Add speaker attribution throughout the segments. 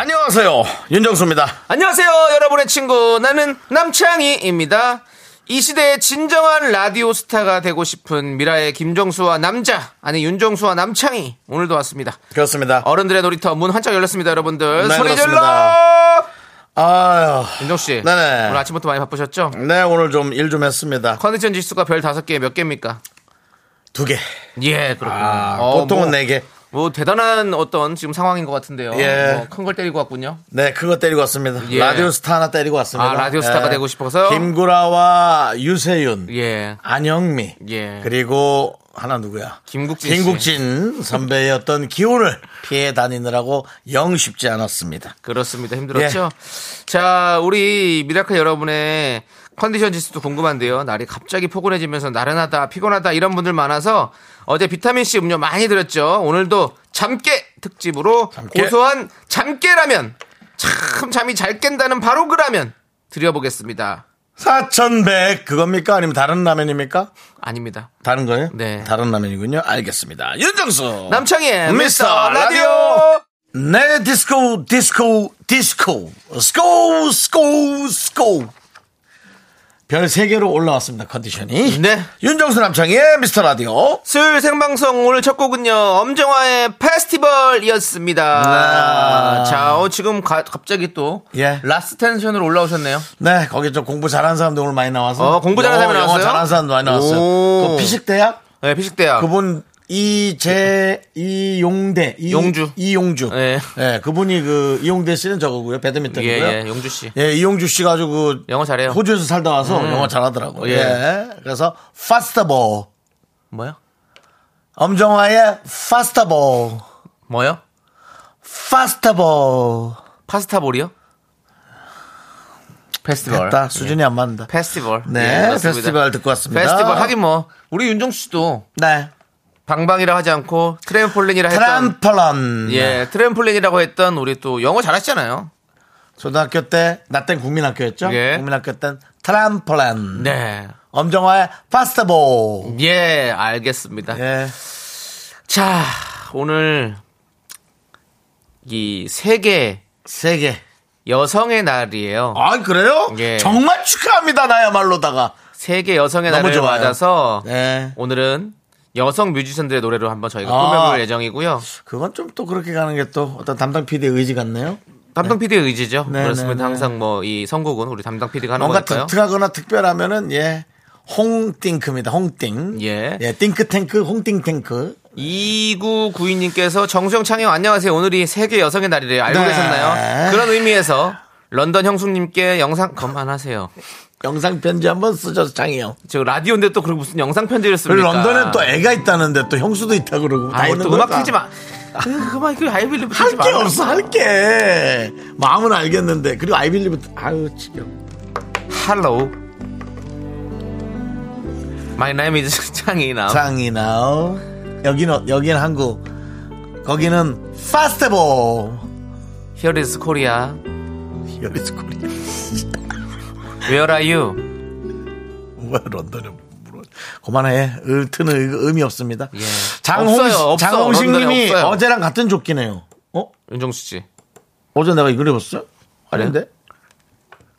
Speaker 1: 안녕하세요. 윤정수입니다.
Speaker 2: 안녕하세요, 여러분의 친구. 나는 남창희입니다. 이 시대의 진정한 라디오 스타가 되고 싶은 미라의 김정수와 남자, 아니, 윤정수와 남창희. 오늘도 왔습니다.
Speaker 1: 그렇습니다.
Speaker 2: 어른들의 놀이터 문 활짝 열렸습니다, 여러분들.
Speaker 1: 네,
Speaker 2: 소리 질러!
Speaker 1: 그렇습니다. 아유.
Speaker 2: 윤정씨.
Speaker 1: 네네.
Speaker 2: 오늘 아침부터 많이 바쁘셨죠?
Speaker 1: 네, 오늘 좀 일 좀 했습니다.
Speaker 2: 컨디션 지수가 별 다섯 개에 몇 개입니까?
Speaker 1: 두 개.
Speaker 2: 예, 그렇군요.
Speaker 1: 아,
Speaker 2: 어,
Speaker 1: 보통은
Speaker 2: 뭐,
Speaker 1: 네 개.
Speaker 2: 뭐, 대단한 어떤 지금 상황인 것 같은데요. 뭐,
Speaker 1: 예.
Speaker 2: 큰 걸 때리고 왔군요.
Speaker 1: 네, 그거 때리고 왔습니다.
Speaker 2: 예.
Speaker 1: 라디오 스타 하나 때리고 왔습니다. 네.
Speaker 2: 아, 라디오 스타가 되고 싶어서?
Speaker 1: 김구라와 유세윤,
Speaker 2: 예.
Speaker 1: 안영미,
Speaker 2: 예.
Speaker 1: 그리고 하나 누구야?
Speaker 2: 김국진 씨.
Speaker 1: 김국진 선배의 어떤 기운을 피해 다니느라고 영 쉽지 않았습니다.
Speaker 2: 그렇습니다. 힘들었죠?
Speaker 1: 예.
Speaker 2: 자, 우리 미라클 여러분의 컨디션 지수도 궁금한데요. 날이 갑자기 포근해지면서 나른하다, 피곤하다 이런 분들 많아서 어제 비타민 C 음료 많이 드렸죠. 오늘도 잠깨 특집으로
Speaker 1: 잠깨.
Speaker 2: 고소한 잠깨라면 참 잠이 잘 깬다는 바로 그 라면 드려보겠습니다.
Speaker 1: 4,100 그겁니까? 아니면 다른 라면입니까?
Speaker 2: 아닙니다.
Speaker 1: 다른 거예요?
Speaker 2: 네.
Speaker 1: 다른 라면이군요. 알겠습니다. 윤정수.
Speaker 2: 남창희의
Speaker 1: 미스터
Speaker 2: 미스터 라디오.
Speaker 1: 라디오. 네, 디스코, 디스코, 디스코. 스코, 스코, 스코. 별 3개로 올라왔습니다, 컨디션이.
Speaker 2: 네.
Speaker 1: 윤정수 남창희의 미스터 라디오.
Speaker 2: 수요일 생방송 오늘 첫 곡은요 엄정화의 페스티벌이었습니다.
Speaker 1: 네.
Speaker 2: 자, 어, 지금 가- 갑자기 또
Speaker 1: 예.
Speaker 2: 라스 텐션으로 올라오셨네요.
Speaker 1: 네, 거기 좀 공부 잘하는 사람도 오늘 많이 나와서.
Speaker 2: 어, 공부 잘하는 사람이
Speaker 1: 영어
Speaker 2: 나왔어요?
Speaker 1: 잘하는 사람도 많이
Speaker 2: 오.
Speaker 1: 나왔어요. 그 피식대학?
Speaker 2: 네, 피식대학.
Speaker 1: 그분 뭐 이제 이용대 이,
Speaker 2: 그 용주.
Speaker 1: 이용주
Speaker 2: 예.
Speaker 1: 예 그분이 그 이용대 씨는 저거고요 배드민턴이고요
Speaker 2: 예, 예, 용주 씨.
Speaker 1: 예 이용주 씨가 아주 그
Speaker 2: 영어 잘해요.
Speaker 1: 호주에서 살다 와서 영어 잘하더라고요
Speaker 2: 예.
Speaker 1: 예. 그래서 파스타볼
Speaker 2: 뭐요?
Speaker 1: 엄정화의 파스타볼
Speaker 2: 뭐요?
Speaker 1: 파스타볼
Speaker 2: 파스타볼이요? 페스티벌. 예,
Speaker 1: 됐다 수준이 안 맞는다
Speaker 2: 페스티벌. 예,
Speaker 1: 네,
Speaker 2: 그렇습니다.
Speaker 1: 페스티벌 듣고 왔습니다.
Speaker 2: 페스티벌 하긴 뭐 우리 윤종수 씨도
Speaker 1: 네
Speaker 2: 방방이라 하지 않고 트램폴린이라 했던
Speaker 1: 트램펄런
Speaker 2: 예, 트램폴린이라고 했던 우리 또 영어 잘하시잖아요.
Speaker 1: 초등학교 때 나 땐 국민학교였죠
Speaker 2: 예.
Speaker 1: 국민학교 땐 트램펄런
Speaker 2: 네.
Speaker 1: 엄정화의 파스타볼
Speaker 2: 예, 알겠습니다.
Speaker 1: 예.
Speaker 2: 자, 오늘 이 세계
Speaker 1: 세계.
Speaker 2: 여성의 날이에요.
Speaker 1: 아 그래요?
Speaker 2: 예.
Speaker 1: 정말 축하합니다 나야말로다가.
Speaker 2: 세계 여성의
Speaker 1: 너무
Speaker 2: 날을
Speaker 1: 좋아요.
Speaker 2: 맞아서
Speaker 1: 네.
Speaker 2: 오늘은 여성 뮤지션들의 노래로 한번 저희가
Speaker 1: 아.
Speaker 2: 꾸며볼 예정이고요.
Speaker 1: 그건 좀 또 그렇게 가는 게 또 어떤 담당 PD의 의지 같네요.
Speaker 2: 담당 PD의 의지죠.
Speaker 1: 네,
Speaker 2: 그렇습니다.
Speaker 1: 네, 네.
Speaker 2: 항상 뭐 이 선곡은 우리 담당 PD가 하는
Speaker 1: 뭔가
Speaker 2: 거니까요.
Speaker 1: 독특하거나 특별하면은 예 홍띵크입니다. 홍띵.
Speaker 2: 예.
Speaker 1: 띵크탱크 홍띵탱크.
Speaker 2: 2992님께서 정수영 창영 안녕하세요. 오늘이 세계 여성의 날이래요. 알고
Speaker 1: 네.
Speaker 2: 계셨나요? 그런 의미에서 런던 형수님께 영상 그만하세요.
Speaker 1: 영상 편지 한번 쓰죠 장이요.
Speaker 2: 저 라디오인데 또 그리고 무슨 영상 편지를
Speaker 1: 그리고
Speaker 2: 씁니까?
Speaker 1: 런던에 또 애가 있다는데 또 형수도 있다 그러고 다
Speaker 2: 아이
Speaker 1: 있는
Speaker 2: 또 음악
Speaker 1: 거니까.
Speaker 2: 틀지 마. 그만 그 아이빌리 틀지 마.
Speaker 1: 할게 없어 할게 마음은 알겠는데 그리고 아이빌리부터 아유 지겨.
Speaker 2: Hello. My name is 장이나.
Speaker 1: 상이나오 여기는 여기는 한국 거기는 파스테보
Speaker 2: Here is Korea.
Speaker 1: 여기서 코리아
Speaker 2: Where are you?
Speaker 1: 왜 런던에 물어 그만해 을 트는 의- 의미 없습니다
Speaker 2: 예. 없어요, 없어.
Speaker 1: 장홍식 장홍식님이
Speaker 2: 런던에 없어요.
Speaker 1: 어제랑 같은 조끼네요 어
Speaker 2: 윤종수 씨.
Speaker 1: 어제 내가 이걸 입었어요 아닌데
Speaker 2: 네.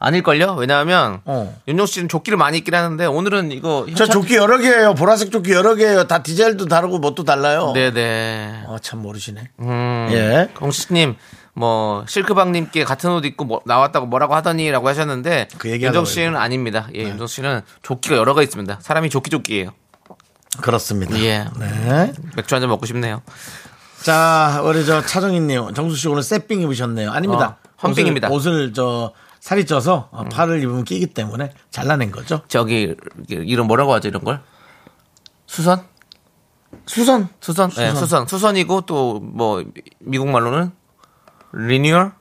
Speaker 2: 아닐걸요? 왜냐하면
Speaker 1: 어.
Speaker 2: 윤종수 씨는 조끼를 많이 입긴 하는데 오늘은 이거
Speaker 1: 저
Speaker 2: 협찬-
Speaker 1: 조끼 여러 개예요 보라색 조끼 여러 개예요 다 디자인도 다르고 뭣도 달라요
Speaker 2: 네네.
Speaker 1: 아 참 모르시네
Speaker 2: 음.
Speaker 1: 예
Speaker 2: 공씨님 뭐 실크방님께 같은 옷 입고 뭐- 나왔다고 뭐라고 하더니라고 하셨는데
Speaker 1: 그 네. 얘기하다가
Speaker 2: 윤종 씨는 아닙니다. 예, 윤종 씨는 조끼가 여러 가 있습니다. 사람이 조끼 조끼예요.
Speaker 1: 그렇습니다
Speaker 2: 예.
Speaker 1: 네.
Speaker 2: 맥주 한 잔 먹고 싶네요.
Speaker 1: 자, 우리 저 차정희님, 정수 씨 오늘 새삥 입으셨네요. 아닙니다.
Speaker 2: 어, 헌삥입니다.
Speaker 1: 옷을, 옷을 저 살이 쪄서 어, 팔을 입으면 끼기 때문에 잘라낸 거죠.
Speaker 2: 저기 이런 뭐라고 하죠 이런 걸 수선 네,
Speaker 1: 수선.
Speaker 2: 수선 예, 수선 수선이고 또 뭐 미국 말로는 리뉴얼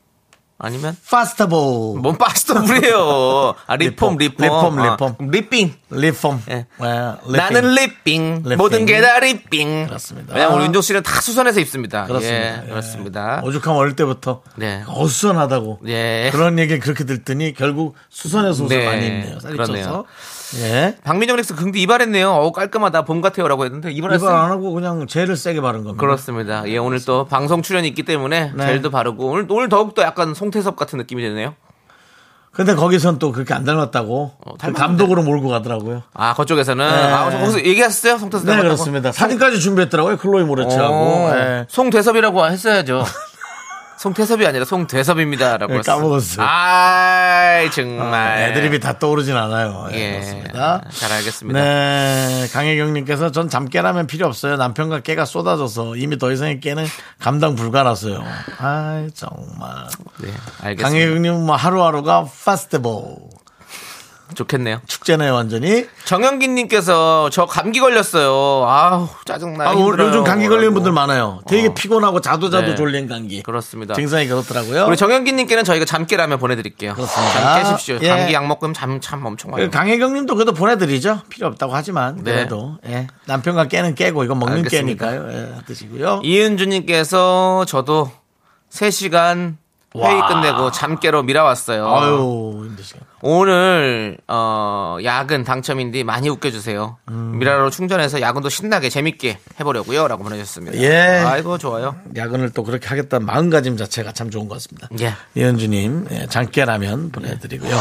Speaker 2: 아니면
Speaker 1: 파스타보
Speaker 2: 뭔 파스타불이에요. 아, 리폼, 리폼.
Speaker 1: 리폼,
Speaker 2: 아,
Speaker 1: 리폼.
Speaker 2: 리핑.
Speaker 1: 리폼
Speaker 2: 예.
Speaker 1: 와, 리핑.
Speaker 2: 나는 리핑.
Speaker 1: 리핑.
Speaker 2: 모든 게 다 리핑.
Speaker 1: 그렇습니다.
Speaker 2: 왜냐면 우리 윤종 씨는 다 수선해서 입습니다.
Speaker 1: 그렇습니다.
Speaker 2: 예,
Speaker 1: 예.
Speaker 2: 그렇습니다.
Speaker 1: 오죽하면 어릴 때부터
Speaker 2: 네.
Speaker 1: 어수선하다고
Speaker 2: 예.
Speaker 1: 그런 얘기 그렇게 들더니 결국 수선해서 옷을
Speaker 2: 네.
Speaker 1: 많이 입네요. 살이
Speaker 2: 그러네요.
Speaker 1: 쪄서. 예.
Speaker 2: 박민정 렉스 근데 이발했네요. 어우 깔끔하다. 봄 같아요라고 했는데
Speaker 1: 이발
Speaker 2: 이발했어요.
Speaker 1: 안 하고 그냥 젤을 세게 바른 겁니다.
Speaker 2: 그렇습니다. 예, 오늘 또 방송 출연이 있기 때문에
Speaker 1: 네.
Speaker 2: 젤도 바르고 오늘 오늘 더욱 더 약간 송태섭 같은 느낌이 드네요.
Speaker 1: 근데 거기선 또 그렇게 안 닮았다고 그
Speaker 2: 어, 닮았는데.
Speaker 1: 감독으로 몰고 가더라고요.
Speaker 2: 아, 그쪽에서는
Speaker 1: 네.
Speaker 2: 아, 저 거기서 얘기하셨어요? 송태섭
Speaker 1: 네
Speaker 2: 닮았다고?
Speaker 1: 그렇습니다. 사진까지 준비했더라고요. 클로이 모레츠하고
Speaker 2: 오,
Speaker 1: 예.
Speaker 2: 그렇죠. 송대섭이라고 했어야죠. 송태섭이 아니라 송대섭입니다라고
Speaker 1: 예,
Speaker 2: 했어요.
Speaker 1: 까먹었어요.
Speaker 2: 아, 정말.
Speaker 1: 애드립이 다 떠오르진 않아요. 예,
Speaker 2: 예,
Speaker 1: 그렇습니다.
Speaker 2: 잘 알겠습니다.
Speaker 1: 네, 강혜경님께서 전 잠깨라면 필요 없어요. 남편과 깨가 쏟아져서 이미 더 이상의 깨는 감당 불가라서요. 아, 정말.
Speaker 2: 네, 알겠습니다.
Speaker 1: 강혜경님 뭐 하루하루가 파스트보
Speaker 2: 좋겠네요.
Speaker 1: 축제네 완전히.
Speaker 2: 정영기님께서 저 감기 걸렸어요. 아우 짜증나.
Speaker 1: 아, 오늘 요즘 감기 걸리는 분들 많아요. 되게
Speaker 2: 어.
Speaker 1: 피곤하고 자도 자도
Speaker 2: 네.
Speaker 1: 졸린 감기.
Speaker 2: 그렇습니다.
Speaker 1: 증상이 그렇더라고요.
Speaker 2: 우리 정영기님께는 저희가 잠깨라면 보내드릴게요.
Speaker 1: 그렇습니다.
Speaker 2: 잠 깨십시오.
Speaker 1: 예. 그러니까.
Speaker 2: 감기 약 먹으면 잠 참 엄청 와요.
Speaker 1: 강혜경님도 그래도 보내드리죠. 필요 없다고 하지만
Speaker 2: 네.
Speaker 1: 그래도 예. 남편과 깨는 깨고 이건 먹는
Speaker 2: 알겠습니다.
Speaker 1: 깨니까요. 예, 드시고요.
Speaker 2: 이은주님께서 저도 3시간 회의 끝내고 잠깨로 밀어왔어요.
Speaker 1: 아유 힘드시겠다.
Speaker 2: 오늘 어 야근 당첨인데 많이 웃겨주세요.
Speaker 1: 음.
Speaker 2: 미라로 충전해서 야근도 신나게 재밌게 해보려고요라고 보내주셨습니다.
Speaker 1: 예.
Speaker 2: 아이고 좋아요.
Speaker 1: 야근을 또 그렇게 하겠다는 마음가짐 자체가 참 좋은 것 같습니다.
Speaker 2: 예.
Speaker 1: 이현주님 예, 장깨라면 보내드리고요.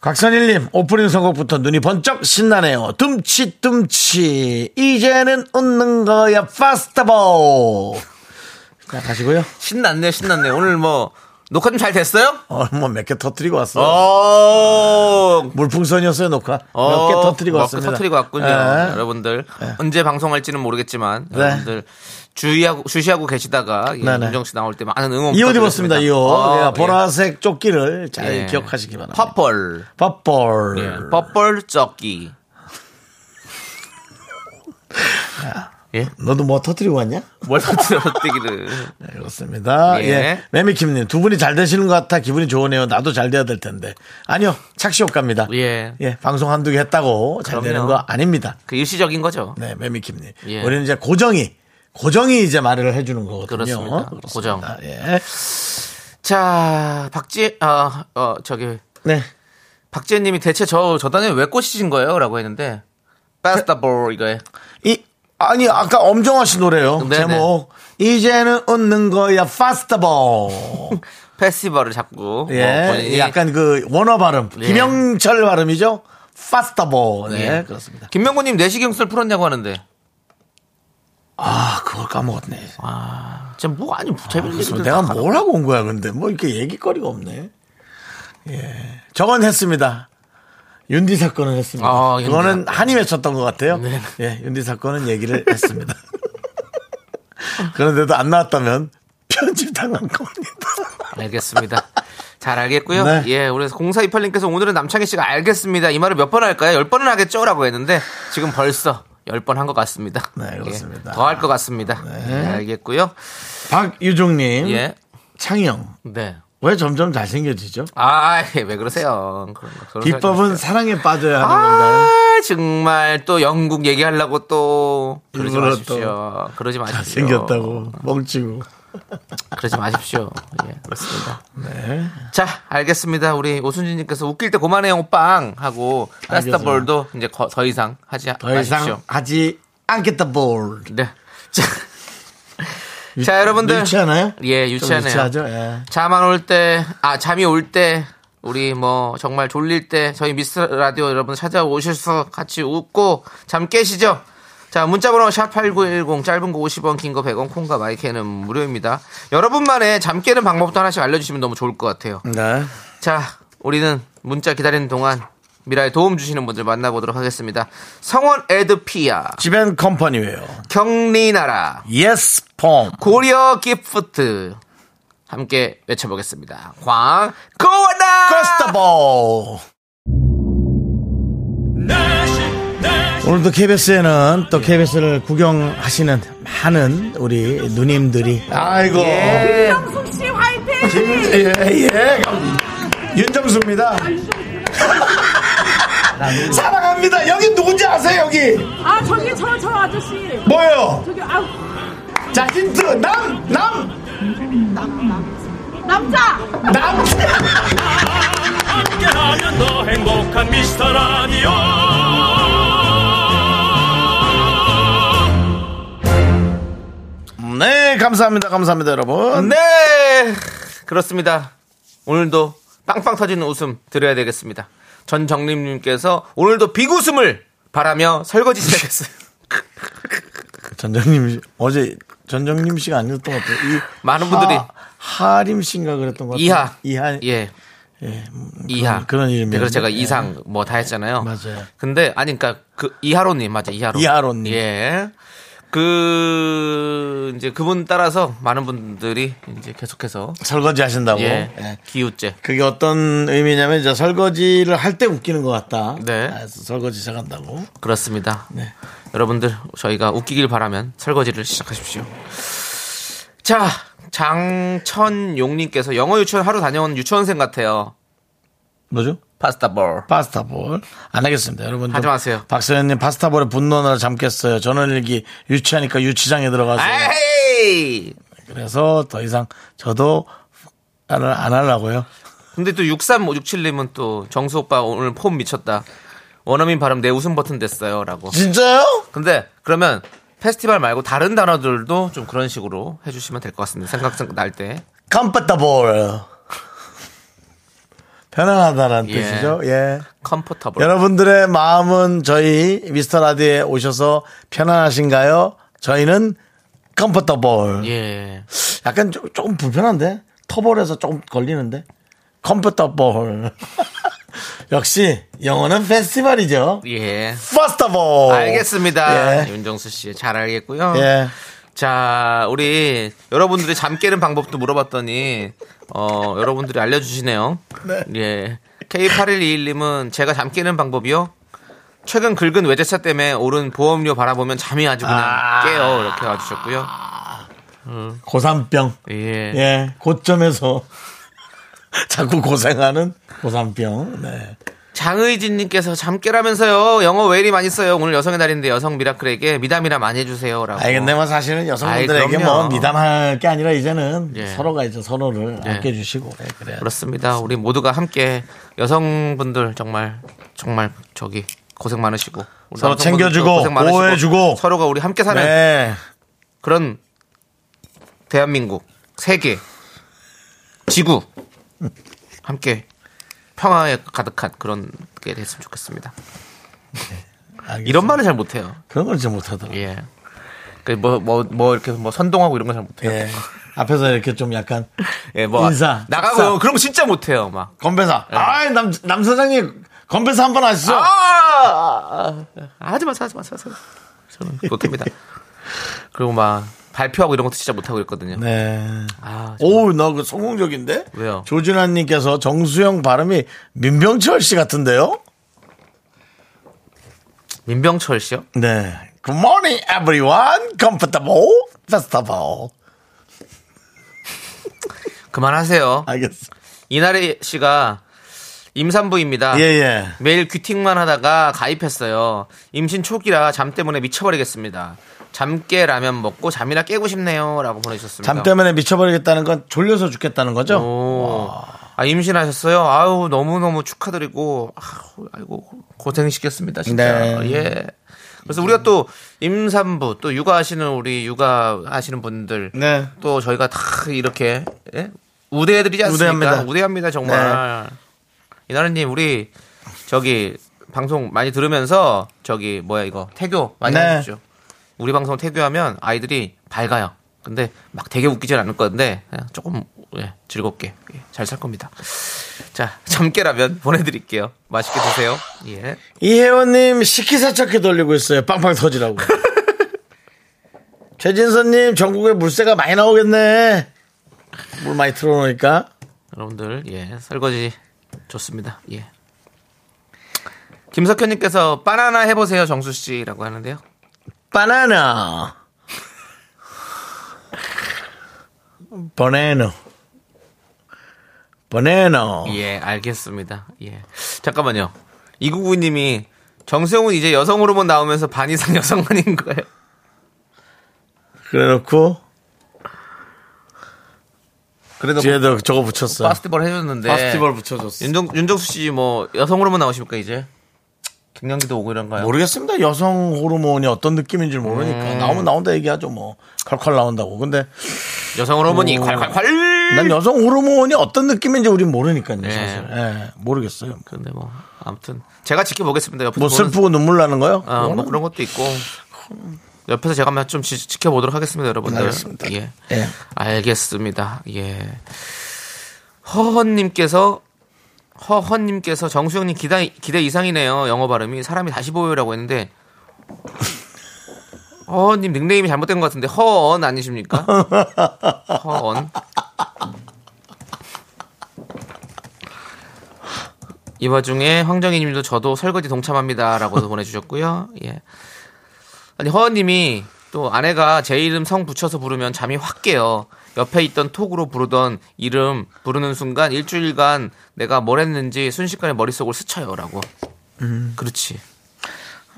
Speaker 1: 곽선일님 오프닝 선곡부터 눈이 번쩍 신나네요. 둠치 둠치 이제는 웃는 거야 파스타보. 자 가시고요.
Speaker 2: 신났네 신났네. 오늘 뭐 녹화 좀 잘 됐어요?
Speaker 1: 어뭐몇 개 터뜨리고 왔어요.
Speaker 2: 어.
Speaker 1: 물풍선이었어요 녹화. 몇
Speaker 2: 어,
Speaker 1: 개 터뜨리고
Speaker 2: 몇
Speaker 1: 왔습니다.
Speaker 2: 개 터뜨리고 왔군요.
Speaker 1: 예.
Speaker 2: 여러분들 언제 방송할지는 모르겠지만 여러분들 주의하고 주시하고 계시다가 예,
Speaker 1: 네, 네.
Speaker 2: 윤정 씨 나올 때 많은 응원
Speaker 1: 이 옷 입었습니다. 이 옷.
Speaker 2: 아,
Speaker 1: 예, 보라색 조끼를 잘
Speaker 2: 예.
Speaker 1: 기억하시기 바랍니다.
Speaker 2: 퍼펄.
Speaker 1: 퍼볼.
Speaker 2: 예. 버벌 쩍기. 예?
Speaker 1: 너도 뭐 터뜨리고 왔냐?
Speaker 2: 뭘 터뜨려뜨기를.
Speaker 1: 네, 그렇습니다.
Speaker 2: 예.
Speaker 1: 예. 매미킴님, 두 분이 잘 되시는 것 같아 기분이 좋으네요. 나도 잘 돼야 될 텐데. 아니요, 착시효과입니다.
Speaker 2: 예.
Speaker 1: 방송 한두 개 했다고 잘
Speaker 2: 그럼요.
Speaker 1: 되는 거 아닙니다.
Speaker 2: 그 일시적인 거죠.
Speaker 1: 네, 매미킴님.
Speaker 2: 예.
Speaker 1: 우리는 이제 고정이, 고정이 이제 말을 해주는 거거든요.
Speaker 2: 그렇습니다. 고정.
Speaker 1: 예.
Speaker 2: 자, 박지, 아, 어, 저기,
Speaker 1: 네.
Speaker 2: 박지혜님이 대체 저, 저 단에 왜 꽂히신 거예요? 라고 했는데, 바스타볼 이거에.
Speaker 1: 이, 아니, 아까 엄정화 씨 노래요.
Speaker 2: 네네.
Speaker 1: 제목. 이제는 웃는 거야, 파스타볼.
Speaker 2: 페스티벌을 잡고.
Speaker 1: 예,
Speaker 2: 어, 본인이
Speaker 1: 약간 그 원어 발음,
Speaker 2: 예.
Speaker 1: 김영철 발음이죠. 파스타보. 네,
Speaker 2: 예.
Speaker 1: 그렇습니다.
Speaker 2: 김명곤님 내시경술 풀었냐고 하는데.
Speaker 1: 아, 그걸 까먹었네.
Speaker 2: 진짜 뭐, 아니, 재밌는
Speaker 1: 그래서
Speaker 2: 얘기들
Speaker 1: 내가
Speaker 2: 다
Speaker 1: 뭘 하고 온 거야, 근데 뭐 이렇게 얘기거리가 없네. 예, 저건 했습니다. 윤디 사건은 했습니다.
Speaker 2: 아, 윤디
Speaker 1: 그거는 한이 맺혔던 것 같아요.
Speaker 2: 네.
Speaker 1: 예, 윤디 사건은 얘기를 했습니다. 그런데도 안 나왔다면 편집 당한 겁니다.
Speaker 2: 알겠습니다. 잘 알겠고요.
Speaker 1: 네.
Speaker 2: 예, 우리 0428님께서 오늘은 남창희 씨가 알겠습니다. 이 말을 몇 번 할까요? 열 번은 하겠죠? 라고 했는데 지금 벌써 열 번 한 것 같습니다.
Speaker 1: 네, 그렇습니다. 네.
Speaker 2: 더 할 것 같습니다. 예, 알겠고요.
Speaker 1: 박유종님,
Speaker 2: 예.
Speaker 1: 창영,
Speaker 2: 네.
Speaker 1: 왜 점점 잘생겨지죠?
Speaker 2: 아, 예, 왜 그러세요? 그런 거, 그런
Speaker 1: 비법은
Speaker 2: 생각이
Speaker 1: 사랑에 빠져야 하는 건가요?
Speaker 2: 아, 정말 또 영국 얘기하려고 또 그러지
Speaker 1: 일부러
Speaker 2: 마십시오. 그러지 마십시오.
Speaker 1: 생겼다고 멍치고
Speaker 2: 그러지 마십시오. 예, 그렇습니다.
Speaker 1: 네.
Speaker 2: 자, 알겠습니다. 우리 오순진님께서 웃길 때 그만해요, 오빵! 하고, 따스타볼도 이제 거- 더 이상 하지
Speaker 1: 더 이상
Speaker 2: 마십시오.
Speaker 1: 하지 않겠다 볼.
Speaker 2: 네. 자, 자, 여러분들.
Speaker 1: 유치하나요?
Speaker 2: 예,
Speaker 1: 좀
Speaker 2: 유치하네요.
Speaker 1: 유치하죠. 예.
Speaker 2: 잠 안 올 때, 아, 잠이 올 때, 우리 뭐 정말 졸릴 때 저희 미스 라디오 여러분 찾아오셔서 같이 웃고 잠 깨시죠. 자, 문자번호 샵8910 짧은 거 50원, 긴 거 100원, 콩과 마이크는 무료입니다. 여러분만의 잠 깨는 방법도 하나씩 알려주시면 너무 좋을 것 같아요.
Speaker 1: 네.
Speaker 2: 자, 우리는 문자 기다리는 동안 미라에 도움 주시는 분들 만나보도록 하겠습니다. 성원 에드피아,
Speaker 1: 지벤 컴퍼니웨요.
Speaker 2: 경리나라,
Speaker 1: 예스 폼.
Speaker 2: 고려 기프트 함께 외쳐보겠습니다. 광고나
Speaker 1: 커스터볼.
Speaker 3: 내식 내식
Speaker 1: 오늘도 KBS에는 또 KBS를 구경하시는 많은 우리 누님들이 아이고
Speaker 2: 예. 아,
Speaker 4: 박명숙 씨 화이팅!
Speaker 1: 예, 예. 윤정수입니다. 사랑합니다. 여기 누군지 아세요, 여기?
Speaker 4: 아 저기 저 저 아저씨
Speaker 1: 뭐예요?
Speaker 4: 저기 아
Speaker 1: 자, 힌트. 남, 남,
Speaker 4: 남자
Speaker 1: 남.
Speaker 3: 함께하면 더 행복한 미스터 라디오
Speaker 1: 네, 감사합니다. 감사합니다, 여러분.
Speaker 2: 네 그렇습니다 오늘도 빵빵 터지는 웃음 드려야 되겠습니다 전정림님께서 오늘도 비웃음을 바라며 설거지 시작했어요
Speaker 1: 전정님, 씨, 어제 전정님 씨가 아니었던 것 같아요. 이
Speaker 2: 많은 분들이.
Speaker 1: 하림 씨인가 그랬던 것 같아요.
Speaker 2: 이하
Speaker 1: 이하.
Speaker 2: 예
Speaker 1: 예, 음,
Speaker 2: 이하
Speaker 1: 그런 이름이에요.
Speaker 2: 네, 그래서 제가
Speaker 1: 예.
Speaker 2: 이상 뭐 다 했잖아요.
Speaker 1: 맞아요.
Speaker 2: 근데 아니 그러니까 그 이하로님 맞아 이하로.
Speaker 1: 이하로님.
Speaker 2: 예. 그 이제 그분 따라서 많은 분들이 이제 계속해서
Speaker 1: 설거지 하신다고.
Speaker 2: 예,
Speaker 1: 예.
Speaker 2: 기우제
Speaker 1: 그게 어떤 의미냐면 이제 설거지를 할 때 웃기는 것 같다.
Speaker 2: 네.
Speaker 1: 아, 그래서 설거지 시작한다고.
Speaker 2: 그렇습니다.
Speaker 1: 네.
Speaker 2: 여러분들 저희가 웃기길 바라면 설거지를 시작하십시오. 자 장천용님께서 영어 유치원 하루 다녀온 유치원생 같아요.
Speaker 1: 뭐죠?
Speaker 2: 파스타 볼.
Speaker 1: 파스타볼 안 하겠습니다. 여러분
Speaker 2: 하지 마세요.
Speaker 1: 박서연님 파스타볼에 분노하느라 잠깼어요. 저는 일기 유치하니까 유치장에 들어가서
Speaker 2: 에이.
Speaker 1: 그래서 더 이상 저도 나를 안 하려고요.
Speaker 2: 근데 또 63567님은 또 정수 오빠 오늘 폼 미쳤다. 원어민 발음 내 웃음 버튼 됐어요. 라고.
Speaker 1: 진짜요?
Speaker 2: 근데 그러면 페스티벌 말고 다른 단어들도 좀 그런 식으로 해주시면 될 것 같습니다. 생각 생각 날 때.
Speaker 1: 컴포터볼 편안하다는
Speaker 2: 예.
Speaker 1: 뜻이죠. 예.
Speaker 2: 컴포터블.
Speaker 1: 여러분들의 마음은 저희 미스터 라디에 오셔서 편안하신가요? 저희는 컴포터볼.
Speaker 2: 예.
Speaker 1: 약간 조, 금 불편한데? 터벌에서 조금 걸리는데? 컴퓨터볼. 역시 영어는 페스티벌이죠.
Speaker 2: 예.
Speaker 1: 퍼스터볼.
Speaker 2: 알겠습니다.
Speaker 1: 어. 예.
Speaker 2: 윤정수 씨 잘 알겠고요.
Speaker 1: 예.
Speaker 2: 자, 우리 여러분들이 잠 깨는 방법도 물어봤더니 어, 여러분들이 알려주시네요.
Speaker 1: 네.
Speaker 2: 예. K8121님은 제가 잠 깨는 방법이요. 최근 긁은 외제차 때문에 오른 보험료 바라보면 잠이 아주 그냥
Speaker 1: 아.
Speaker 2: 깨요. 이렇게 와주셨고요.
Speaker 1: 고산병.
Speaker 2: 예.
Speaker 1: 예. 고점에서 자꾸 고생하는 고산병. 네.
Speaker 2: 장의진님께서 잠 깨라면서요. 영어 왜 이리 많이 써요? 오늘 여성의 날인데 여성 미라클에게 미담이라 많이 해주세요라고.
Speaker 1: 아니, 근데 뭐 사실은
Speaker 2: 아이,
Speaker 1: 여성분들에게
Speaker 2: 그럼요.
Speaker 1: 뭐 미담할 게 아니라 이제는
Speaker 2: 예.
Speaker 1: 서로가 이제 서로를
Speaker 2: 예.
Speaker 1: 아껴주시고. 예, 그래야
Speaker 2: 그렇습니다. 우리 모두가 함께 여성분들 정말 정말 저기 고생 많으시고 우리
Speaker 1: 서로
Speaker 2: 남성분들도
Speaker 1: 챙겨주고, 보호해주고.
Speaker 2: 서로가 우리 함께 사는
Speaker 1: 네.
Speaker 2: 그런 대한민국 세계 지구 함께 평화에 가득한 그런 게 됐으면 좋겠습니다. 이런 말은 잘 못해요.
Speaker 1: 그런 걸 이제 못하더라고요.
Speaker 2: 예. 뭐뭐뭐 이렇게 뭐 선동하고 이런 건 잘 못해요.
Speaker 1: 예. 앞에서 이렇게 좀 약간
Speaker 2: 예, 뭐
Speaker 1: 네. 인사,
Speaker 2: 나가고
Speaker 1: 식사.
Speaker 2: 그런 거 진짜 못해요. 막
Speaker 1: 건배사.
Speaker 2: 예.
Speaker 1: 아, 남, 남 사장님, 건배사 한 번 하시죠.
Speaker 2: 아! 하지 마세요, 하지 마세요. 하지 마세요. 저는 못합니다. 그리고 막 발표하고 이런 것도 진짜 못하고 있거든요.
Speaker 1: 네.
Speaker 2: 아,
Speaker 1: 오, 나 그 성공적인데?
Speaker 2: 왜요?
Speaker 1: 조준환님께서 정수영 발음이 민병철 씨 같은데요?
Speaker 2: 민병철 씨요?
Speaker 1: 네. Good morning, everyone. Comfortable festival.
Speaker 2: 그만하세요.
Speaker 1: 알겠어.
Speaker 2: 이나리 씨가 임산부입니다.
Speaker 1: 예, 예.
Speaker 2: 매일 귀팅만 하다가 가입했어요. 임신 초기라 잠 때문에 미쳐버리겠습니다. 잠깨 라면 먹고 잠이나 깨고 싶네요. 라고 보내주셨습니다.
Speaker 1: 잠 때문에 미쳐버리겠다는 건 졸려서 죽겠다는 거죠?
Speaker 2: 오. 아, 임신하셨어요? 아유, 너무너무 축하드리고, 아유, 아이고, 고생시켰습니다, 진짜.
Speaker 1: 네.
Speaker 2: 예. 그래서 우리가 또 임산부, 또 육아하시는 우리 육아하시는 분들,
Speaker 1: 네.
Speaker 2: 또 저희가 다 이렇게, 예? 우대해드리지 않습니까?
Speaker 1: 우대합니다. 네.
Speaker 2: 우대합니다, 정말. 이나라님, 우리 저기 방송 많이 들으면서 저기 뭐야 이거 태교 많이
Speaker 1: 네.
Speaker 2: 해주죠. 우리 방송 태교하면 아이들이 밝아요. 근데 막 되게 웃기진 않을 건데 그냥 조금 예, 즐겁게 잘 살 겁니다. 자, 잠깨라면 보내드릴게요. 맛있게 드세요. 예.
Speaker 1: 이혜원님, 식기세척기 돌리고 있어요. 빵빵 터지라고. 최진선님, 전국에 물세가 많이 나오겠네. 물 많이 틀어놓으니까.
Speaker 2: 여러분들 예 설거지 좋습니다. 예. 김석현님께서 바나나 해보세요 정수 씨라고 하는데요.
Speaker 1: 바나나. 바나나. 버네너.
Speaker 2: 예, 알겠습니다. 예. 잠깐만요. 이구구님이 정세웅은 이제 여성 호르몬 나오면서 반 이상 여성만인 거예요.
Speaker 1: 그래놓고
Speaker 2: 그래도
Speaker 1: 뒤에도 저거 붙였어. 요
Speaker 2: 파스티벌 해줬는데.
Speaker 1: 파스티벌 붙여줬어.
Speaker 2: 윤정, 윤정수 씨 뭐 여성 호르몬 나오십니까 이제? 갱년기도 오고 이런가요?
Speaker 1: 모르겠습니다. 여성 호르몬이 어떤 느낌인지 모르니까 나오면 나온다 얘기하죠. 뭐 콸콸 나온다고. 근데
Speaker 2: 여성 호르몬이
Speaker 1: 오.
Speaker 2: 콸콸콸.
Speaker 1: 난 여성 호르몬이 어떤 느낌인지 우린 모르니까요.
Speaker 2: 네.
Speaker 1: 사실. 예, 모르겠어요.
Speaker 2: 근데 뭐 아무튼 제가 지켜보겠습니다. 옆에서
Speaker 1: 뭐
Speaker 2: 보는-
Speaker 1: 슬프고 눈물 나는 거요?
Speaker 2: 아, 뭐
Speaker 1: 그거는-
Speaker 2: 그런 것도 있고. 옆에서 제가 한번 좀 지, 켜보도록 하겠습니다, 여러분들.
Speaker 1: 알겠습니다.
Speaker 2: 예.
Speaker 1: 예.
Speaker 2: 알겠습니다. 예. 허헌님께서 허헌님께서 정수영님 기대 기대 이상이네요. 영어 발음이 사람이 다시 보여라고 했는데 허헌님 닉네임이 잘못된 것 같은데 허언 아니십니까? 허언. 이 와중에 황정희님도 저도 설거지 동참합니다라고도 보내주셨고요. 예. 아니 허원님이 또 아내가 제 이름 성 붙여서 부르면 잠이 확 깨요. 옆에 있던 톡으로 부르던 이름 부르는 순간 일주일간 내가 뭘 했는지 순식간에 머릿속을 스쳐요라고. 그렇지.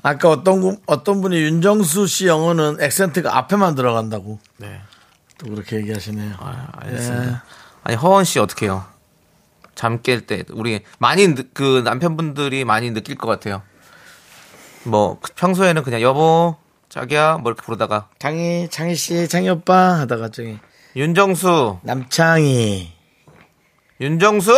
Speaker 1: 아까 어떤 분- 어떤 분이 윤정수 씨 영어는 액센트가 앞에만 들어간다고
Speaker 2: 네.
Speaker 1: 또 그렇게 얘기하시네요.
Speaker 2: 아, 알겠습니다. 아니 허원 씨 어떡해요? 잠 깰 때 우리 많이 느- 그 남편분들이 많이 느낄 것 같아요. 뭐그 평소에는 그냥 여보, 자기야 뭐 이렇게 부르다가
Speaker 1: 장희, 장희 씨, 장희 오빠 하다가 저기
Speaker 2: 윤정수,
Speaker 1: 남창희.
Speaker 2: 윤정수!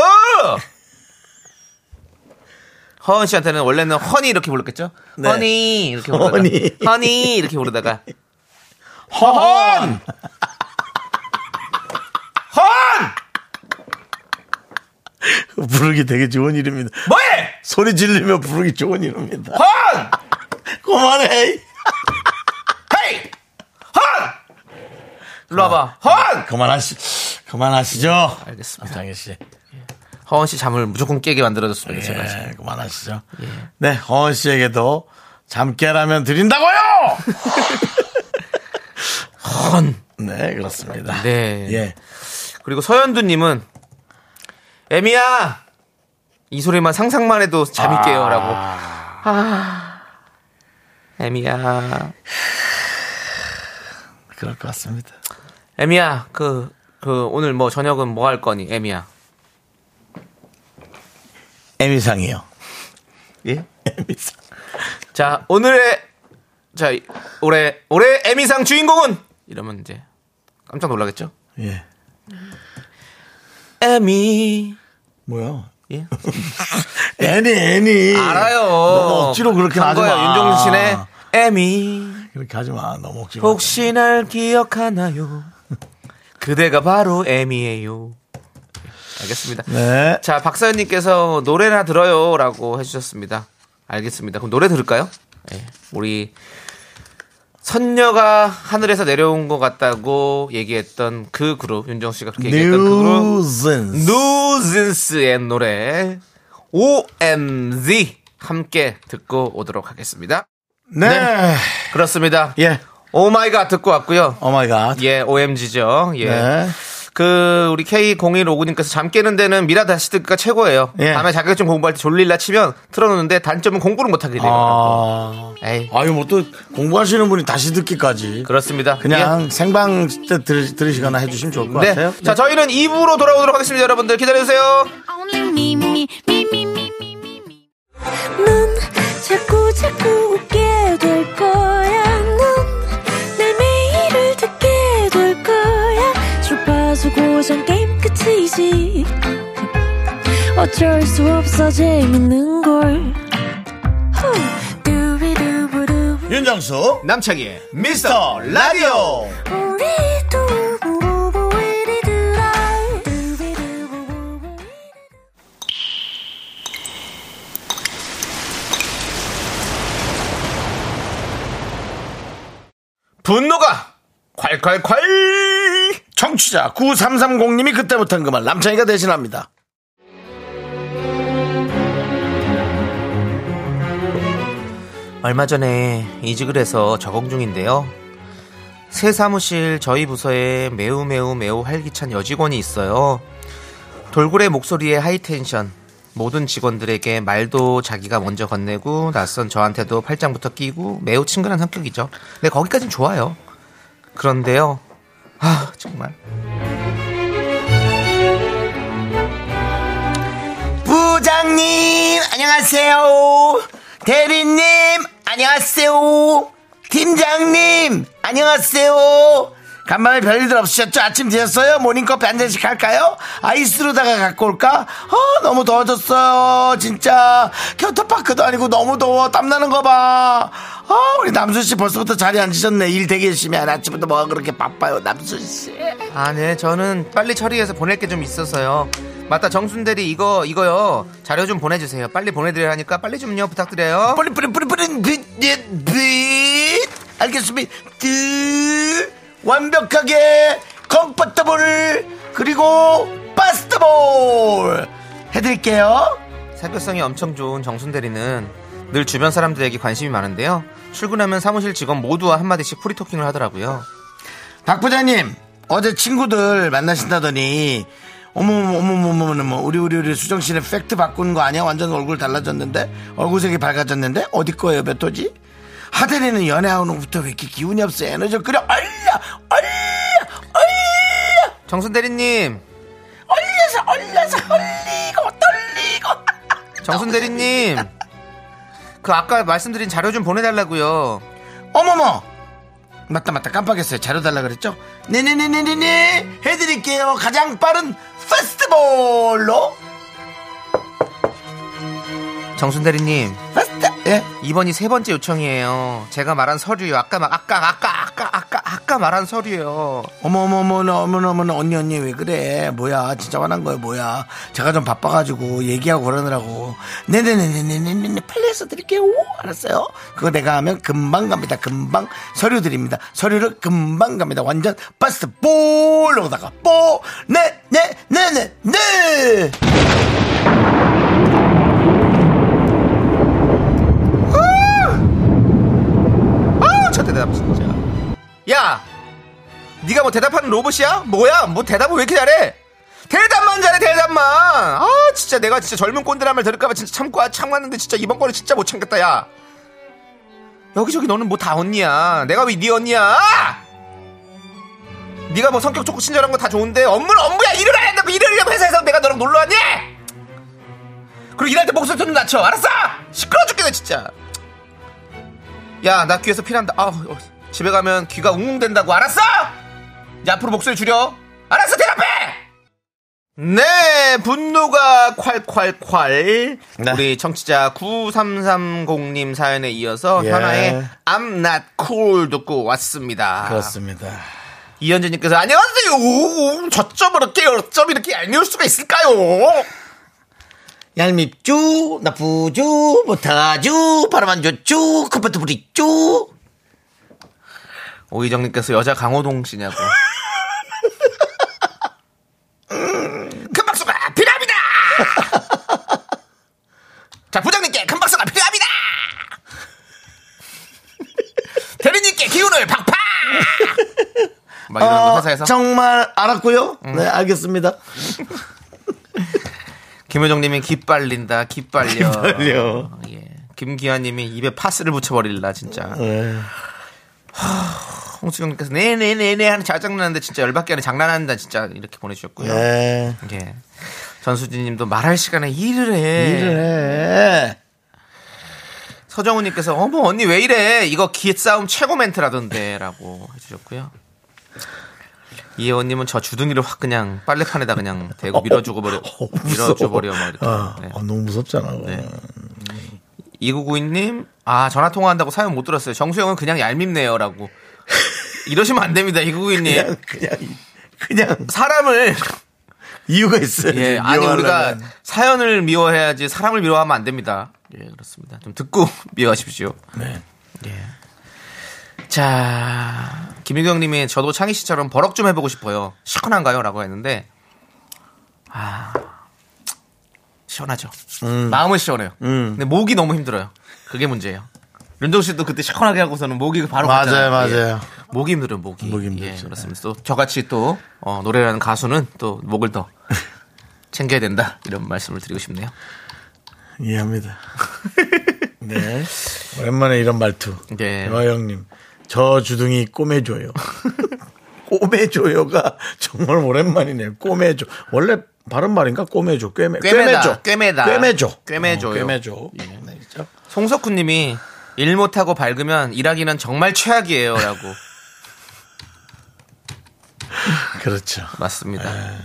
Speaker 2: 허은 씨한테는 원래는 허니 이렇게 불렀겠죠?
Speaker 1: 네.
Speaker 2: 허니 이렇게 부르다가
Speaker 1: 허니.
Speaker 2: 허니 이렇게 부르다가
Speaker 1: 허헌!
Speaker 2: 헌!
Speaker 1: 부르기 되게 좋은 이름입니다.
Speaker 2: 뭐해?
Speaker 1: 소리 지르며 부르기 좋은 이름입니다.
Speaker 2: 헌!
Speaker 1: 그만해.
Speaker 2: 헤이! 헌! 일로 와봐. 헌!
Speaker 1: 그만하시, 그만하시죠.
Speaker 2: 알겠습니다.
Speaker 1: 장희 씨.
Speaker 2: 허은 씨 잠을 무조건 깨게 만들어줬습니다. 예, 제가 예. 지금.
Speaker 1: 네, 그만하시죠. 네, 허원 씨에게도 잠 깨라면 드린다고요!
Speaker 2: 헌!
Speaker 1: 네, 그렇습니다.
Speaker 2: 네.
Speaker 1: 예.
Speaker 2: 그리고 서현두님은 에미야 이 소리만 상상만 해도 잠이 깨요라고. 아... 에미야,
Speaker 1: 그럴 것 같습니다.
Speaker 2: 에미야 그 그 오늘 뭐 저녁은 뭐 할 거니 에미야.
Speaker 1: 에미상이요.
Speaker 2: 예?
Speaker 1: 에미상.
Speaker 2: 자 오늘의 자 이- 올해 올해 에미상 주인공은 이러면 이제 깜짝 놀라겠죠?
Speaker 1: 예.
Speaker 2: 에미
Speaker 1: 뭐야?
Speaker 2: 예?
Speaker 1: 애니, 애니.
Speaker 2: 알아요.
Speaker 1: 너무 억지로 그렇게
Speaker 2: 한
Speaker 1: 하지
Speaker 2: 거야,
Speaker 1: 마.
Speaker 2: 윤종신 씨네 에미.
Speaker 1: 그렇게 하지 마. 너무 억지로.
Speaker 2: 혹시 날 기억하나요? 그대가 바로 애미예요. 알겠습니다.
Speaker 1: 네.
Speaker 2: 자, 박사연님께서 노래나 들어요 라고 해주셨습니다. 알겠습니다. 그럼 노래 들을까요? 예, 우리 선녀가 하늘에서 내려온 것 같다고 얘기했던 그 그룹, 윤정씨가 그렇게 얘기했던 그 그룹,
Speaker 1: 뉴즌스.
Speaker 2: 누진스의 노래, OMG 함께 듣고 오도록 하겠습니다.
Speaker 1: 네.
Speaker 2: 그렇습니다.
Speaker 1: 예. Oh
Speaker 2: 오마이갓 듣고 왔고요.
Speaker 1: 오 마이 갓.
Speaker 2: 예, OMG죠. 예.
Speaker 1: 네.
Speaker 2: 그 우리 K0159님께서 잠 깨는 데는 미라 다시드가 최고예요.
Speaker 1: 예.
Speaker 2: 밤에 자격증 공부할 때 졸릴라 치면 틀어놓는데 단점은 공부를 못하게 돼요.
Speaker 1: 아.
Speaker 2: 에이,
Speaker 1: 아유, 뭐 또 공부하시는 분이 다시 듣기까지.
Speaker 2: 그렇습니다.
Speaker 1: 그냥 생방 때 들, 으시거나 해주시면 좋을 것
Speaker 2: 예. 네.
Speaker 1: 같아요.
Speaker 2: 자, 저희는 2부로 돌아오도록 하겠습니다, 여러분들. 기다려주세요.
Speaker 5: Only me, me, me, me, me, me, me, me. 넌 자꾸, 자꾸 웃게 될 거야. 넌내 매일을 듣게 될 거야. 주파수 고정 게임 끝이지. 어쩔 수 없어, 재밌는 걸. 후. 두비두부두.
Speaker 1: 윤정수
Speaker 2: 남창희의
Speaker 1: 미스터 라디오
Speaker 5: 우리 두부부부 우리 두라. 두비두부부부 우리
Speaker 2: 분노가 콸콸콸!
Speaker 1: 청취자 9330님이 그때 못한 그말 남창희가 대신합니다
Speaker 2: 얼마 전에 이직을 해서 적응 중인데요. 새 사무실 저희 부서에 매우 매우 매우 활기찬 여직원이 있어요. 돌고래 목소리의 하이텐션. 모든 직원들에게 말도 자기가 먼저 건네고 낯선 저한테도 팔짱부터 끼고 매우 친근한 성격이죠. 근데 거기까진 좋아요. 그런데요. 아, 정말. 부장님, 안녕하세요. 대리님, 안녕하세요. 팀장님, 안녕하세요.
Speaker 1: 간만에 별일들 없으셨죠? 아침 드셨어요? 모닝커피 한 잔씩 할까요? 아이스로다가 갖고 올까? 아, 너무 더워졌어요. 진짜. 겨터파크도 아니고 너무 더워. 땀나는 거 봐. 아, 우리 남수씨 벌써부터 자리에 앉으셨네. 일 되게 열심히 하네. 아침부터 뭐가 그렇게 바빠요, 남수씨.
Speaker 2: 아, 네. 저는 빨리 처리해서 보낼 게 좀 있어서요. 맞다. 정순 대리 이거 이거요. 자료 좀 보내 주세요. 빨리 보내 드리라니까 빨리 좀요. 부탁드려요.
Speaker 1: 뿌리, 뿌리, 뿌리, 뿌리, 빛, 빛, 빛. 알겠습니다. 뜨. 완벽하게 컴포터블 그리고 바스트볼 해드릴게요.
Speaker 2: 사교성이 엄청 좋은 정순 대리는 늘 주변 사람들에게 관심이 많은데요. 출근하면 사무실 직원 모두와 한마디씩 프리토킹을 하더라고요.
Speaker 1: 박 부장님 어제 친구들 만나신다더니 어머머 어머머 어머머 우리 우리 우리 수정 씨는 팩트 바꾼 거 아니야? 완전 얼굴 달라졌는데 얼굴색이 밝아졌는데 어디 거예요 몇 도지? 하대리는 연애하고 부터 왜 이렇게 기운이 없어 에너지 끓여 얼려 얼려 얼려
Speaker 2: 정순 대리님,
Speaker 1: 얼려서 얼려서 얼리고 떨리고
Speaker 2: 정순 대리님. 그 아까 말씀드린 자료 좀 보내달라고요.
Speaker 1: 어머머 맞다 맞다 깜빡했어요 자료 달라 그랬죠 네네네네네네 해드릴게요 가장 빠른 페스트볼로
Speaker 2: 정순 대리님,
Speaker 1: 페스트 예
Speaker 2: 이번이 세 번째 요청이에요. 제가 말한 서류요. 아까 막 아까 아까 아까 아까 아까 말한 서류요.
Speaker 1: 어머 어머 어머 어머 어머 어머 언니 언니 왜 그래 뭐야 진짜 화난 거야 뭐야 제가 좀 바빠가지고 얘기하고 그러느라고 네네네네네네네 빨리 해서 드릴게요 알았어요 그거 내가 하면 금방 갑니다 금방 서류 드립니다 서류를 금방 갑니다 완전 파스트 볼로다가 네, 뽀네네네네네 아!
Speaker 2: 아우 저 대답 진짜 야 네가 뭐 대답하는 로봇이야? 뭐야 뭐 대답을 왜 이렇게 잘해 대답만 잘해 대답만 아 진짜 내가 진짜 젊은 꼰대라말 들을까봐 진짜 참고 참았는데 진짜 이번 거는 진짜 못 참겠다 야 여기저기 너는 뭐 다 언니야 내가 왜 네 언니야 네가 뭐 성격 좋고 친절한 거 다 좋은데 업무는 업무야 일을 해야 된다고 일을 하려고 회사에서 내가 너랑 놀러 왔니 그리고 일할 때 뭐, 목소리 좀 낮춰 알았어 시끄러워 죽겠네 진짜 야 나 귀에서 피난다 아 집에 가면 귀가 웅웅된다고 알았어 이제 앞으로 목소리 줄여 알았어 대답해 네 분노가 콸콸콸
Speaker 1: 네.
Speaker 2: 우리 청취자 9330님 사연에 이어서
Speaker 1: 예.
Speaker 2: 현아의 I'm not cool 듣고 왔습니다
Speaker 1: 그렇습니다
Speaker 2: 이현진님께서 안녕하세요 저점 이렇게 어쩜 이렇게 얄미울 수가 있을까요
Speaker 1: 얄밉쭈 나쁘쭈 못하쭈 바람 안 좋쭈 컴퓨터 부리쭈
Speaker 2: 오희정님께서 여자 강호동 씨냐고. 큰 박수가 필요합니다! 자, 부장님께 큰 박수가 필요합니다! 대리님께 기운을 팍팍! 막 이런 거
Speaker 1: 어,
Speaker 2: 회사에서.
Speaker 1: 정말 알았고요. 네, 알겠습니다.
Speaker 2: 김효정님이 기빨린다, 기빨려.
Speaker 1: 기빨려.
Speaker 2: 예. 김기아님이 입에 파스를 붙여버릴라, 진짜.
Speaker 1: 네.
Speaker 2: 홍수경님께서 네네네네 하는 짜증나는데 진짜 열받게 하는 장난한다, 진짜. 이렇게 보내주셨고요.
Speaker 1: 네.
Speaker 2: 예. 전수진님도 말할 시간에 일을 해.
Speaker 1: 일을 해.
Speaker 2: 서정우님께서 어머 언니 왜 이래? 이거 기싸움 최고 멘트라던데라고 해주셨고요. 이혜원님은 저 주둥이를 확 그냥 빨래판에다 그냥 대고 밀어주고 버려,
Speaker 1: 어, 무서워.
Speaker 2: 밀어줘 버려 막 이렇게.
Speaker 1: 아,
Speaker 2: 네.
Speaker 1: 아, 너무 무섭잖아. 그거.
Speaker 2: 네. 2992님, 아, 전화 통화한다고 사연 못 들었어요. 정수영은 그냥 얄밉네요. 라고. 이러시면 안 됩니다, 2992님.
Speaker 1: 그냥, 그냥, 그냥
Speaker 2: 사람을,
Speaker 1: 이유가 있어요.
Speaker 2: 예, 아니, 우리가 사연을 미워해야지 사람을 미워하면 안 됩니다. 예, 그렇습니다. 좀 듣고 미워하십시오. 예.
Speaker 1: 네.
Speaker 2: 자, 김유경 님이 저도 창희 씨처럼 버럭 좀 해보고 싶어요. 시원한가요? 라고 했는데, 아, 시원하죠. 마음은 시원해요. 근데 목이 너무 힘들어요. 그게 문제예요. 윤정 씨도 그때 시원하게 하고서는 목이 바로
Speaker 1: 맞아요,
Speaker 2: 갔잖아요.
Speaker 1: 맞아요.
Speaker 2: 예. 목이 힘들어요, 목이.
Speaker 1: 목이 힘들죠.
Speaker 2: 예, 그렇습니다. 또 저같이 또 어, 노래라는 가수는 또 목을 더 챙겨야 된다 이런 말씀을 드리고 싶네요.
Speaker 1: 이해합니다. 네. 오랜만에 이런 말투.
Speaker 2: 네.
Speaker 1: 여 형님. 저 주둥이 꼬매줘요. 꼬매줘요가 정말 오랜만이네요. 꼬매줘. 원래 바른 말인가? 꼬매줘. 꿰매,
Speaker 2: 꿰매다,
Speaker 1: 꿰매줘.
Speaker 2: 꿰매다.
Speaker 1: 꿰매줘.
Speaker 2: 꿰매줘요. 예.
Speaker 1: 어, 꿰매줘. 네, 그렇죠?
Speaker 2: 송석훈님이 일 못하고 밝으면 일하기는 정말 최악이에요라고
Speaker 1: 그렇죠.
Speaker 2: 맞습니다. 예.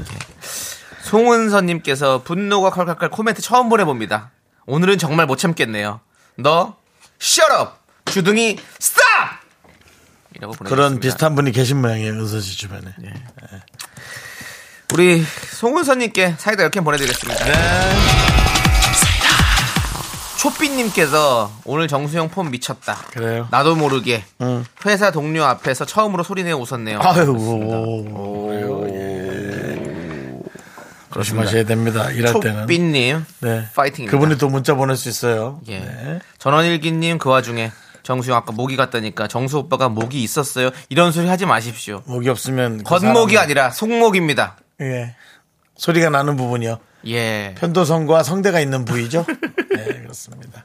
Speaker 2: 송은서님께서 분노가 칼칼칼 코멘트 처음 보내봅니다. 오늘은 정말 못 참겠네요. 너 셔럽 주둥이 스탑 이라고 보내
Speaker 1: 그런 비슷한 분이 계신 모양이에요. 은서 씨 주변에.
Speaker 2: 예. 우리 송은서님께 사이다 10캔 보내드리겠습니다.
Speaker 1: 네.
Speaker 2: 초삐님께서 오늘 정수영 폼 미쳤다.
Speaker 1: 그래요?
Speaker 2: 나도 모르게 회사 동료 앞에서 처음으로 소리내어 웃었네요.
Speaker 1: 아유, 오, 조심하셔야 됩니다. 일할 때는.
Speaker 2: 초삐님
Speaker 1: 네.
Speaker 2: 파이팅입니다.
Speaker 1: 그분이 또 문자 보낼 수 있어요.
Speaker 2: 예.
Speaker 1: 네.
Speaker 2: 전원일기님 그 와중에 정수영 아까 모기 갔다니까 정수 오빠가 모기 있었어요. 이런 소리 하지 마십시오.
Speaker 1: 목이 없으면 그
Speaker 2: 겉목이
Speaker 1: 사람은-
Speaker 2: 아니라 속목입니다.
Speaker 1: 예. 소리가 나는 부분이요.
Speaker 2: 예.
Speaker 1: 편도선과 성대가 있는 부위죠. 네, 그렇습니다.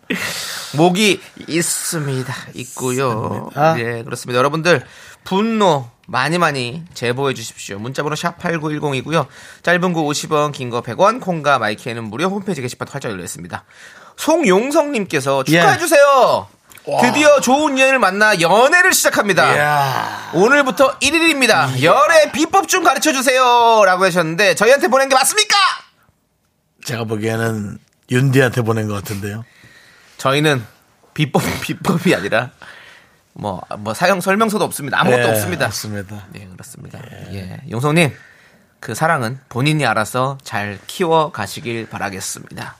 Speaker 2: 목이 있습니다. 있고요.
Speaker 1: 아.
Speaker 2: 예, 그렇습니다. 여러분들 분노 많이 많이 제보해 주십시오. 문자번호 샵 8910이고요. 짧은 거 50원, 긴 거 100원, 콩과 마이크에는 무료 홈페이지 게시판 활짝 열려 있습니다. 송용성 님께서 축하해
Speaker 1: 예.
Speaker 2: 주세요. 드디어 좋은 연을 만나 연애를 시작합니다.
Speaker 1: 예. 이야.
Speaker 2: 오늘부터
Speaker 1: 예.
Speaker 2: 1일입니다. 열의 비법 좀 가르쳐 주세요. 라고 하셨는데 저희한테 보낸 게 맞습니까?
Speaker 1: 제가 보기에는 윤디한테 보낸 것 같은데요.
Speaker 2: 저희는 비법 비법이 아니라 뭐 뭐 사용 설명서도 없습니다. 아무것도
Speaker 1: 예,
Speaker 2: 없습니다.
Speaker 1: 없습니다.
Speaker 2: 네, 그렇습니다. 예. 용성 님. 그 사랑은 본인이 알아서 잘 키워 가시길 바라겠습니다.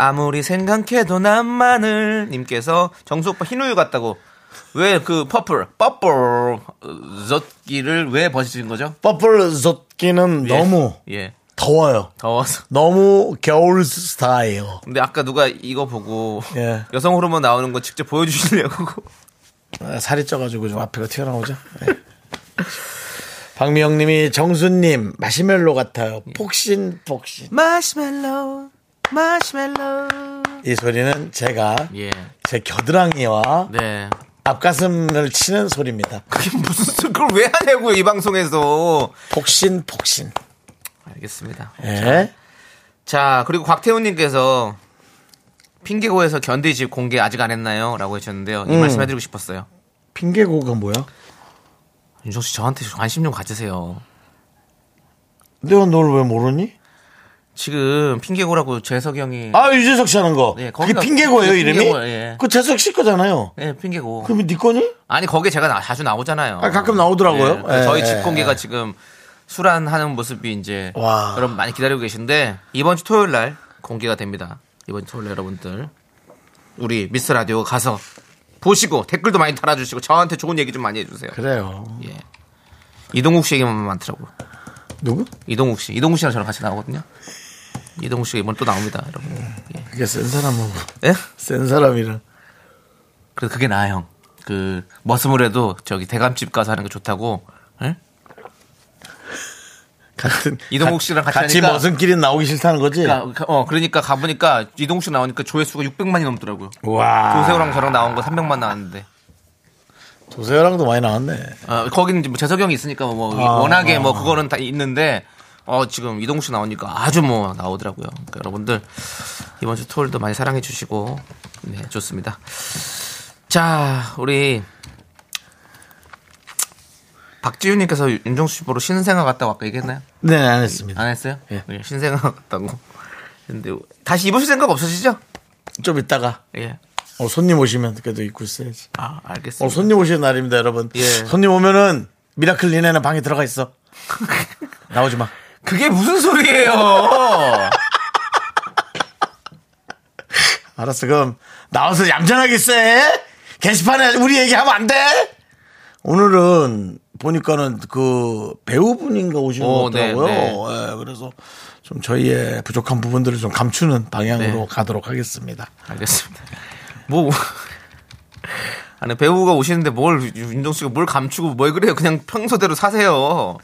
Speaker 2: 아무리 생각해도 난만을 님께서 정수 오빠 흰우유 같다고 왜 그 퍼플 퍼플 젖기를 왜 벗으신 거죠?
Speaker 1: 버플 솥기는
Speaker 2: 예.
Speaker 1: 너무
Speaker 2: 예
Speaker 1: 더워요.
Speaker 2: 더워서
Speaker 1: 너무 겨울 스타일.
Speaker 2: 근데 아까 누가 이거 보고
Speaker 1: 예.
Speaker 2: 여성 호르몬 나오는 거 직접 보여주시려고
Speaker 1: 아, 살이 쪄가지고 좀 앞에가 튀어나오죠. 네. 박미영님이 정수님 마시멜로 같아요. 폭신 폭신.
Speaker 2: 마시멜로 마시멜로
Speaker 1: 이 소리는 제가
Speaker 2: 예.
Speaker 1: 제 겨드랑이와
Speaker 2: 네
Speaker 1: 앞가슴을 치는 소리입니다.
Speaker 2: 그게 무슨 소리- 그걸 왜 하냐고요 이 방송에서
Speaker 1: 폭신 폭신.
Speaker 2: 알겠습니다
Speaker 1: 예.
Speaker 2: 자 그리고 곽태훈님께서 핑계고에서 견디집 공개 아직 안 했나요? 라고 해주셨는데요
Speaker 1: 음.
Speaker 2: 이 말씀 해드리고 싶었어요
Speaker 1: 핑계고가 뭐야?
Speaker 2: 윤정씨 저한테 관심 좀 가지세요
Speaker 1: 내가 널 왜 모르니? 지금
Speaker 2: 핑계고라고 재석이 형이
Speaker 1: 아 유재석 씨 하는 거.
Speaker 2: 예, 거기가-
Speaker 1: 그게 핑계고예요
Speaker 2: 그게
Speaker 1: 이름이?
Speaker 2: 핑계고예요, 예.
Speaker 1: 그 재석 씨 거잖아요.
Speaker 2: 네 핑계고
Speaker 1: 그럼 네 거니?
Speaker 2: 아니 거기에 제가 나- 자주 나오잖아요.
Speaker 1: 아, 가끔 나오더라고요.
Speaker 2: 예, 그래서 저희
Speaker 1: 예,
Speaker 2: 집
Speaker 1: 예,
Speaker 2: 공개가
Speaker 1: 예.
Speaker 2: 지금 수란하는 모습이 이제
Speaker 1: 와.
Speaker 2: 여러분 많이 기다리고 계신데 이번 주 토요일 날 공개가 됩니다. 이번 주 토요일 날 여러분들 우리 미스 라디오 가서 보시고 댓글도 많이 달아주시고 저한테 좋은 얘기 좀 많이 해주세요.
Speaker 1: 그래요.
Speaker 2: 예. 이동국 씨 얘기만 많더라고.
Speaker 1: 누구?
Speaker 2: 이동국 씨, 이동국 씨랑 저랑 같이 나오거든요. 이동국 씨가 이번 에또 나옵니다, 여러분. 예.
Speaker 1: 그게 센 사람하고 뭐,
Speaker 2: 예?
Speaker 1: 센 사람이랑
Speaker 2: 그래서 그게 나아 형. 그 머스물에도 저기 대감집 가서 하는 게 좋다고. 예?
Speaker 1: 같은
Speaker 2: 이동욱 씨랑 같이
Speaker 1: 같이
Speaker 2: 하니까-
Speaker 1: 머슴끼리 나오기 싫다는 거지.
Speaker 2: 그러니까, 어, 그러니까 가보니까 이동욱 씨 나오니까 조회수가 600만이 넘더라고요.
Speaker 1: 와.
Speaker 2: 조세호랑 저랑 나온 거 300만 나왔는데.
Speaker 1: 조세호랑도 많이 나왔네.
Speaker 2: 어, 거기는 이제 뭐 재석이 형이 있으니까 뭐
Speaker 1: 아,
Speaker 2: 워낙에
Speaker 1: 아,
Speaker 2: 뭐 그거는 다 있는데, 어, 지금 이동욱 씨 나오니까 아주 뭐 나오더라고요. 그러니까 여러분들, 이번 주 토요일도 많이 사랑해 주시고, 네, 좋습니다. 자, 우리. 박지윤님께서 윤정수 씨 보러 신생아 갔다고 아까 얘기했나요?
Speaker 1: 네, 안 했습니다.
Speaker 2: 안 했어요?
Speaker 1: 예.
Speaker 2: 예, 신생아 갔다고. 근데 다시 입으실 생각 없으시죠?
Speaker 1: 좀 이따가
Speaker 2: 예.
Speaker 1: 어, 손님 오시면 그래도 입고 있어야지.
Speaker 2: 아, 알겠습니다.
Speaker 1: 오늘 손님 오시는 날입니다, 여러분.
Speaker 2: 예.
Speaker 1: 손님 오면은 미라클 리네는 방에 들어가 있어. 나오지 마.
Speaker 2: 그게 무슨 소리예요?
Speaker 1: 알았어, 그럼 나와서 얌전하게 쎄. 게시판에 우리 얘기하면 안 돼. 오늘은 보니까는 그 배우분인가 오시는
Speaker 2: 오,
Speaker 1: 것 같더라고요.
Speaker 2: 네,
Speaker 1: 예, 그래서 좀 저희의 부족한 부분들을 좀 감추는 방향으로
Speaker 2: 네.
Speaker 1: 가도록 하겠습니다.
Speaker 2: 알겠습니다. 뭐 아니 배우가 오시는데 뭘 윤정수 씨가 뭘 감추고 뭘 그래요? 그냥 평소대로 사세요.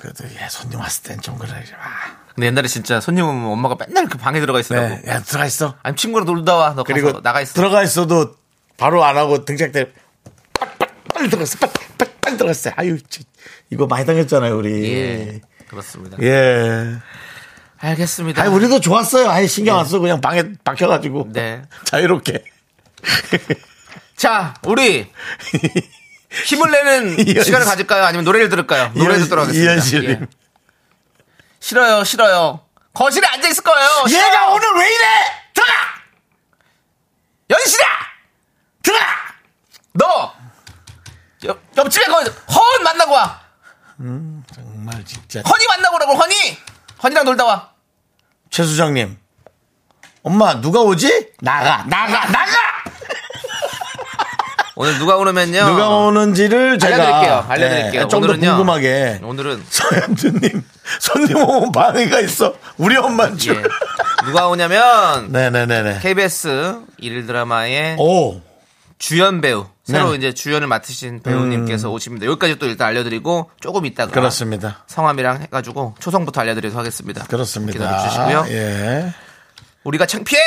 Speaker 1: 그래도 예, 손님 왔을 땐 좀 그래. 아,
Speaker 2: 근데 옛날에 진짜 손님 오면 엄마가 맨날 그 방에 들어가 있으라고.
Speaker 1: 네. 야, 들어가 있어.
Speaker 2: 아니 친구랑 놀다 와. 너
Speaker 1: 그리고
Speaker 2: 가서 나가 있어.
Speaker 1: 들어가 있어도 바로 안 하고 등짝 때 빨리 들어갔어. 빨리, 빨리, 빨리 들어갔어. 아유, 저, 이거 많이 당했잖아요, 우리.
Speaker 2: 예.
Speaker 1: 예.
Speaker 2: 그렇습니다.
Speaker 1: 예.
Speaker 2: 알겠습니다.
Speaker 1: 아니, 우리도 좋았어요. 아예 신경 안 쓰고 그냥 방에 박혀가지고.
Speaker 2: 네.
Speaker 1: 자유롭게.
Speaker 2: 자, 우리 힘을 내는
Speaker 1: 이현
Speaker 2: 시간을
Speaker 1: 씨.
Speaker 2: 가질까요? 아니면 노래를 들을까요? 노래
Speaker 1: 이현-
Speaker 2: 듣도록 하겠습니다.
Speaker 1: 이현실님.
Speaker 2: 예. 싫어요, 싫어요. 거실에 앉아 있을 거예요.
Speaker 1: 얘가
Speaker 2: 싫어요.
Speaker 1: 오늘 왜 이래! 들어가!
Speaker 2: 연실아,
Speaker 1: 들어가!
Speaker 2: 너 옆, 옆집에 거 허은 만나고 와.
Speaker 1: 정말 아, 진짜.
Speaker 2: 허니 만나고 오라고 허니. 허니랑 놀다 와.
Speaker 1: 최수정님. 엄마, 누가 오지? 나가, 나가, 나가!
Speaker 2: 오늘 누가 오면요.
Speaker 1: 누가 오는지를 제가.
Speaker 2: 어.
Speaker 1: 예, 네,
Speaker 2: 알려드릴게요. 알려드릴게요.
Speaker 1: 좀더
Speaker 2: 오늘은요.
Speaker 1: 궁금하게.
Speaker 2: 오늘은
Speaker 1: 서현주님, 손님 오면 반응가 있어. 우리 엄마인 줄.
Speaker 2: 예. 누가 오냐면
Speaker 1: 네네네네.
Speaker 2: KBS 일일 드라마의
Speaker 1: 오.
Speaker 2: 주연 배우 새로
Speaker 1: 어? 네. 음.
Speaker 2: 이제 주연을 맡으신 배우님께서 오십니다. 여기까지 또 일단 알려드리고 조금 있다가
Speaker 1: 그렇습니다.
Speaker 2: 성함이랑 해가지고 초성부터 알려드리도록 하겠습니다.
Speaker 1: 그렇습니다.
Speaker 2: 기다려주시고요.
Speaker 1: 예.
Speaker 2: 우리가 창피해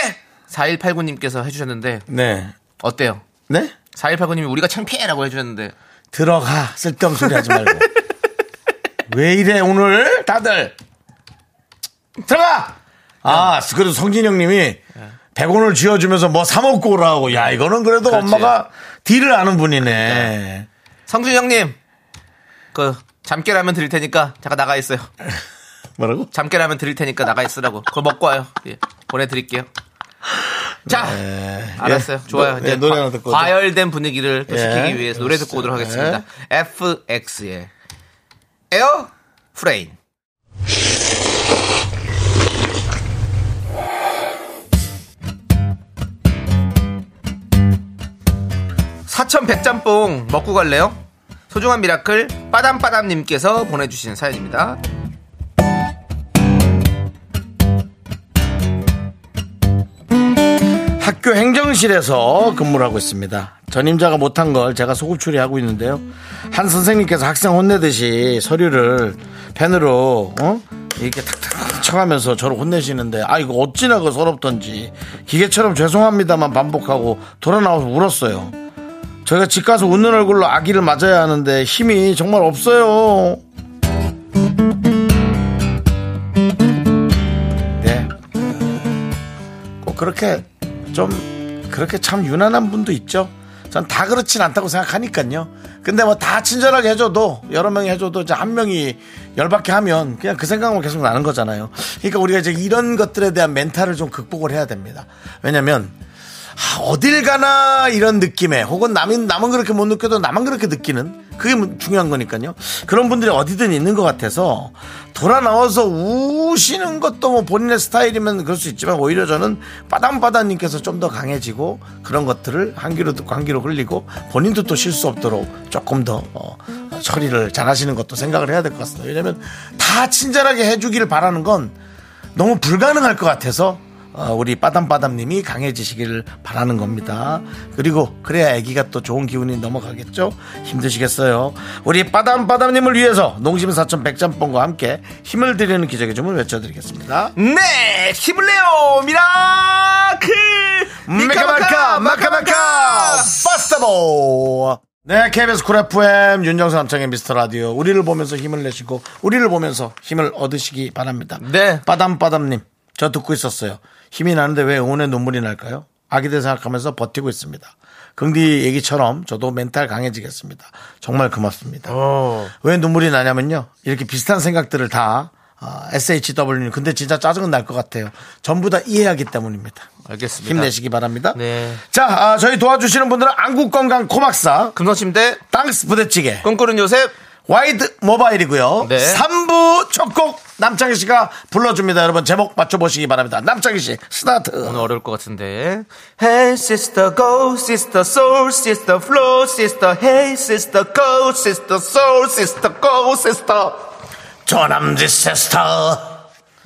Speaker 2: 4189님께서 해주셨는데
Speaker 1: 네.
Speaker 2: 어때요?
Speaker 1: 네?
Speaker 2: 4189님이 우리가 창피해라고 해주셨는데
Speaker 1: 들어가. 쓸데없는 소리 하지 말고. 왜 이래, 오늘? 다들! 들어가! 아, 그래도 성진영 님이 100원을 쥐어주면서 뭐 사먹고 오라고. 야, 이거는 그래도
Speaker 2: 그렇지.
Speaker 1: 엄마가 딜을 아는 분이네.
Speaker 2: 성준 형님 그 잠깨라면 드릴 테니까 잠깐 나가 있어요.
Speaker 1: 뭐라고?
Speaker 2: 잠깨라면 드릴 테니까 나가 있으라고 그걸 먹고 와요. 예, 보내드릴게요. 자 알았어요.
Speaker 1: 예.
Speaker 2: 좋아요.
Speaker 1: 노-
Speaker 2: 이제
Speaker 1: 예, 노래
Speaker 2: 과-
Speaker 1: 하나 듣고 오죠.
Speaker 2: 과열된 분위기를 또
Speaker 1: 예,
Speaker 2: 시키기 위해서 노래 듣고 오도록 하겠습니다. FX의 에어 프레인. 사천 백짬뽕 먹고 갈래요? 소중한 미라클 빠담빠담님께서 보내주신 사연입니다.
Speaker 1: 학교 행정실에서 근무를 하고 있습니다. 전임자가 못한 걸 제가 소급 처리하고 있는데요. 한 선생님께서 학생 혼내듯이 서류를 펜으로 어? 이렇게 탁탁탁 쳐가면서 저를 혼내시는데 아 이거 어찌나 그 서럽던지 기계처럼 죄송합니다만 반복하고 돌아 나와서 울었어요. 저희가 집 가서 웃는 얼굴로 아기를 맞아야 하는데 힘이 정말 없어요. 네, 꼭 그렇게 좀 그렇게 참 유난한 분도 있죠. 전 다 그렇진 않다고 생각하니까요. 근데 뭐 다 친절하게 해줘도 여러 명이 해줘도 이제 한 명이 열받게 하면 그냥 그 생각만 계속 나는 거잖아요. 그러니까 우리가 이제 이런 것들에 대한 멘탈을 좀 극복을 해야 됩니다. 왜냐면 아, 어딜 가나 이런 느낌에 혹은 남인 남은 그렇게 못 느껴도 나만 그렇게 느끼는 그게 문- 중요한 거니까요. 그런 분들이 어디든 있는 것 같아서 돌아 나와서 우시는 것도 뭐 본인의 스타일이면 그럴 수 있지만 오히려 저는 빠담빠담님께서 좀 더 강해지고 그런 것들을 한 귀로 듣고 한 귀로 흘리고 본인도 또 실수 없도록 조금 더 어, 처리를 잘하시는 것도 생각을 해야 될 것 같습니다. 왜냐하면 다 친절하게 해주기를 바라는 건 너무 불가능할 것 같아서 어, 우리 빠담빠담님이 강해지시기를 바라는 겁니다. 그리고 그래야 아기가 또 좋은 기운이 넘어가겠죠. 힘드시겠어요. 우리 빠담빠담님을 위해서 농심 사천 백짬뽕과 함께 힘을 드리는 기적의 주문 외쳐드리겠습니다.
Speaker 2: 네, 힘을 내요, 미라클!
Speaker 1: 미카마카 마카마카 파스타보 네 KBS 쿨 FM 윤정수 남창의 미스터 라디오 우리를 보면서 힘을 내시고 우리를 보면서 힘을 얻으시기 바랍니다
Speaker 2: 네.
Speaker 1: 빠담빠담님 저 듣고 있었어요 힘이 나는데 왜 응원의 눈물이 날까요 아기들 생각하면서 버티고 있습니다 긍디 얘기처럼 저도 멘탈 강해지겠습니다 정말 고맙습니다
Speaker 2: 어,
Speaker 1: 왜 눈물이 나냐면요. 이렇게 비슷한 생각들을 다 아, SHW님 근데 진짜 짜증은 날 것 같아요. 전부 다 이해하기 때문입니다.
Speaker 2: 알겠습니다.
Speaker 1: 힘내시기 바랍니다.
Speaker 2: 네.
Speaker 1: 자, 아, 저희 도와주시는 분들은 안국건강 코막사,
Speaker 2: 금성침대,
Speaker 1: 땅스 부대찌개,
Speaker 2: 꿈꾸는 요셉,
Speaker 1: 와이드 모바일이고요.
Speaker 2: 네.
Speaker 1: 3부 첫 곡 남창희 씨가 불러줍니다. 여러분 제목 맞춰보시기 바랍니다. 남창희 씨 스타트.
Speaker 2: 오늘 어려울 것 같은데. Hey sister, go sister, soul sister, flow sister, hey sister, go sister, soul sister, go sister.
Speaker 1: 조남지 세스터.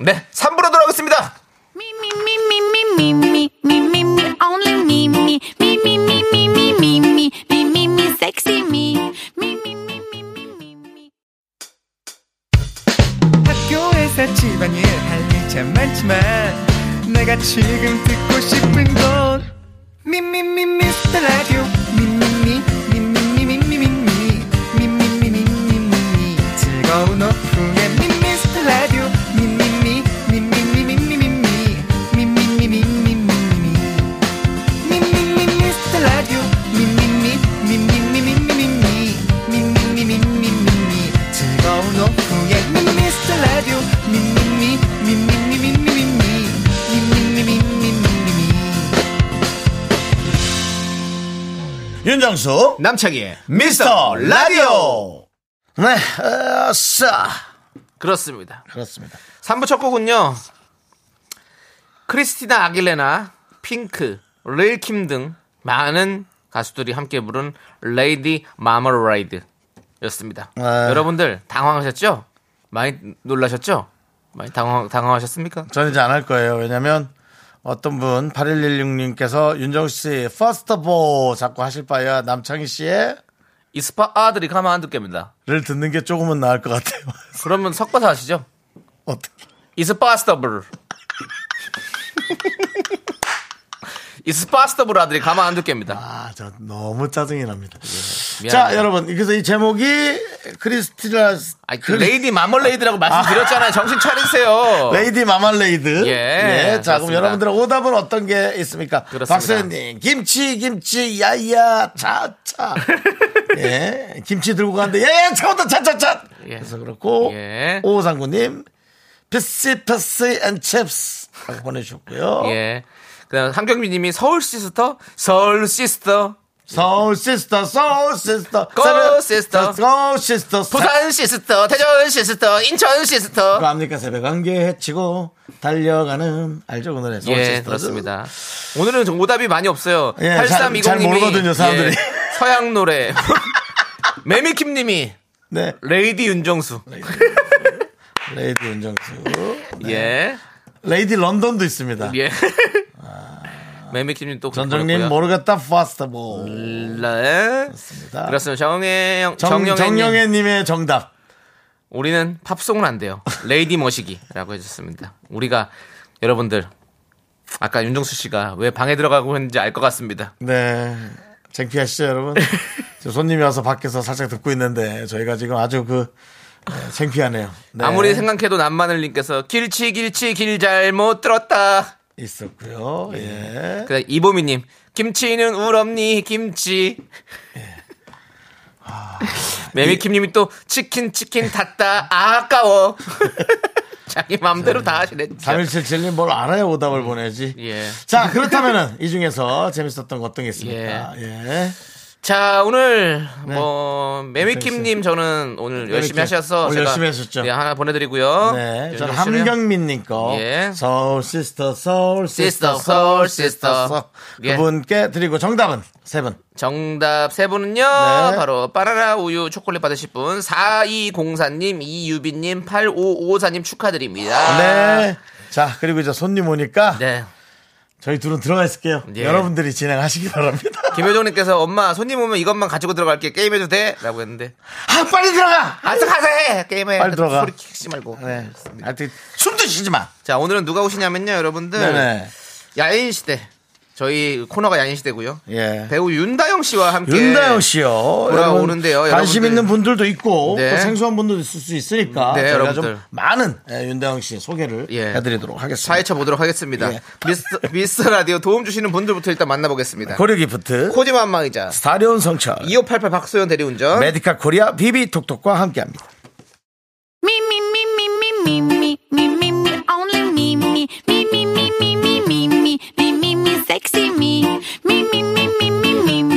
Speaker 2: 네, 3부로 돌아오겠습니다.
Speaker 5: Me, me, me, me, me, me, me, me, me, me, only me, me, me, me, me, me, me, me, me, me, me, me, sexy me, me, me, me, me, me, me, me.
Speaker 6: 학교에서 집안일 할 참 많지만 내가 지금 듣고 싶은 건 미미미 미스터 라디오 미미미 미미미 미미미 미미미 미미미 즐거운 오후에 미스터 라디오 미미미 미미미 미미미 미미미 미미미
Speaker 1: 윤정수
Speaker 2: 남창희의
Speaker 1: 미스터 라디오 네 아싸
Speaker 2: 그렇습니다.
Speaker 1: 그렇습니다
Speaker 2: 3부 첫 곡은요. 크리스티나 아길레나, 핑크, 레일킴 등 많은 가수들이 함께 부른 레이디 마머라이드 였습니다.
Speaker 1: 아.
Speaker 2: 여러분들 당황하셨죠? 많이 놀라셨죠? 많이 당황, 당황하셨습니까?
Speaker 1: 저는 이제 안 할 거예요 왜냐면 어떤 분 8116님께서 윤정씨 퍼스트보 자꾸 하실 바야 남창희씨의
Speaker 2: 이 스파 아들이 가만 안 듣겠습니다.
Speaker 1: 를 듣는 게 조금은 나을 것 같아요
Speaker 2: 그러면 섞어서 하시죠.
Speaker 1: 어떻게
Speaker 2: 이스 파스터블. 이스 파스터블 아들이 가만 안 듣겠습니다.
Speaker 1: 아저 너무 짜증이 납니다 자
Speaker 2: 예, 미안합니다.
Speaker 1: 여러분 그래서 이 제목이 크리스티나
Speaker 2: 아, 그 레이디 마멀레이드라고 말씀드렸잖아요. 정신 차리세요.
Speaker 1: 레이디 마말레이드.
Speaker 2: 어. 예,
Speaker 1: 자, 그럼
Speaker 2: 그렇습니다.
Speaker 1: 여러분들의 오답은 어떤 게 있습니까?
Speaker 2: 그렇습니다.
Speaker 1: 박서연님, 김치, 김치, 야야, 차, 차. 예, 김치 들고 가는데, 예, 차 온다, 차, 차, 차.
Speaker 2: 예.
Speaker 1: 그래서 그렇고,
Speaker 2: 예.
Speaker 1: 오호상구님, 피시, 피시, 앤 칩스. 라고 보내주셨고요.
Speaker 2: 예. 그다음 한경민 님이 서울 시스터, 서울 시스터,
Speaker 1: 서울 시스터, 서울 시스터.
Speaker 2: 고 시스터.
Speaker 1: 서울 시스터.
Speaker 2: 부산 시스터, 대전 시스터, 인천 시스터.
Speaker 1: 그거 압니까? 새벽 안개 헤치고 달려가는 알죠 그 노래 서울
Speaker 2: 예,
Speaker 1: 시스터즈.
Speaker 2: 그렇습니다. 오늘은 좀 오답이 많이 없어요.
Speaker 1: 예,
Speaker 2: 8320님이 예,
Speaker 1: 잘- 잘 모르거든요, 사람들이.
Speaker 2: 서양 노래. 매미킴 님이
Speaker 1: 네
Speaker 2: 레이디 윤정수.
Speaker 1: 레이디 윤정수 네.
Speaker 2: 예.
Speaker 1: 레이디 런던도 있습니다
Speaker 2: 예. 매미킴 님또
Speaker 1: 아. 전정님 뭐 모르겠다 파스타보
Speaker 2: 몰라. 음. 그렇습니다. 정혜영, 정영애, 님
Speaker 1: 정영애님의 정답
Speaker 2: 우리는 팝송은 안 돼요. 레이디 머시기라고 해줬습니다. 우리가 여러분들 아까 윤정수 씨가 왜 방에 들어가고 했는지 알 것 같습니다.
Speaker 1: 네 창피하시죠 여러분 저 손님이 와서 밖에서 살짝 듣고 있는데 저희가 지금 아주 그 네, 창피하네요 네,
Speaker 2: 아무리 생각해도 남마늘님께서 길치 길치 길 잘못 들었다.
Speaker 1: 있었고요 예
Speaker 2: 그다음 이보미님 김치는 울엄니 김치. 매미킴님이 또 치킨 치킨 탔다 아까워. 자기 마음대로 다 하시네. 진짜.
Speaker 1: 3177님 뭘 알아야 오답을 보내지
Speaker 2: 예.
Speaker 1: 자 그렇다면은 이 중에서 재밌었던 거 어떤 게 있습니까 예.
Speaker 2: 자 오늘
Speaker 1: 네.
Speaker 2: 뭐 매미킴님 저는 오늘 열심히
Speaker 1: 매미킴.
Speaker 2: 하셔서
Speaker 1: 오늘
Speaker 2: 제가
Speaker 1: 열심히 하셨죠?
Speaker 2: 예, 하나 보내드리고요.
Speaker 1: 네, 저는
Speaker 2: 열심히 하면-
Speaker 1: 함경민님 거
Speaker 2: 예.
Speaker 1: 서울 시스터 서울 시스터
Speaker 2: 시스터,
Speaker 1: 서울
Speaker 2: 서울
Speaker 1: 시스터
Speaker 2: 시스터.
Speaker 1: 서-
Speaker 2: 예.
Speaker 1: 그분께 드리고 정답은 세 분.
Speaker 2: 정답 세 분은요
Speaker 1: 네.
Speaker 2: 바로 바나나 우유 초콜릿 받으실 분 4204님 이유빈님 8554님 축하드립니다.
Speaker 1: 네. 자 그리고 이제 손님 오니까
Speaker 2: 아. 네.
Speaker 1: 저희 둘은 들어가 있을게요.
Speaker 2: 예.
Speaker 1: 여러분들이 진행하시기 바랍니다.
Speaker 2: 김효정님께서 엄마 손님 오면 이것만 가지고 들어갈게 게임해도 돼라고 했는데
Speaker 1: 아 빨리 들어가.
Speaker 2: 아서 가서 해 게임해
Speaker 1: 빨리 들어가.
Speaker 2: 소리 키지 말고
Speaker 1: 네. 하여튼 숨도 쉬지 마.
Speaker 2: 자 오늘은 누가 오시냐면요 여러분들
Speaker 1: 네네.
Speaker 2: 야인 시대 저희 코너가 야인 시대고요
Speaker 1: 예.
Speaker 2: 배우 윤다영 씨와 함께
Speaker 1: 윤다영 씨요.
Speaker 2: 예. 돌아오는데요,
Speaker 1: 여러분 관심
Speaker 2: 여러분들.
Speaker 1: 있는 분들도 있고
Speaker 2: 네.
Speaker 1: 또 생소한 분들도 있을 수 있으니까
Speaker 2: 네,
Speaker 1: 저희가
Speaker 2: 여러분들.
Speaker 1: 좀 많은 예, 윤다영 씨 소개를
Speaker 2: 예.
Speaker 1: 해드리도록 하겠습니다.
Speaker 2: 사회쳐 보도록 하겠습니다.
Speaker 1: 예.
Speaker 2: 미스터, 미스터 라디오 도움 주시는 분들부터 일단 만나보겠습니다.
Speaker 1: 고려기프트
Speaker 2: 코지만망이자
Speaker 1: 스타리온 성철
Speaker 2: 2588 박소연 대리운전
Speaker 1: 메디카 코리아 비비톡톡과 함께합니다.
Speaker 5: Me, me, me, me, me, me, me, me, me, me, only me, me, me, me, me, me, me, me, me, me, me, me, sexy me, me, me, me, me, me, me, me,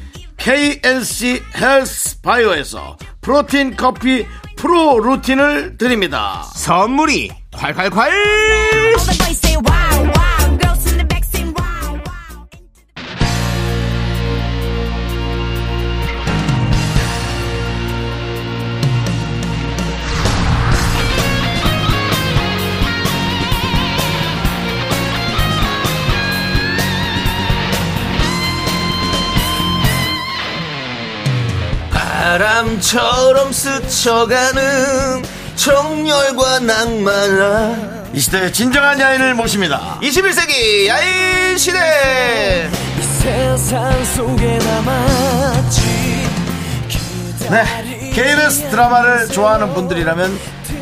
Speaker 1: KNC 헬스 바이오에서 프로틴 커피 프로 루틴을 드립니다.
Speaker 2: 선물이 콸콸콸!
Speaker 5: All the boys say wow, wow. Girls in the back say wow, wow.
Speaker 2: 바람처럼 스쳐가는 정열과 낭만아
Speaker 1: 이 시대의 진정한 야인을 모십니다.
Speaker 2: 21세기 야인 시대
Speaker 1: 네. KBS 드라마를 좋아하는 분들이라면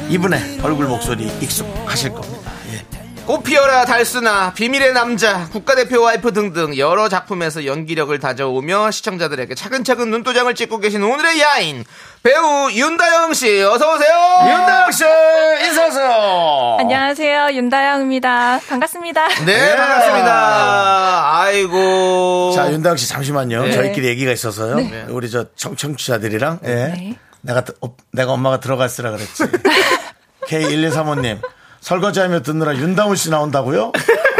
Speaker 1: 이분의 얼굴 목소리 익숙하실 겁니다. 예.
Speaker 2: 꽃피어라 달수나 비밀의 남자 국가대표 와이프 등등 여러 작품에서 연기력을 다져오며 시청자들에게 차근차근 눈도장을 찍고 계신 오늘의 야인 배우 윤다영 씨 어서 오세요
Speaker 1: 윤다영 씨 인사하세요.
Speaker 7: 안녕하세요. 윤다영입니다. 반갑습니다.
Speaker 2: 네 반갑습니다
Speaker 7: 어.
Speaker 2: 아이고
Speaker 1: 자, 윤다영 씨 잠시만요.
Speaker 2: 네.
Speaker 1: 저희끼리 얘기가 있어서요. 우리 저 청, 청취자들이랑 예.
Speaker 7: 네.
Speaker 1: 내가 드- 어, 내가 엄마가 들어갈 쓰라 그랬지. K1235님 설거지하며 듣느라 윤다운 씨 나온다고요?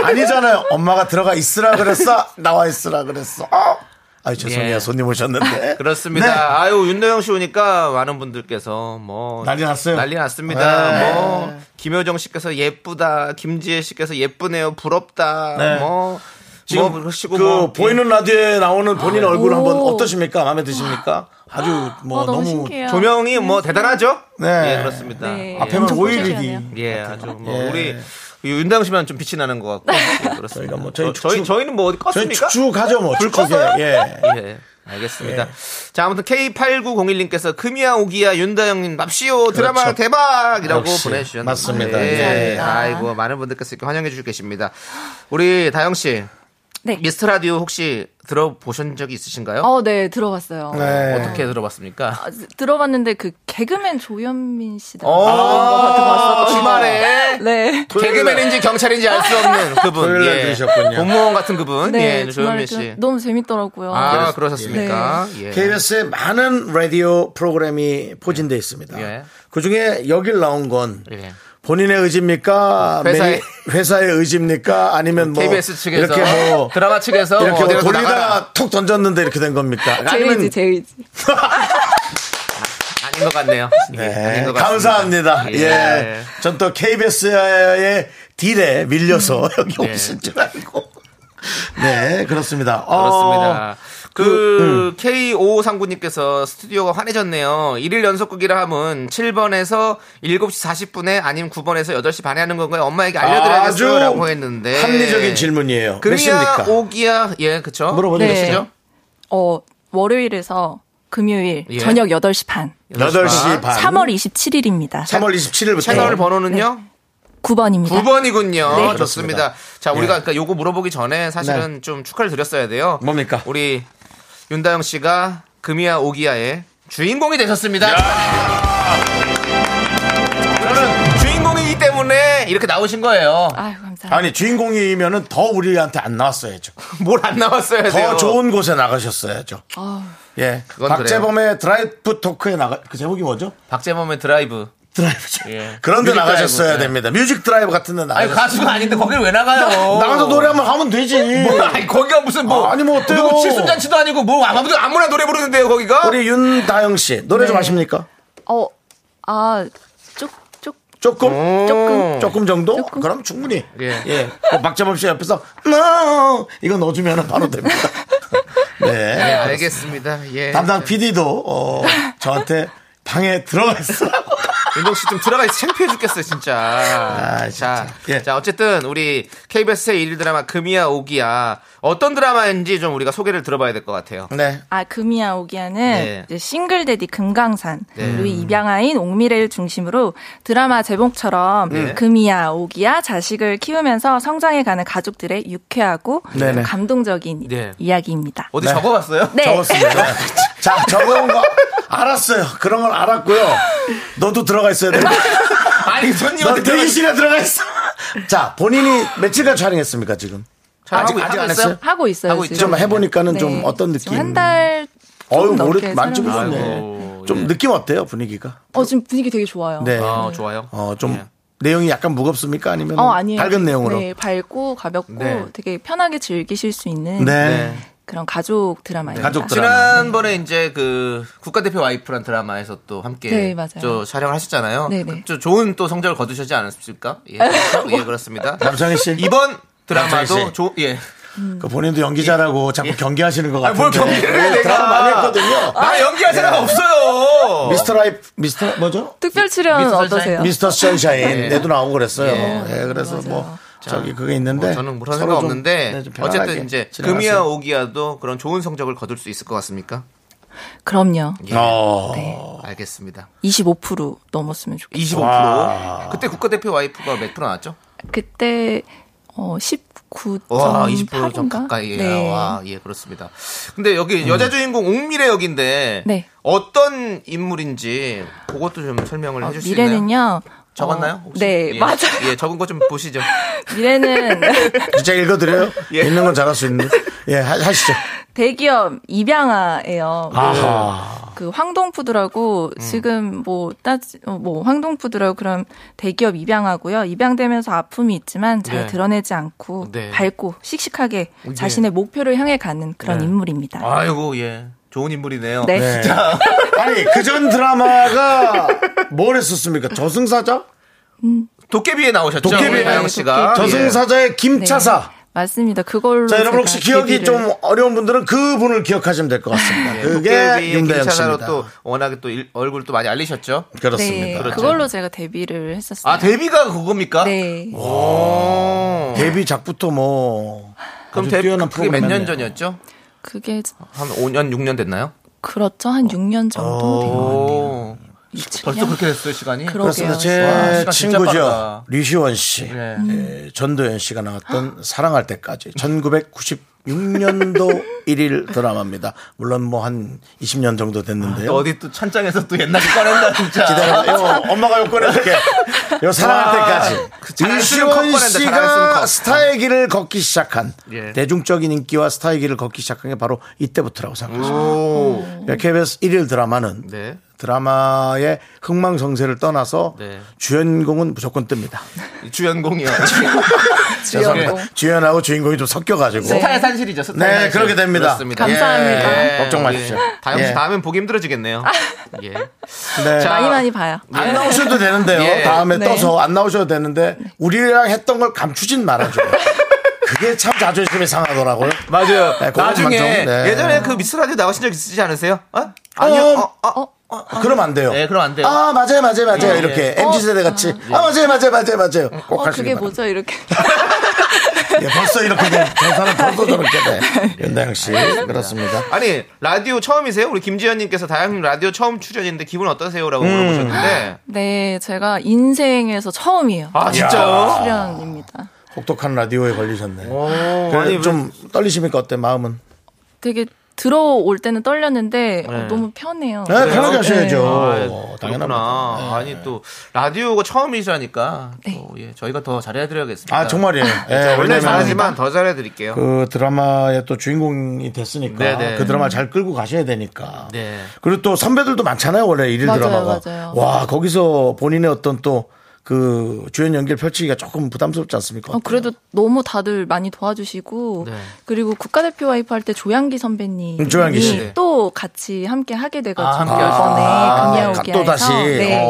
Speaker 1: 아니잖아요. 엄마가 들어가 있으라 그랬어. 나와 있으라 그랬어. 어? 아유 죄송해요.
Speaker 2: 예.
Speaker 1: 손님 오셨는데.
Speaker 2: 그렇습니다.
Speaker 1: 네.
Speaker 2: 아유 윤도영 씨 오니까 많은 분들께서 뭐
Speaker 1: 난리 났어요.
Speaker 2: 난리 났습니다.
Speaker 1: 네.
Speaker 2: 뭐 김효정 씨께서 예쁘다, 김지혜 씨께서 예쁘네요, 부럽다.
Speaker 1: 네.
Speaker 2: 뭐
Speaker 1: 지금
Speaker 2: 뭐 그러시고
Speaker 1: 그
Speaker 2: 뭐 아.
Speaker 1: 보이는 라디오에 나오는 본인 얼굴 한번
Speaker 7: 오.
Speaker 1: 어떠십니까? 마음에 드십니까? 아주 뭐
Speaker 7: 어, 너무
Speaker 1: 너무,
Speaker 7: 신기해요.
Speaker 2: 조명이 뭐 대단하죠?
Speaker 1: 네. 아,
Speaker 2: 예, 그렇습니다.
Speaker 7: 네.
Speaker 2: 예.
Speaker 1: 앞에만
Speaker 7: 엄청
Speaker 1: 오일이기.
Speaker 7: 포지션이네요.
Speaker 2: 예, 아주 뭐
Speaker 1: 예.
Speaker 2: 우리 윤당 씨만 좀 빛이 나는 것
Speaker 7: 네.
Speaker 2: 같고 예, 그렇습니다.
Speaker 1: 저희가 뭐 저희
Speaker 2: 저, 저희
Speaker 1: 축축-
Speaker 2: 저희는 뭐 어디
Speaker 1: 저희
Speaker 2: 껐습니까?
Speaker 1: 축축하죠 뭐.
Speaker 2: 불
Speaker 1: 축축에.
Speaker 2: 껐어요?
Speaker 1: 예.
Speaker 2: 예. 알겠습니다. 자, 아무튼 K8901님께서 금이야 오기야 윤다영님 납시오 드라마
Speaker 1: 그렇죠.
Speaker 2: 대박이라고
Speaker 1: 역시,
Speaker 2: 보내주셨는데.
Speaker 1: 맞습니다.
Speaker 2: 예.
Speaker 1: 예.
Speaker 2: 아이고, 많은 분들께서 이렇게 환영해 주고 계십니다. 우리 다영씨,
Speaker 7: 네.
Speaker 2: 미스트 라디오 혹시 들어보신 적이 있으신가요?
Speaker 7: 어, 네, 들어봤어요.
Speaker 1: 네.
Speaker 2: 어떻게 들어봤습니까?
Speaker 7: 아, 들어봤는데 그 개그맨 조현민 씨다.
Speaker 2: 어, 주말에.
Speaker 7: 네.
Speaker 2: 개그맨인지 경찰인지 알 수 없는 그분. 예.
Speaker 1: 토요일날 들으셨군요.
Speaker 2: 공무원 같은 그분.
Speaker 7: 네,
Speaker 2: 예,
Speaker 7: 주말에
Speaker 2: 조현민 씨.
Speaker 7: 좀- 너무 네. 재밌더라고요.
Speaker 2: 아, 그러셨습니까? 예.
Speaker 1: KBS의 많은 라디오 프로그램이 포진돼 있습니다.
Speaker 2: 예.
Speaker 1: 그 중에 여길 나온 건
Speaker 2: 예.
Speaker 1: 본인의 의지입니까?
Speaker 2: 회사의-
Speaker 1: 아, 매니- 회사의 의지입니까? 아니면 뭐
Speaker 2: KBS 측에서
Speaker 1: 이렇게 뭐
Speaker 2: 드라마 측에서 뭐
Speaker 1: 이렇게
Speaker 2: 어디라도
Speaker 1: 뭐 돌리다가
Speaker 2: 나가라.
Speaker 1: 툭 던졌는데 이렇게 된 겁니까?
Speaker 7: 네.
Speaker 2: 네,
Speaker 7: 제 의지, 제 의지.
Speaker 2: 아닌 것 같네요. 이게
Speaker 1: 네,
Speaker 2: 아닌 것 같습니다.
Speaker 1: 감사합니다. 예.
Speaker 2: 예.
Speaker 1: 전 또 KBS의 딜에 밀려서 여기
Speaker 2: 네.
Speaker 1: 오신 줄 알고. 네, 그렇습니다. 어,
Speaker 2: 그렇습니다.
Speaker 1: 음.
Speaker 2: 그, K5539님께서 스튜디오가 환해졌네요. 일일 연속극이라 함은 7번에서 7시 40분에 아니면 9번에서 8시 반에 하는 건가요? 엄마에게
Speaker 1: 아주
Speaker 2: 알려드려야겠어요. 라고 했는데.
Speaker 1: 합리적인 질문이에요.
Speaker 2: 금이야,
Speaker 1: 몇입니까?
Speaker 2: 예. 오기야, 예, 그쵸?
Speaker 1: 물어보죠.
Speaker 7: 네.
Speaker 2: 몇시죠?
Speaker 7: 어, 월요일에서 금요일
Speaker 2: 예. 아, 음?
Speaker 7: 저녁 8시 반.
Speaker 1: 8시 반.
Speaker 7: 3월 27일입니다.
Speaker 1: 3월 27일부터.
Speaker 2: 채널 번호는요?
Speaker 7: 9번입니다.
Speaker 2: 9번이군요.
Speaker 1: 네.
Speaker 2: 좋습니다. 네. 자, 우리가
Speaker 1: 예.
Speaker 2: 그러니까 요거 물어보기 전에 사실은 좀 축하를 드렸어야 돼요.
Speaker 1: 뭡니까?
Speaker 2: 우리 윤다영 씨가 금이야 오기야의 주인공이 되셨습니다. 저는 주인공이기 때문에 이렇게 나오신 거예요.
Speaker 7: 아유, 감사합니다.
Speaker 1: 아니, 주인공이면은 더 우리한테 안 나왔어야죠.
Speaker 2: 뭘 안 나왔어야 돼요. 아.
Speaker 1: 더 좋은 곳에 나가셨어야죠. 예.
Speaker 2: 그건
Speaker 1: 박재범의 드라이브 토크에 나가, 그 제목이 뭐죠?
Speaker 2: 박재범의 드라이브.
Speaker 1: 드라이브죠.
Speaker 2: 예.
Speaker 1: 그런데
Speaker 2: 뮤직
Speaker 1: 나가셨어야
Speaker 2: 드라이브, 네.
Speaker 1: 됩니다. 뮤직 드라이브 같은 데
Speaker 2: 아니
Speaker 1: 나가셨어요.
Speaker 2: 가수가 아닌데 거길 왜 나가요?
Speaker 1: 나가서 노래 한번 하면 되지.
Speaker 2: 뭐, 아니, 거기가 무슨 뭐
Speaker 1: 아니, 뭐 어때요?
Speaker 2: 누구 칠순잔치도 아니고 뭐 아무도 아무나 노래 부르는데요 거기가?
Speaker 1: 우리 윤다영 씨 노래 좀
Speaker 7: 네.
Speaker 1: 아십니까?
Speaker 7: 어, 아, 쪽, 쪽.
Speaker 1: 조금
Speaker 2: 어. 조금.
Speaker 1: 조금 정도?
Speaker 7: 조금.
Speaker 1: 그럼 충분히
Speaker 2: 예.
Speaker 1: 예. 그 박재범 씨 옆에서 no 이거 넣어주면 바로 됩니다.
Speaker 2: 네,
Speaker 1: 네.
Speaker 2: 알겠습니다. 예.
Speaker 1: 담당 PD도 어, 저한테 방에 들어가 있으라고.
Speaker 2: 윤정 씨 좀 들어가 있어 창피해 죽겠어요 진짜.
Speaker 1: 진짜.
Speaker 2: 자,
Speaker 1: 예.
Speaker 2: 자 어쨌든 우리 KBS의 일일 드라마 금이야 오기야 어떤 드라마인지 좀 우리가 소개를 들어봐야 될 것 같아요.
Speaker 1: 네.
Speaker 7: 아, 금이야 오기야는
Speaker 2: 네.
Speaker 7: 이제 싱글 데디 금강산,
Speaker 2: 네.
Speaker 7: 그리고 입양아인 옥미래를 중심으로 드라마 제목처럼
Speaker 2: 네.
Speaker 7: 금이야 오기야 자식을 키우면서 성장해가는 가족들의 유쾌하고
Speaker 1: 네네.
Speaker 7: 감동적인
Speaker 2: 네.
Speaker 7: 이야기입니다.
Speaker 2: 어디 적어봤어요?
Speaker 7: 네.
Speaker 1: 적었습니다. 자, 적은 아, 거 알았어요. 그런 걸 알았고요. 너도 들어가 있어야 돼.
Speaker 2: 아니
Speaker 1: 너
Speaker 2: 손님한테
Speaker 1: 대기실에 들어가 있어. 자, 본인이 며칠간 촬영했습니까 지금? 아직
Speaker 2: 촬영하고
Speaker 1: 아직 안
Speaker 2: 있어요?
Speaker 1: 했어요?
Speaker 7: 하고 있어요.
Speaker 2: 하고 있죠.
Speaker 7: 지금.
Speaker 1: 좀 해보니까는 좀
Speaker 7: 네.
Speaker 1: 어떤
Speaker 7: 지금
Speaker 1: 느낌?
Speaker 7: 한달
Speaker 1: 어유
Speaker 7: 조금
Speaker 1: 모르
Speaker 7: 넘게
Speaker 1: 만지부셨네.
Speaker 2: 살아남았어요.
Speaker 1: 좀
Speaker 2: 예.
Speaker 1: 들었네. 느낌 어때요 분위기가?
Speaker 7: 어, 지금 분위기 되게 좋아요.
Speaker 1: 네.
Speaker 2: 어 좋아요.
Speaker 1: 어 좀
Speaker 2: 예.
Speaker 1: 내용이 약간 무겁습니까? 아니면
Speaker 7: 어 아니에요.
Speaker 1: 밝은 내용으로?
Speaker 7: 네, 밝고 가볍고
Speaker 2: 네.
Speaker 7: 되게 편하게 즐기실 수 있는
Speaker 1: 네.
Speaker 7: 그런 가족 드라마입니다.
Speaker 1: 가족 드라마.
Speaker 2: 지난번에 이제 그 국가대표 와이프란 드라마에서 또 함께
Speaker 7: 네, 맞아요.
Speaker 2: 저 촬영을 하셨잖아요.
Speaker 7: 네네.
Speaker 2: 그 좋은 또 성적을 거두셨지 않았습니까? 예, 그렇죠? 예, 그렇습니다.
Speaker 1: 남창희 씨.
Speaker 2: 이번
Speaker 1: 남창희
Speaker 2: 드라마도
Speaker 1: 씨.
Speaker 2: 조, 예.
Speaker 1: 그 본인도 연기자라고 자꾸 경계하시는 것
Speaker 2: 아,
Speaker 1: 같은데.
Speaker 2: 뭘 아. 어. 경기를 해,
Speaker 1: 드라마 많이
Speaker 2: 내가.
Speaker 1: 했거든요.
Speaker 2: 나 연기할 생각 없어요.
Speaker 1: 미스터 라이프 미스터 뭐죠?
Speaker 7: 특별 출연
Speaker 2: 미스터
Speaker 7: 어떠세요?
Speaker 1: 미스터 선샤인
Speaker 2: 네.
Speaker 1: 내도 나오고 그랬어요.
Speaker 2: 네.
Speaker 1: 예, 그래서 뭐 저기 그게 있는데
Speaker 2: 뭐 저는 그런
Speaker 1: 네. 서로
Speaker 2: 생각
Speaker 1: 좀,
Speaker 2: 없는데
Speaker 1: 네, 좀 편안하게
Speaker 2: 어쨌든 이제 금이야
Speaker 1: 지나가세요.
Speaker 2: 오기야도 그런 좋은 성적을 거둘 수 있을 것 같습니까?
Speaker 7: 그럼요.
Speaker 2: 예.
Speaker 1: 어.
Speaker 2: 알겠습니다.
Speaker 7: 25% 넘었으면 좋겠어요.
Speaker 2: 25%
Speaker 1: 와.
Speaker 2: 그때 국가대표 와이프가 몇 프로 나왔죠?
Speaker 7: 그때 어 19.
Speaker 2: 와, 20%좀 가까이. 네. 와, 예, 그렇습니다. 근데
Speaker 1: 음.
Speaker 2: 여기 여자 주인공 옥미래 역인데
Speaker 7: 네.
Speaker 2: 어떤 인물인지 그것도 좀
Speaker 1: 아,
Speaker 2: 설명을 해줄 수 있나요?
Speaker 7: 어, 미래는요.
Speaker 2: 적었나요?
Speaker 7: 어,
Speaker 2: 혹시?
Speaker 7: 네,
Speaker 2: 예.
Speaker 7: 맞아.
Speaker 2: 예, 적은 거 좀 보시죠.
Speaker 7: 미래는
Speaker 1: 진짜 읽어드려요?
Speaker 2: 예.
Speaker 1: 읽는 건 잘할 수 있는. 예, 하- 하시죠.
Speaker 7: 대기업 입양아예요.
Speaker 1: 아하.
Speaker 7: 그 황동푸드라고
Speaker 2: 음.
Speaker 7: 지금 뭐 따지 어, 뭐 황동푸드라고 그런 대기업 입양하고요. 입양되면서 아픔이 있지만 잘
Speaker 2: 네.
Speaker 7: 드러내지 않고
Speaker 2: 네.
Speaker 7: 밝고 씩씩하게
Speaker 2: 예.
Speaker 7: 자신의 목표를 향해 가는 그런
Speaker 2: 네.
Speaker 7: 인물입니다.
Speaker 2: 아이고, 예. 좋은 인물이네요.
Speaker 7: 네.
Speaker 1: 네. 아니, 그 전 드라마가 뭘 했었습니까? 저승사자?
Speaker 2: 도깨비에 나오셨죠?
Speaker 1: 도깨비.
Speaker 2: 우리 나영 씨가. 예.
Speaker 1: 저승사자의
Speaker 7: 네.
Speaker 1: 김차사.
Speaker 7: 맞습니다. 그걸로
Speaker 1: 자, 여러분
Speaker 7: 제가
Speaker 1: 혹시 기억이
Speaker 7: 데뷔를- 네,
Speaker 1: 좀 어려운 분들은 그 분을 기억하시면 될 것 같습니다.
Speaker 2: 예.
Speaker 1: 그게
Speaker 2: 도깨비
Speaker 1: 윤대영
Speaker 2: 김차사로
Speaker 1: 씨입니다.
Speaker 2: 또 워낙에 또 일- 얼굴 또 많이 알리셨죠?
Speaker 7: 네,
Speaker 1: 그렇습니다.
Speaker 2: 그렇죠.
Speaker 7: 그걸로 제가 데뷔를 했었어요.
Speaker 2: 아, 데뷔가 그겁니까?
Speaker 7: 네.
Speaker 2: 오.
Speaker 1: 데뷔 작부터 뭐
Speaker 2: 네. 그럼
Speaker 1: 네. 아주
Speaker 2: 데뷔
Speaker 1: 뛰어난
Speaker 2: 그게 몇 년
Speaker 1: 프로그램이었네요.
Speaker 2: 전이었죠?
Speaker 7: 그게
Speaker 2: 한 5년, 6년 됐나요?
Speaker 7: 그렇죠. 한 6년 정도
Speaker 1: 어,
Speaker 7: 된 것
Speaker 2: 오.
Speaker 7: 같아요.
Speaker 2: 벌써 그렇게 됐어요, 시간이?
Speaker 7: 그러게요.
Speaker 1: 그렇습니다. 제
Speaker 2: 와, 시간 진짜 빠르다.
Speaker 1: 친구죠. 류시원 씨,
Speaker 2: 네.
Speaker 1: 예, 전도연 씨가 나왔던 사랑할 때까지 1996년도 1일 드라마입니다. 물론 뭐 한 20년 정도 됐는데요.
Speaker 2: 또 어디 또 찬장에서 또 옛날에 꺼낸다 진짜.
Speaker 1: 기다려봐. 요, 엄마가 욕 꺼내줄게. 요 사랑할
Speaker 2: 와,
Speaker 1: 때까지.
Speaker 2: 그 잘안 쓰는 컵
Speaker 1: 류시원
Speaker 2: 꺼낸다, 잘안 쓰는
Speaker 1: 씨가
Speaker 2: 컵.
Speaker 1: 스타의 길을 걷기 시작한
Speaker 2: 예.
Speaker 1: 대중적인 인기와 스타의 길을 걷기 시작한 게 바로 이때부터라고 생각합니다.
Speaker 2: 오.
Speaker 1: KBS 1일 드라마는
Speaker 2: 네.
Speaker 1: 드라마의 흥망성쇠를 떠나서
Speaker 2: 네.
Speaker 1: 주연공은 무조건 뜹니다.
Speaker 2: 이 주연공이요. 네.
Speaker 1: 죄송합니다.
Speaker 7: 주연공.
Speaker 1: 주연하고 주인공이 좀 섞여가지고.
Speaker 2: 스타의 산실이죠. 스타의
Speaker 1: 네,
Speaker 2: 산실.
Speaker 1: 그렇게 됩니다.
Speaker 2: 그렇습니다.
Speaker 7: 감사합니다.
Speaker 1: 걱정 마십시오.
Speaker 2: 예. 다음
Speaker 1: 예.
Speaker 2: 다음엔 보기 힘들어지겠네요. 예.
Speaker 1: 네.
Speaker 2: 자,
Speaker 7: 아. 많이 많이 봐요.
Speaker 1: 안 나오셔도 되는데요.
Speaker 2: 예.
Speaker 1: 다음에
Speaker 7: 네.
Speaker 1: 떠서 안 나오셔도 되는데 우리랑 했던 걸 감추진 말아줘요. 그게 참 자존심이 상하더라고요.
Speaker 2: 맞아요.
Speaker 1: 네, 그건
Speaker 2: 나중에
Speaker 1: 맞죠. 네.
Speaker 2: 예전에 그 미스 라디오 나오신 적 있으시지 않으세요? 어? 아니요. 어, 어,
Speaker 1: 그럼 안 돼요.
Speaker 2: 네, 그럼 안 돼요.
Speaker 1: 아 맞아요, 맞아요, 맞아요.
Speaker 2: 예,
Speaker 1: 이렇게 mz 세대 같이 아 맞아요, 맞아요, 맞아요, 맞아요. 꼭
Speaker 7: 어, 그게
Speaker 1: 하시길
Speaker 7: 뭐죠? 이렇게.
Speaker 1: 바랍니다. 예, 벌써 이렇게 돼. 전사는 벌써 저렇게 돼. 윤다영 씨 그렇습니다.
Speaker 2: 아니 라디오 처음이세요? 우리 김지현님께서 다양님 라디오 처음 출연인데 기분 어떠세요?라고
Speaker 1: 음.
Speaker 2: 물어보셨는데
Speaker 7: 네, 제가 인생에서 처음이에요.
Speaker 2: 아 진짜요?
Speaker 7: 출연입니다.
Speaker 1: 혹독한 라디오에 걸리셨네.
Speaker 2: 오,
Speaker 1: 그래,
Speaker 2: 어, 아니
Speaker 1: 좀
Speaker 2: 좀
Speaker 1: 떨리십니까 어때 마음은?
Speaker 7: 되게 들어올 때는 떨렸는데 어, 너무 편해요.
Speaker 1: 네, 편하게 하셔야죠.
Speaker 2: 아,
Speaker 1: 당연합니다. 네.
Speaker 2: 당연하구나. 아니 또 라디오가 처음이시라니까 또, 예, 저희가 더 잘해드려야겠습니다. 네,
Speaker 1: 아 정말이에요. 예,
Speaker 2: 원래
Speaker 1: 왜냐면
Speaker 2: 잘하지만 더 잘해드릴게요.
Speaker 1: 그 드라마의 또 주인공이 됐으니까
Speaker 2: 네네.
Speaker 1: 그 드라마 를잘 끌고 가셔야 되니까.
Speaker 2: 네.
Speaker 1: 그리고 또 선배들도 많잖아요 원래 일일
Speaker 7: 맞아요,
Speaker 1: 드라마가.
Speaker 7: 맞아요.
Speaker 1: 와 거기서 본인의 어떤 또 그 주연 연기를 펼치기가 조금 부담스럽지 않습니까?
Speaker 7: 어, 그래도 너무 다들 많이 도와주시고
Speaker 2: 네.
Speaker 7: 그리고 국가대표 와이프 할 때 조양기 선배님
Speaker 1: 음, 조양기 씨. 네.
Speaker 7: 또 같이 함께 하게 돼가지고
Speaker 2: 아, 함께
Speaker 1: 하셔서.
Speaker 7: 이번에
Speaker 1: 아,
Speaker 7: 금이야오기에서 네.
Speaker 1: 또 다시. 어.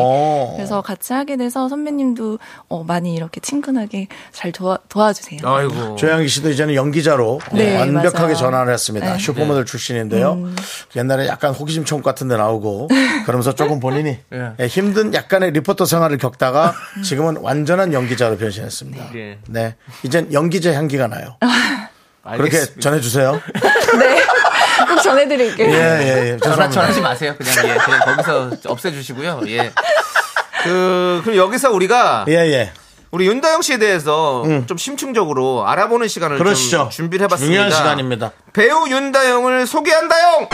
Speaker 1: 오.
Speaker 7: 그래서 같이 하게 돼서 선배님도 어, 많이 이렇게 친근하게 잘 도와, 도와주세요.
Speaker 2: 아이고.
Speaker 1: 조양기 씨도 이제는 연기자로
Speaker 7: 네,
Speaker 1: 완벽하게
Speaker 7: 맞아요. 네.
Speaker 1: 전환을 했습니다.
Speaker 2: 네.
Speaker 1: 슈퍼모델 출신인데요.
Speaker 2: 음.
Speaker 1: 옛날에 약간 호기심 천국 같은 데 나오고 그러면서 조금 본인이
Speaker 2: 네.
Speaker 1: 예, 힘든 약간의 리포터 생활을 겪다가 지금은 완전한 연기자로 변신했습니다.
Speaker 2: 네.
Speaker 1: 네. 이젠 연기자 향기가 나요. 그렇게
Speaker 2: 알겠습니다.
Speaker 1: 전해주세요.
Speaker 7: 네, 꼭
Speaker 1: 예,
Speaker 7: 전해드릴게요.
Speaker 1: 예, 예.
Speaker 2: 전화
Speaker 1: 죄송합니다.
Speaker 2: 전하지 마세요. 그냥 예, 그냥 거기서 없애주시고요. 예. 그 그럼 여기서 우리가
Speaker 1: 예, 예.
Speaker 2: 우리 윤다영 씨에 대해서 좀 심층적으로 알아보는 시간을
Speaker 1: 그러시죠.
Speaker 2: 좀 준비를 해봤습니다.
Speaker 1: 중요한 시간입니다.
Speaker 2: 배우 윤다영을 소개한다영.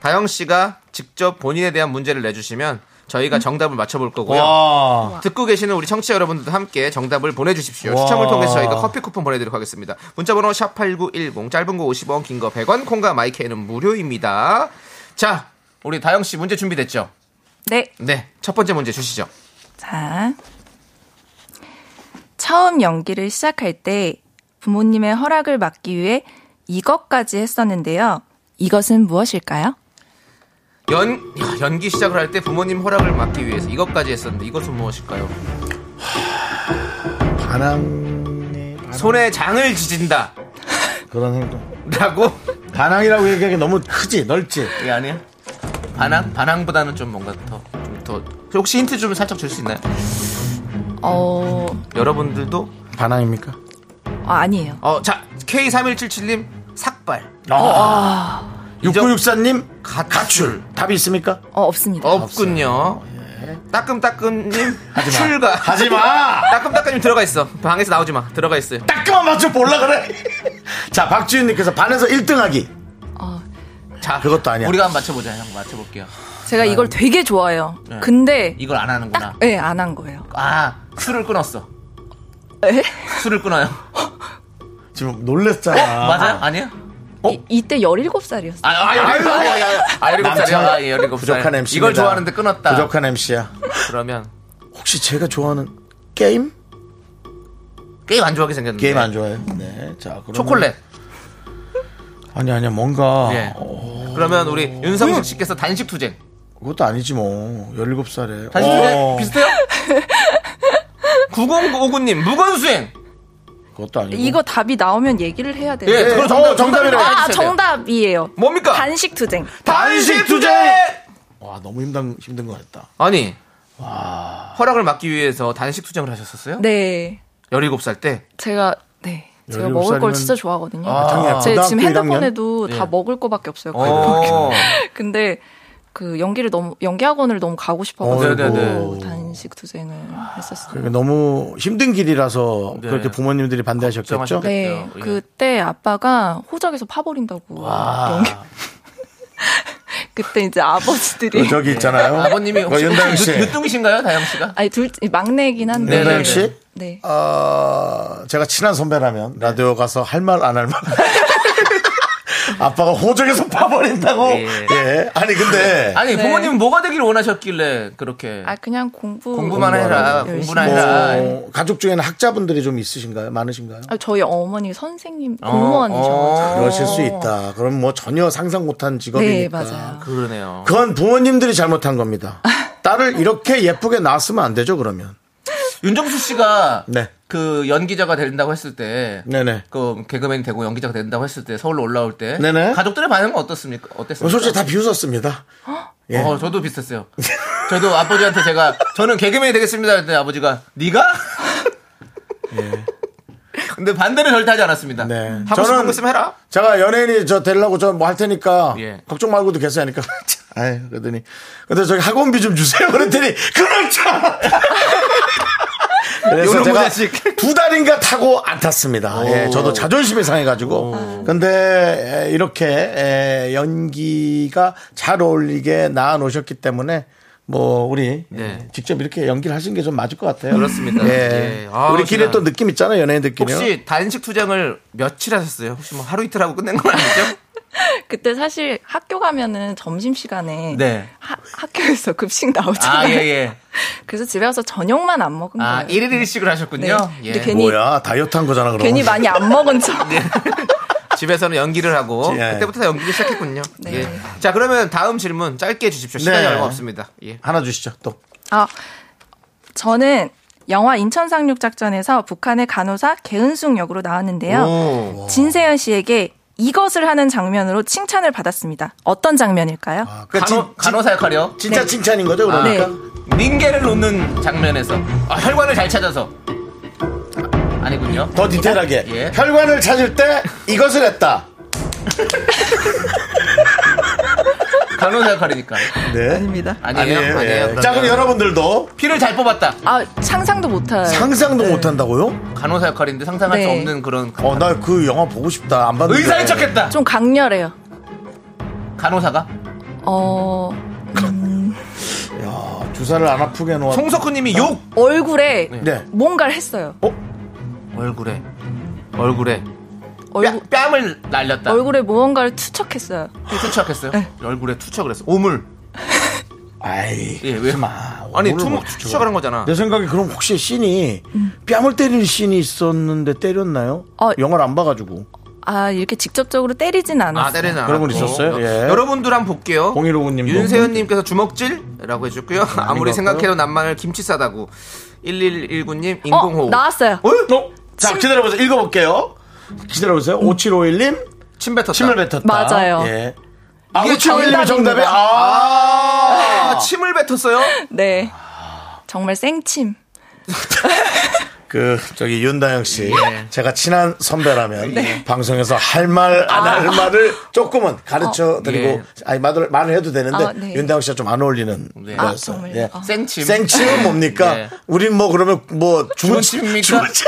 Speaker 2: 다영 씨가 직접 본인에 대한 문제를 내주시면 저희가 정답을 맞춰볼 거고요.
Speaker 1: 와.
Speaker 2: 듣고 계시는 우리 청취자 여러분들도 함께 정답을 보내주십시오.
Speaker 1: 와.
Speaker 2: 추첨을 통해서 저희가 커피 쿠폰 보내드리도록 하겠습니다. 문자번호 샵8910 짧은 거 50원 긴 거 100원 콩과 마이크는 무료입니다. 자 우리 다영씨 문제 준비됐죠?
Speaker 7: 네,
Speaker 2: 네. 첫 번째 문제 주시죠.
Speaker 7: 자. 처음 연기를 시작할 때 부모님의 허락을 받기 위해 이것까지 했었는데요. 이것은 무엇일까요?
Speaker 2: 연 야, 연기 시작을 할 때 부모님 허락을 받기 위해서 이것까지 했었는데 이것은 무엇일까요? 아.
Speaker 8: 반항
Speaker 2: 손에 장을 지진다라고
Speaker 8: 그런 행동. 반항이라고 얘기하기 너무 크지 넓지.
Speaker 2: 이게 아니야? 반항 반항보다는 좀 뭔가 더좀더 혹시 힌트 좀 살짝 줄 수 있나요?
Speaker 7: 어,
Speaker 2: 여러분들도
Speaker 8: 반항입니까?
Speaker 7: 아, 아니에요.
Speaker 2: 어자 K3177님 삭발 인정-
Speaker 8: 6964님
Speaker 2: 가-
Speaker 8: 가출. 답이 있습니까?
Speaker 7: 어, 없습니다.
Speaker 2: 없군요. 예. 따끔따끔님 출가
Speaker 8: 하지 마.
Speaker 2: 따끔따끔님 들어가 있어 방에서 나오지 마 들어가 있어요.
Speaker 8: 따끔한 맛 좀 볼라 그래. 자 박지윤님께서 반에서 1등하기.
Speaker 7: 아,
Speaker 2: 자
Speaker 8: 그것도 아니야.
Speaker 2: 우리가 한번 맞춰보자 한번 맞춰볼게요.
Speaker 7: 제가 이걸 되게 좋아해요. 근데
Speaker 2: 이걸 안 하는구나.
Speaker 7: 딱, 예, 안 한 거예요.
Speaker 2: 아 술을 끊었어.
Speaker 7: 에?
Speaker 2: 술을 끊어요.
Speaker 8: 지금 놀랬잖아.
Speaker 2: 맞아요? 아니에요?
Speaker 7: 이, 때 17살이었어요.
Speaker 2: 아, 아, 열일곱 살이야. 아, 열일곱 살이야. 아, 예, 열일곱 살.
Speaker 8: 부족한 MC.
Speaker 2: 이걸 좋아하는데 끊었다.
Speaker 8: 부족한 MC야.
Speaker 2: 그러면
Speaker 8: 혹시 제가 좋아하는 게임?
Speaker 2: 게임 안 좋아하게 생겼는데.
Speaker 8: 게임 안 좋아해요. 예, 네. 자, 그럼
Speaker 2: 초콜릿.
Speaker 8: 아니 아니야. 뭔가
Speaker 2: 예.
Speaker 8: 어,
Speaker 2: 그러면 우리 윤성식 씨께서 단식 투쟁.
Speaker 8: 그것도 아니지 뭐. 17살에.
Speaker 2: 단식 투쟁
Speaker 8: 어.
Speaker 2: 비슷해요? 9059님 무건수행.
Speaker 8: 그것도 아니고.
Speaker 7: 이거 답이 나오면 얘기를 해야 돼요.
Speaker 2: 예, 그거 정답,
Speaker 8: 어, 정답이라고
Speaker 2: 정답이라고
Speaker 7: 아,
Speaker 2: 해주셔야 돼요.
Speaker 7: 정답이에요.
Speaker 2: 뭡니까?
Speaker 7: 단식 투쟁.
Speaker 8: 단식 투쟁! 와, 너무 힘든 힘든 거 같다.
Speaker 2: 아니. 허락을 막기 위해서 단식 투쟁을 하셨었어요?
Speaker 7: 네.
Speaker 2: 17살 때.
Speaker 7: 제가 네. 제가
Speaker 8: 17
Speaker 7: 먹을 걸
Speaker 8: 살이면-
Speaker 7: 진짜 좋아하거든요.
Speaker 8: 당연히
Speaker 7: 제
Speaker 8: 고등학교
Speaker 7: 지금
Speaker 8: 일학년?
Speaker 7: 핸드폰에도 다
Speaker 2: 예.
Speaker 7: 먹을 거밖에 없어요. 거의.
Speaker 2: 어.
Speaker 7: 근데 그 연기를 너무 연기 학원을 너무 가고
Speaker 8: 어,
Speaker 7: 싶어가지고
Speaker 8: 네네네.
Speaker 7: 단식 투쟁을 했었어요.
Speaker 8: 그러니까 너무 힘든 길이라서
Speaker 2: 네.
Speaker 8: 그렇게 부모님들이 반대하셨겠죠?
Speaker 2: 걱정하셨겠죠.
Speaker 7: 네,
Speaker 2: 그랬죠. 예.
Speaker 7: 그때 아빠가 호적에서 파버린다고 연기. 그때 이제 아버지들이
Speaker 8: 그 저기 있잖아요. 어,
Speaker 2: 아버님이 혹시
Speaker 8: 윤다영 씨.
Speaker 2: 늦- 늦둥이신가요, 다영 씨가?
Speaker 7: 아니 둘 막내이긴 한데
Speaker 2: 네네네.
Speaker 8: 윤다영 씨?
Speaker 7: 네.
Speaker 8: 네. 어, 제가 친한 선배라면 라디오 가서 할 말 안 할 말. 아빠가 호적에서 파버린다고.
Speaker 2: 예.
Speaker 8: 예. 아니 근데
Speaker 2: 아니
Speaker 7: 네.
Speaker 2: 부모님은 뭐가 되기를 원하셨길래 그렇게
Speaker 7: 아 그냥 공부
Speaker 2: 공부만 해라,
Speaker 7: 열심히.
Speaker 2: 공부나
Speaker 8: 뭐
Speaker 2: 해라.
Speaker 8: 가족 중에는 학자분들이 좀 있으신가요? 많으신가요?
Speaker 7: 아, 저희 어머니 선생님
Speaker 2: 어,
Speaker 7: 공무원이셔.
Speaker 2: 어.
Speaker 8: 그러실 수 있다. 그러니까. 그럼 뭐 전혀 상상 못한
Speaker 7: 네
Speaker 8: 직업이니까.
Speaker 7: 맞아요.
Speaker 2: 그러네요.
Speaker 8: 그건 부모님들이 잘못한 겁니다. 딸을 이렇게 예쁘게 낳았으면 안 되죠, 그러면.
Speaker 2: 윤정수 씨가
Speaker 8: 네.
Speaker 2: 그 연기자가 된다고 했을 때,
Speaker 8: 네네.
Speaker 2: 그 개그맨 되고 연기자가 된다고 했을 때 서울로 올라올 때,
Speaker 8: 네네.
Speaker 2: 가족들의 반응은 어떻습니까? 어땠습니까?
Speaker 8: 솔직히 다 비웃었습니다. 예.
Speaker 2: 어, 저도 비슷했어요. 저도 아버지한테 제가 저는 개그맨이 되겠습니다 했더니 아버지가 네가? 예. 근데 반대는 절대 하지 않았습니다.
Speaker 8: 네.
Speaker 2: 음. 하고 싶은
Speaker 8: 저는-
Speaker 2: 거 있으면 해라.
Speaker 8: 제가 연예인이 저 되려고 저 뭐 할 테니까
Speaker 2: 예.
Speaker 8: 걱정 말고도 계속 하니까 아유 그러더니 근데 저기 학원비 좀 주세요 그랬더니 그럴 줄 알았다 그래서
Speaker 2: 요놈의
Speaker 8: 제가
Speaker 2: 자식.
Speaker 8: 두 달인가 타고 안 탔습니다 예, 저도 자존심이 상해가지고 근데 에, 이렇게 에, 연기가 잘 어울리게 나아 놓으셨기 때문에 뭐 우리
Speaker 2: 네.
Speaker 8: 직접 이렇게 연기를 하신 게 좀 맞을 것 같아요
Speaker 2: 그렇습니다.
Speaker 8: 예.
Speaker 2: 예. 아,
Speaker 8: 우리끼리
Speaker 2: 진짜.
Speaker 8: 또 느낌 있잖아요 연예인들끼리
Speaker 2: 혹시 단식 투쟁을 며칠 하셨어요? 혹시 뭐 하루 이틀 하고 끝낸 건 아니죠?
Speaker 7: 그때 사실 학교 가면은 점심 시간에
Speaker 2: 네.
Speaker 7: 하- 학교에서 급식 나오잖아요.
Speaker 2: 아, 예, 예.
Speaker 7: 그래서 집에 와서 저녁만 안 먹은
Speaker 2: 아,
Speaker 7: 거예요.
Speaker 2: 1일 1식을
Speaker 7: 네.
Speaker 2: 하셨군요. 예.
Speaker 7: 근데 괜히
Speaker 8: 뭐야 다이어트 한 거잖아 그럼
Speaker 7: 괜히 많이 안 먹은 척.
Speaker 8: 네.
Speaker 2: 집에서는 연기를 하고
Speaker 8: 예.
Speaker 2: 그때부터 다 연기를 시작했군요.
Speaker 7: 네.
Speaker 2: 예. 자 그러면 다음 질문 짧게 주십시오. 시간이
Speaker 8: 네.
Speaker 2: 얼마 없습니다. 예.
Speaker 8: 하나 주시죠 또
Speaker 7: 아, 저는 영화 인천상륙작전에서 북한의 간호사 개은숙 역으로 나왔는데요. 진세현 씨에게 이것을 하는 장면으로 칭찬을 받았습니다. 어떤 장면일까요?
Speaker 8: 아, 그러니까 진-
Speaker 2: 간호,
Speaker 8: 진-
Speaker 2: 간호사 역할이요.
Speaker 8: 진짜 칭찬인 거죠, 그러니까?
Speaker 7: 네.
Speaker 2: 링게를 놓는 장면에서 아, 혈관을 잘 찾아서 아니군요.
Speaker 8: 더 디테일하게.
Speaker 2: 예.
Speaker 8: 혈관을 찾을
Speaker 2: 네.
Speaker 8: 때 이것을 했다.
Speaker 2: 간호사 역할이니까
Speaker 8: 네.
Speaker 7: 아닙니다.
Speaker 2: 아니에요. 아니에요. 네. 그러면.
Speaker 8: 자, 그럼 여러분들도
Speaker 2: 피를 잘 뽑았다.
Speaker 7: 아, 상상도 못할.
Speaker 8: 상상도
Speaker 2: 네.
Speaker 8: 못 한다고요?
Speaker 2: 간호사 역할인데 상상할
Speaker 7: 네.
Speaker 2: 수 없는 그런
Speaker 8: 어, 나 그 영화 보고 싶다. 안 봤는데.
Speaker 2: 의사인 척했다.
Speaker 7: 좀 강렬해요.
Speaker 2: 간호사가
Speaker 7: 어,
Speaker 8: 야, 주사를 안 아프게 놓아.
Speaker 2: 송석훈님이 욕
Speaker 7: 얼굴에
Speaker 8: 네.
Speaker 7: 뭔가를 했어요.
Speaker 2: 얼굴에 얼굴에
Speaker 7: 얼굴,
Speaker 2: 뺨, 을 날렸다.
Speaker 7: 얼굴에 무언가를 투척했어요.
Speaker 2: 투척했어요. 얼굴에 투척을 했어. 오물.
Speaker 8: 아이.
Speaker 2: 예, 왜?
Speaker 8: 마.
Speaker 2: 아니
Speaker 1: 모르고
Speaker 2: 투목
Speaker 1: 추측을.
Speaker 2: 추측하는 거잖아.
Speaker 1: 내 생각에 그럼 혹시 씬이 뺨을 때리는 씬이 있었는데 때렸나요?
Speaker 7: 어.
Speaker 1: 영화를 안 봐가지고
Speaker 7: 아 이렇게 직접적으로 때리진 않았어요.
Speaker 2: 아, 때리지 않았고.
Speaker 1: 그런 건 있었어요? 예.
Speaker 2: 여러분들 한번 볼게요.
Speaker 1: 0159 님도.
Speaker 2: 윤세현 님께서 주먹질이라고 해줬고요.
Speaker 1: 것
Speaker 2: 아무리
Speaker 1: 같고요.
Speaker 2: 생각해도 남만을 김치 싸다고. 1119님
Speaker 7: 어,
Speaker 2: 인공호흡.
Speaker 7: 나왔어요.
Speaker 1: 어? 자 기다려보세요. 읽어볼게요. 기다려보세요.
Speaker 2: 음.
Speaker 1: 5751님
Speaker 2: 침 뱉었다.
Speaker 1: 침을 뱉었다.
Speaker 7: 맞아요.
Speaker 1: 예. 아,
Speaker 2: 이게
Speaker 1: 5751님 정답이
Speaker 7: 정답입니다.
Speaker 1: 아.
Speaker 2: 아, 침을 뱉었어요?
Speaker 7: 네. 정말 생침.
Speaker 1: 그 저기 윤다영 씨,
Speaker 2: 예. 네.
Speaker 1: 제가 친한 선배라면 방송에서 할 말 안 할 말을 조금은 가르쳐 드리고
Speaker 2: 아. 예.
Speaker 1: 아니 말을 말을 해도 되는데
Speaker 7: 아, 네.
Speaker 1: 윤다영 씨가 좀 안 어울리는
Speaker 7: 아,
Speaker 1: 거였어요.
Speaker 7: 정말.
Speaker 1: 예.
Speaker 7: 어.
Speaker 2: 네. 생침.
Speaker 1: 생침은 뭡니까?
Speaker 2: 예.
Speaker 1: 우린 뭐 그러면 뭐 죽은
Speaker 2: 죽은 침입니까?
Speaker 1: 죽은 침.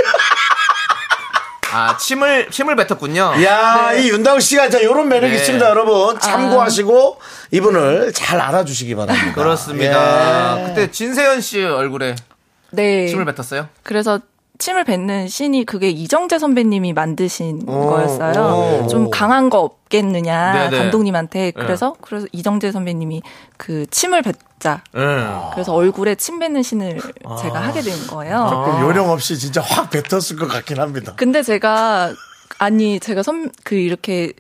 Speaker 2: 아, 침을, 침을 뱉었군요.
Speaker 1: 예. 야, 이 윤다영 씨가 자 요런 매력이
Speaker 2: 네.
Speaker 1: 있습니다, 여러분. 참고하시고 이분을 잘 알아주시기 바랍니다.
Speaker 2: 그렇습니다.
Speaker 1: 예.
Speaker 2: 그때 진세현 씨 얼굴에
Speaker 7: 네.
Speaker 2: 침을 뱉었어요?
Speaker 7: 그래서 침을 뱉는 신이 그게 이정재 선배님이 만드신 거였어요. 좀 강한 거 없겠느냐
Speaker 2: 네네.
Speaker 7: 감독님한테 그래서 그래서 이정재 선배님이 그 침을 뱉자.
Speaker 1: 예.
Speaker 2: 아.
Speaker 7: 그래서 얼굴에 침 뱉는 신을 제가 하게 된 거예요.
Speaker 1: 아. 그럼 요령 없이 진짜 확 뱉었을 것 같긴 합니다.
Speaker 7: 근데 제가 아니 제가 선 그 이렇게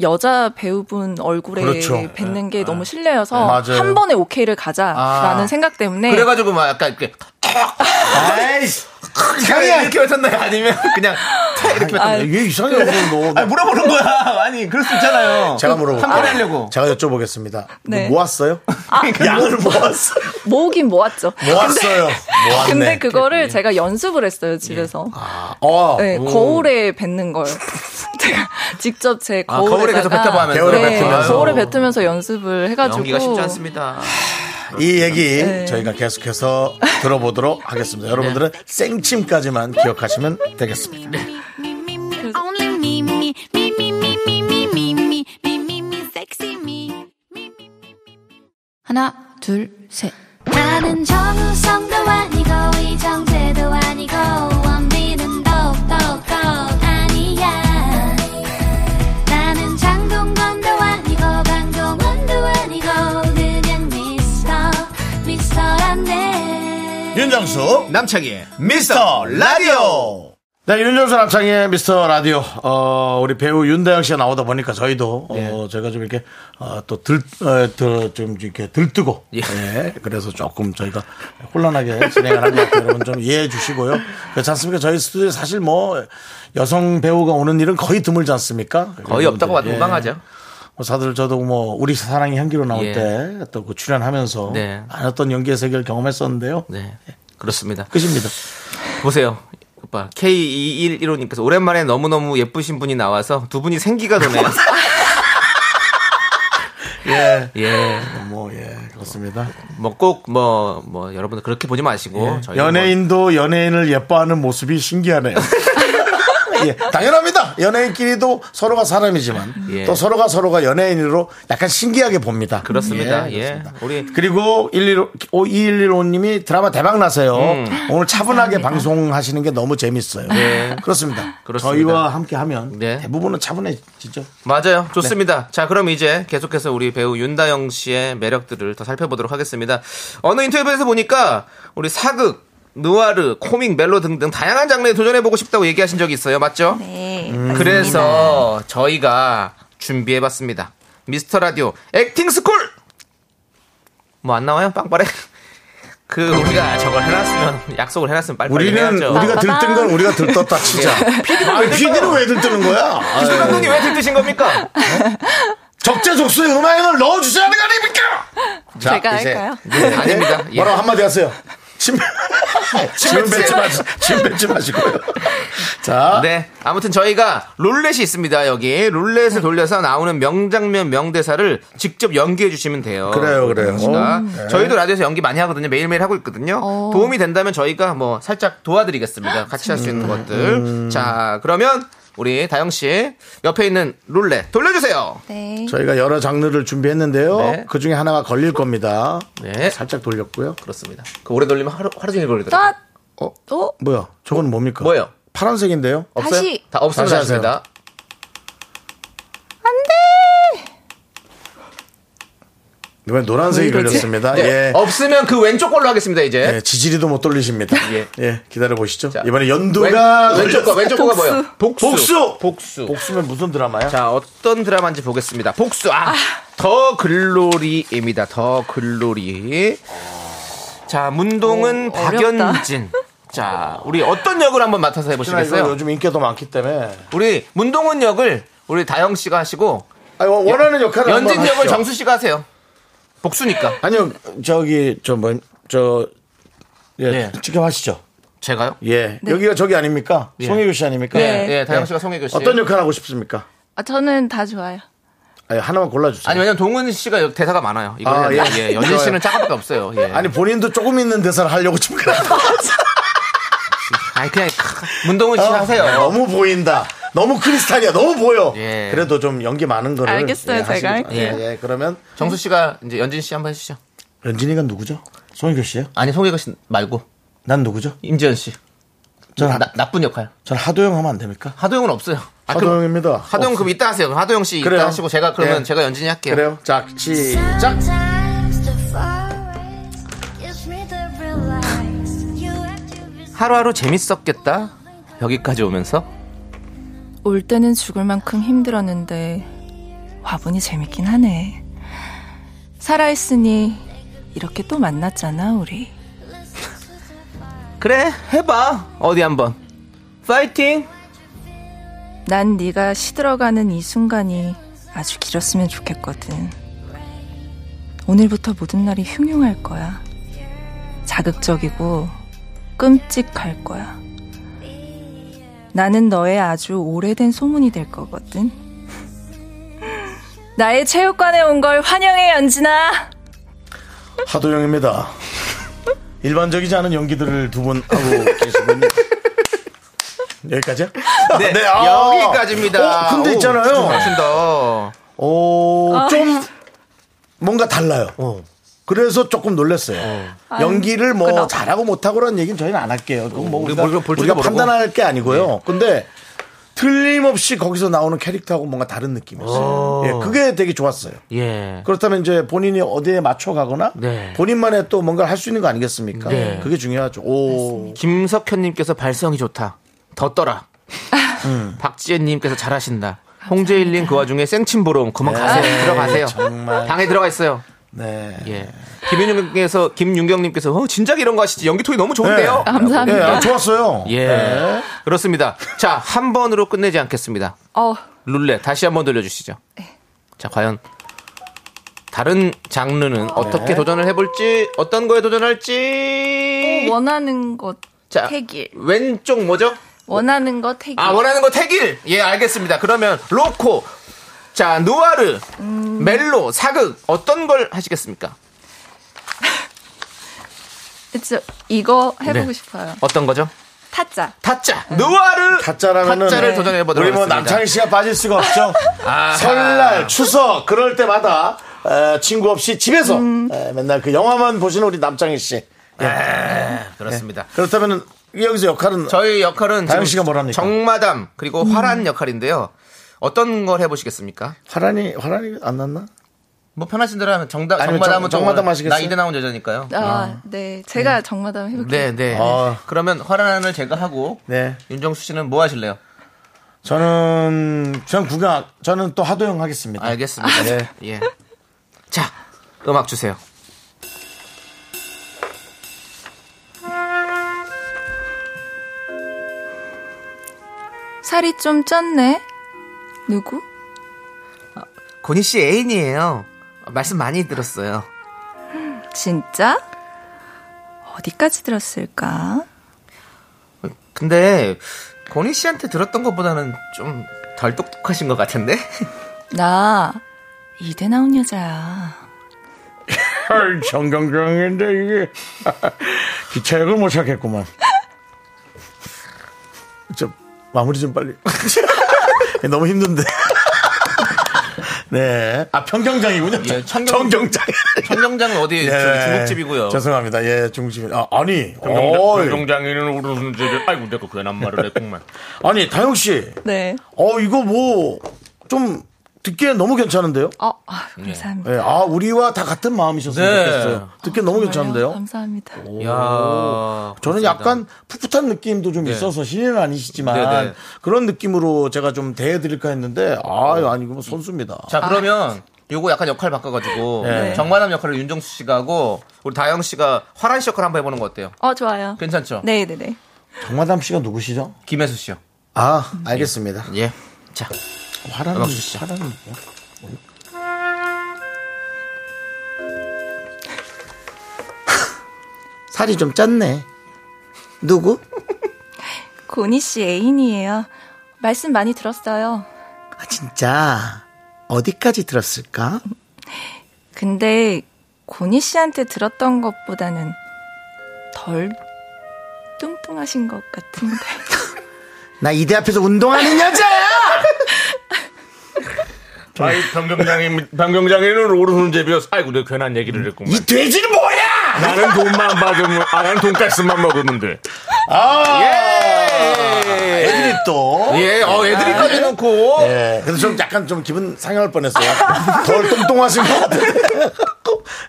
Speaker 7: 여자 배우분 얼굴에
Speaker 1: 그렇죠. 네,
Speaker 7: 뱉는 게 너무 실례여서
Speaker 1: 맞아요.
Speaker 7: 한 번에 오케이를 가자라는
Speaker 2: 아.
Speaker 7: 생각 때문에
Speaker 2: 그래가지고 막 약간 이렇게.
Speaker 1: 아이씨,
Speaker 2: 그냥 이렇게 뱉었나요? 아니면 그냥 탁 이렇게 뱉었나요?
Speaker 1: 아, 이게 이상해, 너.
Speaker 2: 아, 그- 아니, 물어보는 거야. 아니, 그럴 수 있잖아요.
Speaker 1: 네, 제가 물어볼게요.
Speaker 2: 함께 하려고.
Speaker 1: 제가 여쭤보겠습니다. 뭐
Speaker 7: 네.
Speaker 1: 모았어요? 양을 모았어요.
Speaker 7: 모으긴 모았죠.
Speaker 1: 모았어요. 모았네.
Speaker 7: 근데 그거를 제가 연습을 했어요 집에서.
Speaker 2: 예. 아,
Speaker 1: 어.
Speaker 7: 네, 거울에 뱉는 거예요. 제가 직접 제
Speaker 2: 아,
Speaker 7: 거울에다가
Speaker 2: 거울에 계속 뱉다고 하면서.
Speaker 1: 거울에
Speaker 7: 네,
Speaker 1: 뱉으면서.
Speaker 7: 거울에 뱉으면서 연습을 해가지고
Speaker 2: 연기가 쉽지 않습니다.
Speaker 1: 아, 이 얘기
Speaker 2: 네.
Speaker 1: 저희가 계속해서 들어보도록 하겠습니다. 여러분들은 생침까지만 기억하시면 되겠습니다.
Speaker 5: Me, me, me, only me, me, me, me, me, me, me, me, me, me, me, me, sexy me.
Speaker 9: 하나, 둘, 셋.
Speaker 5: 나는 정우성도 아니고 이정재도 아니고 원빈은 더욱더 아니야 나는 장동건도 아니고 강동원도 아니고 그냥 미스터 미스터란데
Speaker 1: 윤정수,
Speaker 2: 남창희의
Speaker 1: 미스터 라디오! 네, 윤정수 남창의 미스터 라디오. 어, 우리 배우 윤다영 씨가 나오다 보니까 저희도,
Speaker 2: 예.
Speaker 1: 어, 저희가 좀 이렇게, 어, 또 들, 어, 들, 좀 이렇게 들뜨고. 예. 그래서 조금 저희가 혼란하게 진행을 한것 같아요. 여러분 좀 이해해 주시고요. 그렇지 않습니까? 저희 스튜디오에 사실 뭐, 여성 배우가 오는 일은 거의 드물지 않습니까?
Speaker 2: 거의 없다고 봐도
Speaker 1: 예.
Speaker 2: 무방하죠.
Speaker 1: 뭐 사들 저도 뭐 우리 사랑의 향기로 나올
Speaker 2: 예.
Speaker 1: 때 또 그 출연하면서
Speaker 2: 네.
Speaker 1: 안 했던 연기의 세계를 경험했었는데요.
Speaker 2: 네. 그렇습니다.
Speaker 1: 끝입니다.
Speaker 2: 보세요. 오빠 K2115님께서 오랜만에 너무너무 예쁘신 분이 나와서 두 분이 생기가 도네요.
Speaker 1: 예.
Speaker 2: 예.
Speaker 1: 뭐, 예, 그렇습니다.
Speaker 2: 뭐 꼭 뭐 뭐 여러분들 그렇게 보지 마시고 저희는
Speaker 1: 예.
Speaker 2: 뭐
Speaker 1: 연예인도 연예인을 예뻐하는 모습이 신기하네요. 예, 당연합니다. 연예인끼리도 서로가 사람이지만
Speaker 2: 예.
Speaker 1: 또 서로가 서로가 연예인으로 약간 신기하게 봅니다.
Speaker 2: 그렇습니다. 예.
Speaker 1: 그렇습니다.
Speaker 2: 우리-
Speaker 1: 그리고 115, 2115님이 드라마 대박 나세요. 오늘 차분하게 방송하시는 게 너무 재밌어요.
Speaker 2: 음. 네.
Speaker 1: 그렇습니다.
Speaker 2: 그렇습니다.
Speaker 1: 저희와 함께 하면
Speaker 2: 네.
Speaker 1: 대부분은 차분해지죠.
Speaker 2: 뭐-
Speaker 1: 네.
Speaker 2: 맞아요. 좋습니다. 자, 그럼 이제 계속해서 우리 배우 윤다영 씨의 매력들을 더 살펴보도록 하겠습니다. 어느 인터뷰에서 보니까 우리 사극, 누아르, 코믹, 멜로 등등 다양한 장르에 도전해 보고 싶다고 얘기하신 적이 있어요. 맞죠?
Speaker 7: 네.
Speaker 2: 그래서 저희가 준비해봤습니다. 미스터 라디오 액팅 스쿨! 뭐 안 나와요? 빵빠레? 그 우리가 저걸 해놨으면 약속을 해놨으면 빨리빨리
Speaker 1: 우리는
Speaker 2: 해야죠. 네.
Speaker 7: 아,
Speaker 1: 우리가 들뜬 건 우리가 들떴다 치자. 아니, PD는 왜 들뜨는 거야?
Speaker 2: 그
Speaker 1: 아유.
Speaker 2: 감독님 왜 들뜨신 겁니까?
Speaker 1: 적재적소에 음악을 넣어주셔야 하는 거 아닙니까?
Speaker 7: 제가 할까요?
Speaker 1: 네,
Speaker 2: 아닙니다. 예.
Speaker 1: 뭐라고 한마디 하세요. 침, 침 뱉지 마시고. 침 뱉지 마시고요. 자.
Speaker 2: 네. 아무튼 저희가 룰렛이 있습니다. 여기 룰렛을 돌려서 나오는 명장면 명대사를 직접 연기해 주시면 돼요.
Speaker 1: 그래요, 어, 네. 그래요.
Speaker 2: 씨가. 저희도 라디오에서 연기 많이 하거든요. 매일매일 하고 있거든요.
Speaker 7: 어.
Speaker 2: 도움이 된다면 저희가 뭐 살짝 도와드리겠습니다. 같이 할 수 있는 것들.
Speaker 1: 음.
Speaker 2: 자, 그러면 우리 다영 씨 옆에 있는 룰렛 돌려주세요.
Speaker 7: 네.
Speaker 1: 저희가 여러 장르를 준비했는데요.
Speaker 2: 네.
Speaker 1: 그 중에 하나가 걸릴 겁니다.
Speaker 2: 네.
Speaker 1: 살짝 돌렸고요.
Speaker 2: 그렇습니다. 그 오래 돌리면 하루, 하루 종일 걸리더라고요.
Speaker 7: 또
Speaker 1: 어?
Speaker 7: 어?
Speaker 1: 뭐야? 저건 뭡니까?
Speaker 2: 뭐예요?
Speaker 1: 파란색인데요?
Speaker 2: 없어요?
Speaker 7: 다시.
Speaker 2: 다 없으면
Speaker 1: 다시
Speaker 2: 다시
Speaker 1: 하세요.
Speaker 2: 하십니다.
Speaker 7: 안돼.
Speaker 1: 이번엔 네, 노란색이 걸렸습니다.
Speaker 2: 네.
Speaker 1: 예.
Speaker 2: 없으면 그 왼쪽 걸로 하겠습니다, 이제.
Speaker 1: 예, 지지리도 못 돌리십니다. 예,
Speaker 2: 예.
Speaker 1: 기다려 보시죠.
Speaker 2: 자.
Speaker 1: 이번에
Speaker 2: 왼,
Speaker 1: 연두가
Speaker 2: 왼쪽 거, 왼쪽 거가 뭐예요? 복수.
Speaker 1: 복수!
Speaker 2: 복수.
Speaker 1: 복수면 무슨 드라마야?
Speaker 2: 자, 어떤 드라마인지 보겠습니다. 복수. 아, 더 글로리입니다. 더 글로리. 자, 문동은 박연진. 자, 우리 어떤 역을 한번 맡아서
Speaker 1: 혹시나 이거
Speaker 2: 해보시겠어요?
Speaker 1: 요즘 인기가 더 많기 때문에
Speaker 2: 우리 문동은 역을 우리 다영 씨가 하시고
Speaker 1: 아니, 원- 원하는 역할을
Speaker 2: 연진
Speaker 1: 한번
Speaker 2: 역을
Speaker 1: 하시죠.
Speaker 2: 정수 씨가 하세요. 복수니까.
Speaker 1: 아니요 저기 저뭐저 예,
Speaker 7: 네.
Speaker 2: 예.
Speaker 1: 직접 하시죠.
Speaker 2: 제가요?
Speaker 1: 예 여기가 저기 아닙니까? 송혜교 씨 아닙니까?
Speaker 7: 네.
Speaker 2: 예, 다영 씨가 송혜교 씨.
Speaker 1: 어떤 역할 하고 싶습니까?
Speaker 7: 아, 저는 다 좋아요.
Speaker 1: 아니, 하나만 골라주세요.
Speaker 2: 아니 왜냐면 동은 씨가 역- 대사가 많아요. 이거
Speaker 1: 아,
Speaker 2: 는
Speaker 1: 예.
Speaker 2: 예. 연진 씨는 짜가밖에 없어요. 예.
Speaker 1: 아니,
Speaker 2: 아니,
Speaker 1: 본인도 조금 있는 대사를 하려고 지금 그래도
Speaker 2: 그냥 문동은
Speaker 1: 어.
Speaker 2: 씨 하세요.
Speaker 1: 너무 보인다. 너무 크리스탈이야. 너무 보여.
Speaker 2: 예.
Speaker 1: 그래도 좀 연기 많은
Speaker 2: 네,
Speaker 1: 거를.
Speaker 7: 알겠어요,
Speaker 1: 예,
Speaker 7: 제가
Speaker 1: 하시죠.
Speaker 2: 할게요.
Speaker 1: 예, 예, 그러면
Speaker 2: 정수 씨가 이제 연진 씨 한번 해주시죠.
Speaker 1: 연진이가 누구죠? 송혜교 씨요?
Speaker 2: 아니 송혜교 씨 말고
Speaker 1: 난 누구죠?
Speaker 2: 임지연 씨.
Speaker 1: 전, 하,
Speaker 2: 나, 나쁜 역할.
Speaker 1: 전 하도영 하면 안 됩니까?
Speaker 2: 하도영은 없어요. 아, 그럼
Speaker 1: 하도영입니다.
Speaker 2: 하도영 그럼 이따 하세요. 그럼 하도영 씨
Speaker 1: 그래요.
Speaker 2: 이따 하시고 제가 그러면
Speaker 1: 예.
Speaker 2: 제가 연진이 할게요.
Speaker 1: 그래요. 자, 시작.
Speaker 9: Sometimes the forest gives me the relax. You have to visit
Speaker 2: 하루하루 재밌었겠다. 여기까지 오면서
Speaker 7: 올 때는 죽을 만큼 힘들었는데 화분이 재밌긴 하네. 살아있으니 이렇게 또 만났잖아 우리.
Speaker 2: 그래 해봐 어디 한번 파이팅.
Speaker 7: 난 네가 시들어가는 이 순간이 아주 길었으면 좋겠거든. 오늘부터 모든 날이 흉흉할 거야. 자극적이고 끔찍할 거야. 나는 너의 아주 오래된 소문이 될 거거든. 나의 체육관에 온 걸 환영해, 연진아!
Speaker 1: 어, 하도영입니다. 일반적이지 않은 연기들을 두 분 하고 계시군요. 여기까지요?
Speaker 2: 네,
Speaker 1: 아.
Speaker 2: 여기까지입니다.
Speaker 1: 어, 근데
Speaker 2: 오,
Speaker 1: 있잖아요.
Speaker 2: 훨씬 더.
Speaker 1: 오, 좀 뭔가 달라요. 어. 그래서 조금 놀랐어요. 연기를 뭐
Speaker 7: 그럼.
Speaker 1: 잘하고 못하고 그런 얘기는 저희는 안 할게요. 그건 뭐
Speaker 2: 우리
Speaker 1: 우리가,
Speaker 2: 뭘 볼지도
Speaker 1: 우리가
Speaker 2: 모르고.
Speaker 1: 판단할 게 아니고요. 근데 틀림없이 거기서 나오는 캐릭터하고 뭔가 다른 느낌이었어요. 예, 그게 되게 좋았어요.
Speaker 2: 예.
Speaker 1: 그렇다면 이제 본인이 어디에 맞춰 가거나
Speaker 2: 네.
Speaker 1: 본인만의 또 뭔가를 할 수 있는 거 아니겠습니까?
Speaker 2: 네.
Speaker 1: 그게 중요하죠. 오.
Speaker 2: 김석현님께서 발성이 좋다. 더 떠라.
Speaker 1: 음.
Speaker 2: 음. 박지혜님께서 잘하신다. 홍재일님 그 와중에 생침 보러 온 그만 가세요. 들어가세요.
Speaker 1: 네, 정말.
Speaker 2: 방에 들어가 있어요.
Speaker 1: 네.
Speaker 2: 예. 김윤경님께서 김윤경님께서 어, 진작 이런 거 하시지 연기 톤이 너무 좋은데요.
Speaker 1: 감사합니다. 아, 좋았어요.
Speaker 2: 예.
Speaker 1: 네.
Speaker 2: 그렇습니다. 자, 한 번으로 끝내지 않겠습니다.
Speaker 7: 어,
Speaker 2: 룰렛 다시 한번 돌려주시죠.
Speaker 1: 네.
Speaker 2: 자, 과연 다른 장르는
Speaker 1: 네.
Speaker 2: 어떻게 도전을 해볼지, 어떤 거에
Speaker 1: 어,
Speaker 2: 도전할지.
Speaker 7: 어,
Speaker 1: 뭐
Speaker 7: 원하는 것
Speaker 2: 네. 자,
Speaker 7: 태길.
Speaker 2: 왼쪽 뭐죠?
Speaker 7: 원하는 것 태길.
Speaker 2: 아, 원하는 거 태길. 예, 알겠습니다. 그러면 로코, 자, 누아르, 멜로, 사극 어떤 걸 하시겠습니까?
Speaker 7: 그쵸, 이거 해보고
Speaker 2: 네.
Speaker 7: 싶어요.
Speaker 2: 어떤 거죠?
Speaker 7: 타짜.
Speaker 2: 타짜, 누아르,
Speaker 1: 타짜라면은
Speaker 2: 타짜를 도전해
Speaker 1: 음.
Speaker 2: 보도록
Speaker 1: 우리 뭐
Speaker 2: 하겠습니다. 아,
Speaker 1: 남창희 씨가 빠질 수가 없죠. 설날, 추석 그럴 때마다 에, 친구 없이 집에서
Speaker 2: 음.
Speaker 1: 에, 맨날 그 영화만 보시는 우리 남창희 씨.
Speaker 2: 네, 그렇습니다.
Speaker 1: 네. 그렇다면은 여기서 역할은
Speaker 2: 저희 역할은
Speaker 1: 다영
Speaker 2: 지금
Speaker 1: 씨가 뭘 합니까? 음.
Speaker 2: 정마담 그리고 화란 역할인데요. 어떤 걸 해보시겠습니까?
Speaker 1: 화란이 화란이 안 났나?
Speaker 2: 뭐 편하신 대로 하면 정답
Speaker 1: 아니면 정-
Speaker 2: 정마담은 또
Speaker 1: 정마담
Speaker 2: 오늘
Speaker 1: 하시겠어요?
Speaker 2: 나 이대 나온 여자니까요.
Speaker 7: 아, 네. 제가 정마담
Speaker 2: 네,
Speaker 7: 해볼게요.
Speaker 2: 네.
Speaker 1: 아.
Speaker 2: 그러면 화란을 제가 하고
Speaker 1: 네.
Speaker 2: 윤정수 씨는 뭐 하실래요?
Speaker 1: 저는 저는 구경 저는 또 하도영 하겠습니다.
Speaker 2: 알겠습니다.
Speaker 1: 네.
Speaker 2: 예. 자, 음악 주세요.
Speaker 7: 살이 좀 쪘네. 누구?
Speaker 2: 고니 씨 애인이에요. 말씀 많이 들었어요.
Speaker 7: 진짜? 어디까지 들었을까?
Speaker 2: 근데 고니 씨한테 들었던 것보다는 좀 덜 똑똑하신 것 같은데?
Speaker 7: 나 이대 나온 여자야.
Speaker 1: 정경경인데 이게 기차역을 못 찾겠구만. 저 마무리 아, 좀 빨리. 너무 힘든데. 네. 아 평경장이군요.
Speaker 2: 예, 청경-
Speaker 1: 청경장.
Speaker 2: 청경장은 어디
Speaker 1: 예,
Speaker 2: 중국집이고요.
Speaker 1: 죄송합니다. 예, 중국집. 아, 아니. 어이.
Speaker 3: 경경장이는 우르는지를 아이고 내거 괜한 말을 했구만
Speaker 1: 아니, 다영 씨.
Speaker 7: 네.
Speaker 1: 어, 이거 뭐 좀 듣기엔 너무 괜찮은데요?
Speaker 7: 어, 아, 감사합니다.
Speaker 1: 예, 아, 우리와 다 같은 마음이셨으면
Speaker 2: 네.
Speaker 1: 좋겠어요. 듣기엔 너무 괜찮은데요?
Speaker 7: 감사합니다.
Speaker 2: 아. 야,
Speaker 1: 저는 약간 풋풋한 느낌도 좀
Speaker 2: 네.
Speaker 1: 있어서 신인은 아니시지만
Speaker 2: 네, 네.
Speaker 1: 그런 느낌으로 제가 좀 대해드릴까 했는데 아유 아니고 뭐 선수입니다.
Speaker 2: 자 그러면 요거 약간 역할 바꿔가지고
Speaker 1: 네.
Speaker 2: 정만함 역할을 윤정수 씨가 하고 우리 다영 씨가 화란 씨 역할 한번 해보는 거 어때요?
Speaker 7: 어, 좋아요.
Speaker 2: 괜찮죠?
Speaker 7: 네, 네, 네.
Speaker 1: 정마담 씨가 누구시죠?
Speaker 2: 김혜수 씨요.
Speaker 1: 아 알겠습니다.
Speaker 2: 예. 자,
Speaker 1: 화라는
Speaker 2: 음악 주시죠.
Speaker 1: 화라는 뭐야? 살이 좀 쪘네. 누구?
Speaker 7: 고니 씨 애인이에요. 말씀 많이 들었어요.
Speaker 1: 아, 진짜 어디까지 들었을까?
Speaker 7: 근데 고니 씨한테 들었던 것보다는 덜 뚱뚱하신 것 같은데.
Speaker 1: 나 이대 앞에서 운동하는 여자야.
Speaker 10: 아이 변경장님 변경장에는 오른손 제비였어. 아이고 내 괜한 얘기를 했구만.
Speaker 1: 이 돼지는 뭐야?
Speaker 10: 나는 돈만 받으면 아 나는 돈가스만 먹었는데.
Speaker 2: 네.
Speaker 1: 애들이 또.
Speaker 2: 예, 어,
Speaker 1: 아.
Speaker 2: 애들이까지 해놓고.
Speaker 1: 예, 그래서 좀 약간 좀 기분 상할 뻔했어요. 덜 뚱뚱하신 것 같아.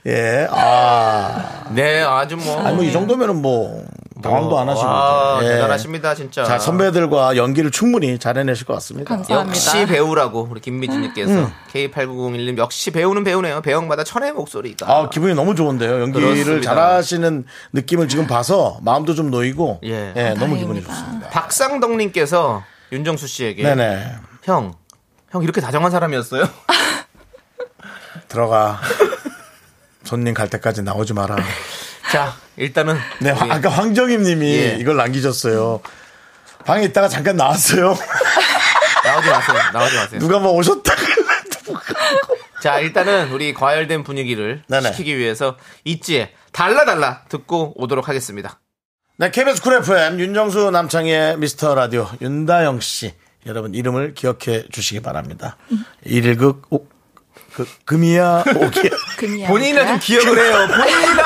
Speaker 1: 예, 아.
Speaker 2: 네, 아주 뭐.
Speaker 1: 아니, 뭐, 이 정도면은 뭐, 당황도 안 하시고.
Speaker 2: 와,
Speaker 1: 예.
Speaker 2: 아, 대단하십니다, 진짜.
Speaker 1: 자, 선배들과 연기를 충분히 잘 해내실 것 같습니다.
Speaker 7: 아, 감사합니다.
Speaker 2: 역시 배우라고 우리 김미진님께서
Speaker 1: 음.
Speaker 2: K8901님 역시 배우는 배우네요. 배역마다 천의 목소리가.
Speaker 1: 아, 기분이 너무 좋은데요. 연기를
Speaker 2: 그렇습니다.
Speaker 1: 잘하시는 느낌을 지금 봐서 마음도 좀 놓이고. 예.
Speaker 2: 예.
Speaker 1: 너무 기분이 좋습니다.
Speaker 2: 박상덕님께서 윤정수 씨에게
Speaker 1: 네네.
Speaker 2: 형, 형 이렇게 다정한 사람이었어요?
Speaker 1: 들어가. 손님 갈 때까지 나오지 마라.
Speaker 2: 자, 일단은
Speaker 1: 네, 화- 아까 황정임 님이
Speaker 2: 예.
Speaker 1: 이걸 남기셨어요. 방에 있다가 잠깐 나왔어요.
Speaker 2: 나오지 마세요. 나오지 마세요.
Speaker 1: 누가 뭐 오셨다.
Speaker 2: 자, 일단은 우리 과열된 분위기를
Speaker 1: 네네.
Speaker 2: 시키기 위해서 있지에 달라 달라 듣고 오도록 하겠습니다.
Speaker 1: 네, KBS 쿨 FM 윤정수 남창의 미스터 라디오 윤다영 씨 여러분 이름을 기억해 주시기 바랍니다. 1일극 옥, 그, 금이야 오기야
Speaker 7: 금이야.
Speaker 2: 본인이나 좀 기억을 해요. 본인이나.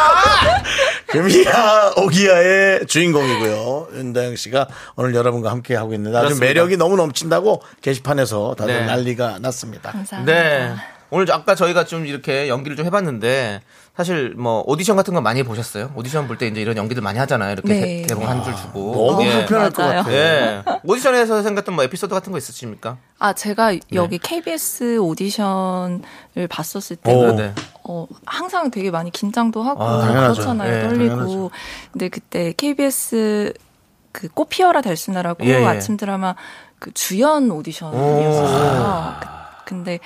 Speaker 1: 금이야 오기야의 주인공이고요. 윤다영 씨가 오늘 여러분과 함께 하고 있는데 아주
Speaker 2: 그렇습니다.
Speaker 1: 매력이 너무 넘친다고 게시판에서 다들
Speaker 2: 네.
Speaker 1: 난리가 났습니다.
Speaker 7: 감사합니다.
Speaker 2: 네. 오늘 아까 저희가 좀 이렇게 연기를 좀 해봤는데 사실 뭐 오디션 같은 거 많이 보셨어요? 오디션 볼 때 이제 이런 연기들 많이 하잖아요. 이렇게
Speaker 7: 네.
Speaker 2: 대- 대본 한 줄 주고.
Speaker 1: 어, 너무
Speaker 2: 예.
Speaker 1: 불편할 것
Speaker 7: 맞아요.
Speaker 1: 같아요.
Speaker 2: 예. 오디션에서 생각했던 뭐 에피소드 같은 거 있으십니까?
Speaker 7: 아, 제가 여기 KBS 오디션을 봤었을 때
Speaker 1: 오.
Speaker 2: 네.
Speaker 7: 어, 항상 되게 많이 긴장도 하고
Speaker 2: 아,
Speaker 1: 당연하죠.
Speaker 7: 그렇잖아요.
Speaker 2: 예,
Speaker 7: 떨리고.
Speaker 1: 당연하죠.
Speaker 7: 근데 그때 KBS 그 꽃피어라 달수나라고
Speaker 2: 예, 예.
Speaker 7: 아침 드라마 그 주연 오디션이었어요. 그- 근데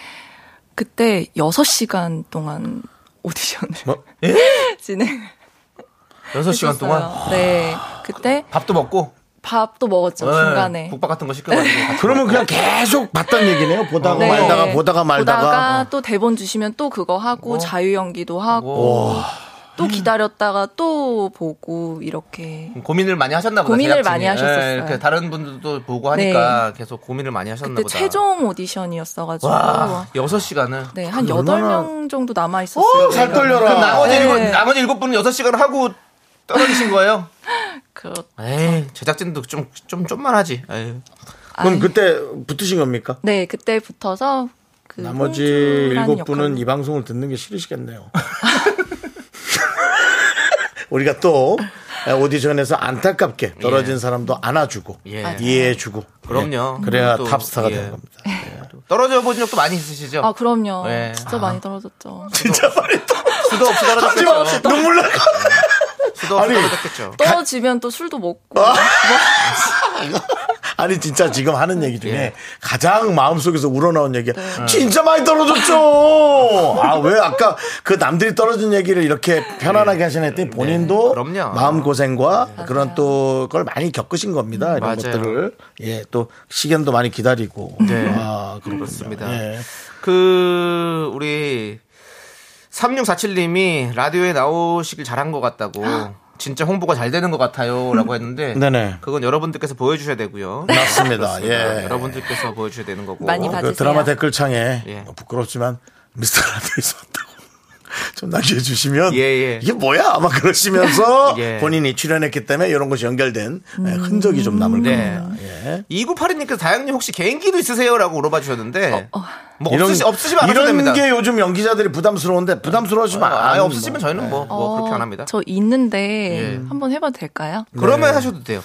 Speaker 7: 그때 6시간 동안 오디션을
Speaker 1: 뭐?
Speaker 7: 진행.
Speaker 2: 여섯 시간 동안
Speaker 7: 네. 그때
Speaker 2: 밥도 먹고
Speaker 7: 밥도 먹었죠.
Speaker 2: 예.
Speaker 7: 중간에.
Speaker 2: 국밥 같은 거 시켜가지고 같이
Speaker 1: 그러면 그냥 계속 봤던 네. 얘기네요. 보다가
Speaker 7: 네.
Speaker 1: 말다가 보다가 말다가 어.
Speaker 7: 보다가 또 대본 주시면 또 그거 하고 자유 연기도 하고 또 기다렸다가 또 보고 이렇게
Speaker 2: 고민을 많이 하셨나 보다.
Speaker 7: 고민을
Speaker 2: 제작진이.
Speaker 7: 많이 하셨었어요. 네.
Speaker 2: 예, 이렇게 다른 분들도 보고 하니까 계속 고민을 많이 하셨나
Speaker 7: 그때
Speaker 2: 보다.
Speaker 7: 최종 오디션이었어가지고
Speaker 2: 와, 6시간을.
Speaker 7: 네, 한
Speaker 1: 얼마나-
Speaker 7: 8명 정도 남아
Speaker 1: 어,
Speaker 7: 있었어요.
Speaker 1: 살 떨려라.
Speaker 2: 나머지
Speaker 7: 네.
Speaker 2: 일곱, 나머지 일곱 분은 6시간 하고 떨어지신 거예요?
Speaker 7: 그,
Speaker 2: 에이, 제작진도 좀, 좀, 좀만 하지. 에이.
Speaker 1: 그럼
Speaker 7: 아이.
Speaker 1: 그때 붙으신 겁니까?
Speaker 7: 네, 그때 붙어서 그
Speaker 1: 나머지
Speaker 7: 홍주라는
Speaker 1: 일곱 분은
Speaker 7: 역할로-
Speaker 1: 이 방송을 듣는 게 싫으시겠네요. 우리가 또 예, 오디션에서 안타깝게 떨어진 사람도 안아주고
Speaker 2: 예.
Speaker 1: 이해해주고
Speaker 2: 그럼요.
Speaker 1: 예. 그래야
Speaker 2: 또,
Speaker 1: 탑스타가
Speaker 2: 예.
Speaker 1: 되는 겁니다.
Speaker 2: 떨어져 보신 적도 많이 있으시죠?
Speaker 7: 아, 그럼요.
Speaker 2: 네.
Speaker 7: 진짜 많이
Speaker 1: 아.
Speaker 7: 떨어졌죠.
Speaker 1: 진짜 말이
Speaker 2: 수도 없이 떨어졌겠죠.
Speaker 1: 또 눈물 나.
Speaker 2: 수도 없이
Speaker 1: 아니.
Speaker 2: 떨어졌겠죠.
Speaker 7: 떨어지면 또 술도 먹고.
Speaker 1: 아. 아니 진짜 지금 하는 얘기 중에
Speaker 2: 예.
Speaker 1: 가장 마음속에서 우러나온 얘기
Speaker 2: 네.
Speaker 1: 야 진짜 많이 떨어졌죠. 아 왜 아까 그 남들이 떨어진 얘기를 이렇게 편안하게 하시나 했더니 본인도
Speaker 2: 예. 네. 그럼요. 네.
Speaker 1: 마음 고생과 그런 또 걸 많이 겪으신 겁니다. 이런
Speaker 2: 맞아요. 음.
Speaker 1: 것들을 예 또 시간도 많이 기다리고
Speaker 2: 네.
Speaker 1: 아 그렇군요.
Speaker 2: 그렇습니다.
Speaker 1: 예.
Speaker 2: 그, 우리, 3647님이 라디오에 나오시길 잘한 것 같다고. 진짜 홍보가 잘 되는 것 같아요. 라고 했는데.
Speaker 1: 네네.
Speaker 2: 그건 여러분들께서 보여주셔야 되고요.
Speaker 1: 맞습니다. 예.
Speaker 2: 여러분들께서 보여주셔야 되는 거고.
Speaker 7: 많이
Speaker 1: 그
Speaker 7: 봐주세요.
Speaker 1: 드라마 댓글창에
Speaker 2: 예.
Speaker 1: 부끄럽지만 미스터 라디오에서 왔다고 좀 남겨 주시면
Speaker 2: 예, 예.
Speaker 1: 이게 뭐야? 아마 그러시면서
Speaker 2: 예.
Speaker 1: 본인이 출연했기 때문에 이런 것이 연결된 예, 흔적이 좀 남을
Speaker 2: 네.
Speaker 1: 겁니다. 예.
Speaker 2: 2982님께서 다영님 혹시 개인기도 있으세요? 라고 물어봐 주셨는데 뭐 없으시, 없으시면 안 하셔도
Speaker 1: 이런
Speaker 2: 됩니다. 어,
Speaker 1: 게 요즘 연기자들이 부담스러운데 부담스러워하시면 안
Speaker 2: 아예 없으시면 저희는 뭐, 뭐 그렇게 안 합니다.
Speaker 7: 어, 저 있는데
Speaker 2: 예.
Speaker 7: 한번 해봐도 될까요?
Speaker 2: 그러면 하셔도 돼요.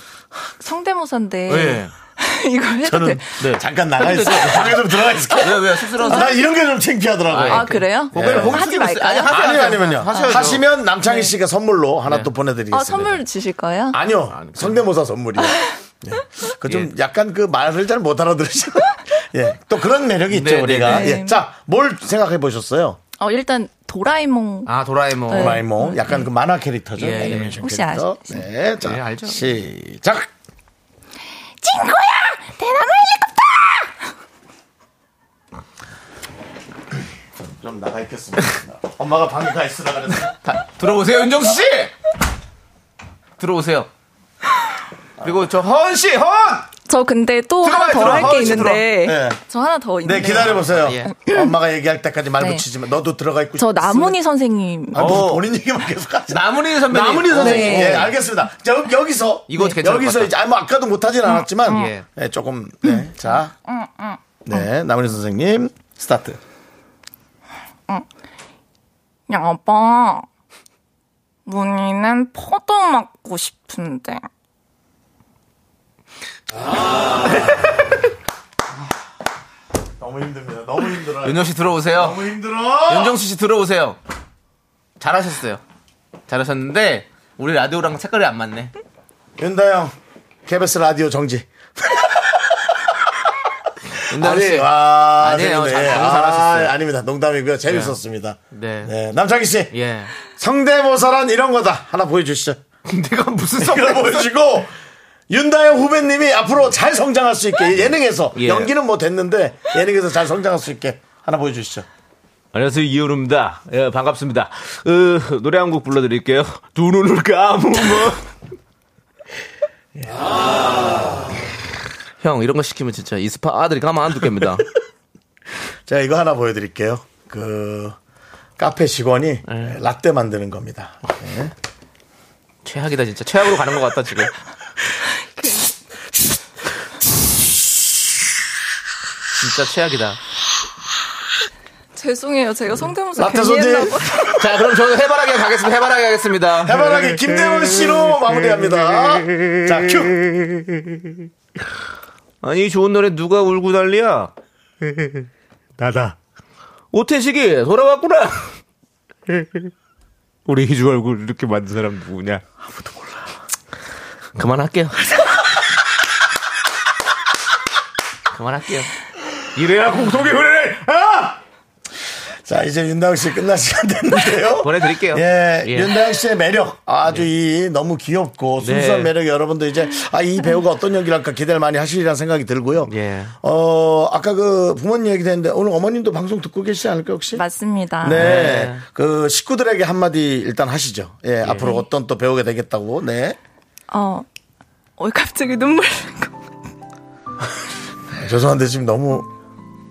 Speaker 7: 성대모사인데
Speaker 2: 예.
Speaker 7: 이거 해도
Speaker 1: 저는
Speaker 7: 돼?
Speaker 1: 네, 잠깐 나가 있어. 방에 좀 들어가 있을게.
Speaker 2: 네. 왜, 왜, 쑥스러워서.
Speaker 1: 나 이런 게 좀
Speaker 2: 네.
Speaker 1: 창피하더라고요.
Speaker 7: 아 그래요?
Speaker 2: 고개를 고개
Speaker 7: 하지
Speaker 2: 숙이고 있어요. 아니,
Speaker 7: 말까요?
Speaker 2: 하세요,
Speaker 1: 아니요, 네,
Speaker 2: 하세요.
Speaker 1: 아니면요.
Speaker 2: 하셔야죠. 네.
Speaker 1: 하시면 남창희 씨가 선물로 하나 또 보내드리겠습니다.
Speaker 7: 아 선물 주실 거예요?
Speaker 1: 아니요. 성대모사 선물이요. 예. 그좀 약간 그 말을 잘 못 알아들으시는. 예. 또 그런 매력이 있죠,
Speaker 2: 네,
Speaker 1: 우리가.
Speaker 2: 네,
Speaker 7: 네.
Speaker 1: 예. 자, 뭘 생각해 보셨어요?
Speaker 7: 어 일단 도라에몽
Speaker 2: 아, 도라에몽.
Speaker 7: 네.
Speaker 1: 라이몽. 약간 그 만화 캐릭터죠.
Speaker 2: 예, 예.
Speaker 1: 애니메이션
Speaker 7: 혹시
Speaker 1: 캐릭터.
Speaker 7: 아시-
Speaker 1: 네. 자,
Speaker 2: 예, 알죠.
Speaker 1: 시작. 친구야! 대나무 헬리콥터! 좀 나가 있겠습니다. 엄마가 방에 가 있으라 그랬어.
Speaker 2: 다- 들어오세요, 윤정수 씨! 들어오세요. 그리고 저 허은 씨, 허은!
Speaker 7: 저 근데 또
Speaker 2: 들어가요,
Speaker 7: 하나 더
Speaker 2: 들어가.
Speaker 7: 할 게
Speaker 2: 허은 씨
Speaker 7: 있는데
Speaker 1: 들어가. 네.
Speaker 7: 저 하나 더 있는데
Speaker 1: 네, 기다려보세요.
Speaker 2: 예.
Speaker 1: 엄마가 얘기할 때까지 말
Speaker 7: 네.
Speaker 1: 붙이지 마. 너도 들어가 있고
Speaker 7: 저 나문희 선생님
Speaker 1: 아, 뭐
Speaker 2: 어.
Speaker 1: 본인 얘기만 계속 하지.
Speaker 2: 나문희 선배님.
Speaker 1: 나문희 선생님.
Speaker 2: 어.
Speaker 1: 예, 알겠습니다. 자, 여- 여기서.
Speaker 2: 이거
Speaker 1: 네.
Speaker 2: 괜찮을
Speaker 1: 여기서
Speaker 2: 것 같다.
Speaker 1: 이제, 아, 뭐, 아까도 못하진 않았지만.
Speaker 2: 예.
Speaker 1: 네, 조금. 네. 자.
Speaker 7: 음,
Speaker 1: 네, 나문희 선생님. 스타트.
Speaker 7: 여보 문희는 포도 먹고 싶은데
Speaker 1: 너무 힘듭니다. 너무 힘들어요.
Speaker 2: 네. 윤정 씨 들어오세요.
Speaker 1: 힘들어.
Speaker 2: 윤정수 씨 들어오세요. 잘하셨어요. 잘하셨는데 우리 라디오랑 색깔이 안 맞네.
Speaker 1: 윤다영. KBS 라디오 정지.
Speaker 2: 윤정수 씨.
Speaker 1: 와,
Speaker 2: 아니에요.
Speaker 1: 재밌네.
Speaker 2: 어, 잘- 너무
Speaker 1: 아,
Speaker 2: 잘하셨어요.
Speaker 1: 아닙니다. 농담이고요. 재밌었습니다.
Speaker 2: 네.
Speaker 1: 네. 남창희 씨.
Speaker 2: 예.
Speaker 1: 성대모사란 이런 거다. 하나 보여주시죠.
Speaker 2: 내가 무슨
Speaker 1: 이걸
Speaker 2: 성대모사?
Speaker 1: 보여주고 윤다영 후배님이 앞으로 잘 성장할 수 있게 예능에서
Speaker 2: 예.
Speaker 1: 연기는 못 했는데 예능에서 잘 성장할 수 있게 하나 보여주시죠.
Speaker 2: 네.
Speaker 10: 안녕하세요 이현우입니다. 예, 반갑습니다. 어, 노래 한 곡 불러드릴게요. 두 눈을 감으면
Speaker 2: 형 이런 거 시키면 진짜 이 스파 아들이 가만 안 두겠습니다.
Speaker 1: 제가 이거 하나 보여드릴게요. 그 카페 직원이 라떼 만드는 겁니다. 예.
Speaker 2: 최악이다 진짜 최악으로 가는 것 같다 지금. 진짜 최악이다.
Speaker 7: 죄송해요 제가 성대모사
Speaker 1: 라떼
Speaker 7: 괜히
Speaker 1: 손님
Speaker 7: 했나 봐요
Speaker 2: 자 그럼 저는 해바라기 가겠습니다. 해바라기 하겠습니다.
Speaker 1: 해바라기 김대원 씨로 마무리합니다. 자 큐.
Speaker 2: 아니 좋은 노래 누가 울고 난리야?
Speaker 1: 나다.
Speaker 2: 오태식이 돌아왔구나.
Speaker 10: 우리 희주 얼굴 이렇게 만든 사람 누구냐?
Speaker 2: 그만할게요. 그만할게요.
Speaker 10: 이래야 공통의 흐를 아!
Speaker 1: 자 이제 윤다영 씨 끝날 시간 됐는데요.
Speaker 2: 보내드릴게요.
Speaker 1: 예,
Speaker 2: 예.
Speaker 1: 윤다영 씨의 매력 아주 이 너무 귀엽고 순수한
Speaker 2: 네.
Speaker 1: 매력이 여러분도 이제 아 이 배우가 어떤 연기를 할까 기대를 많이 하시리라는 생각이 들고요.
Speaker 2: 예.
Speaker 1: 어 아까 그 부모님 얘기 했는데 오늘 어머님도 방송 듣고 계시지 않을까 혹시?
Speaker 7: 맞습니다
Speaker 1: 네.
Speaker 2: 네.
Speaker 1: 그 식구들에게 한마디 일단 하시죠. 예, 앞으로 어떤 또 배우게 되겠다고. 네.
Speaker 7: 어, 어 갑자기 눈물 나고.
Speaker 1: 죄송한데 지금 너무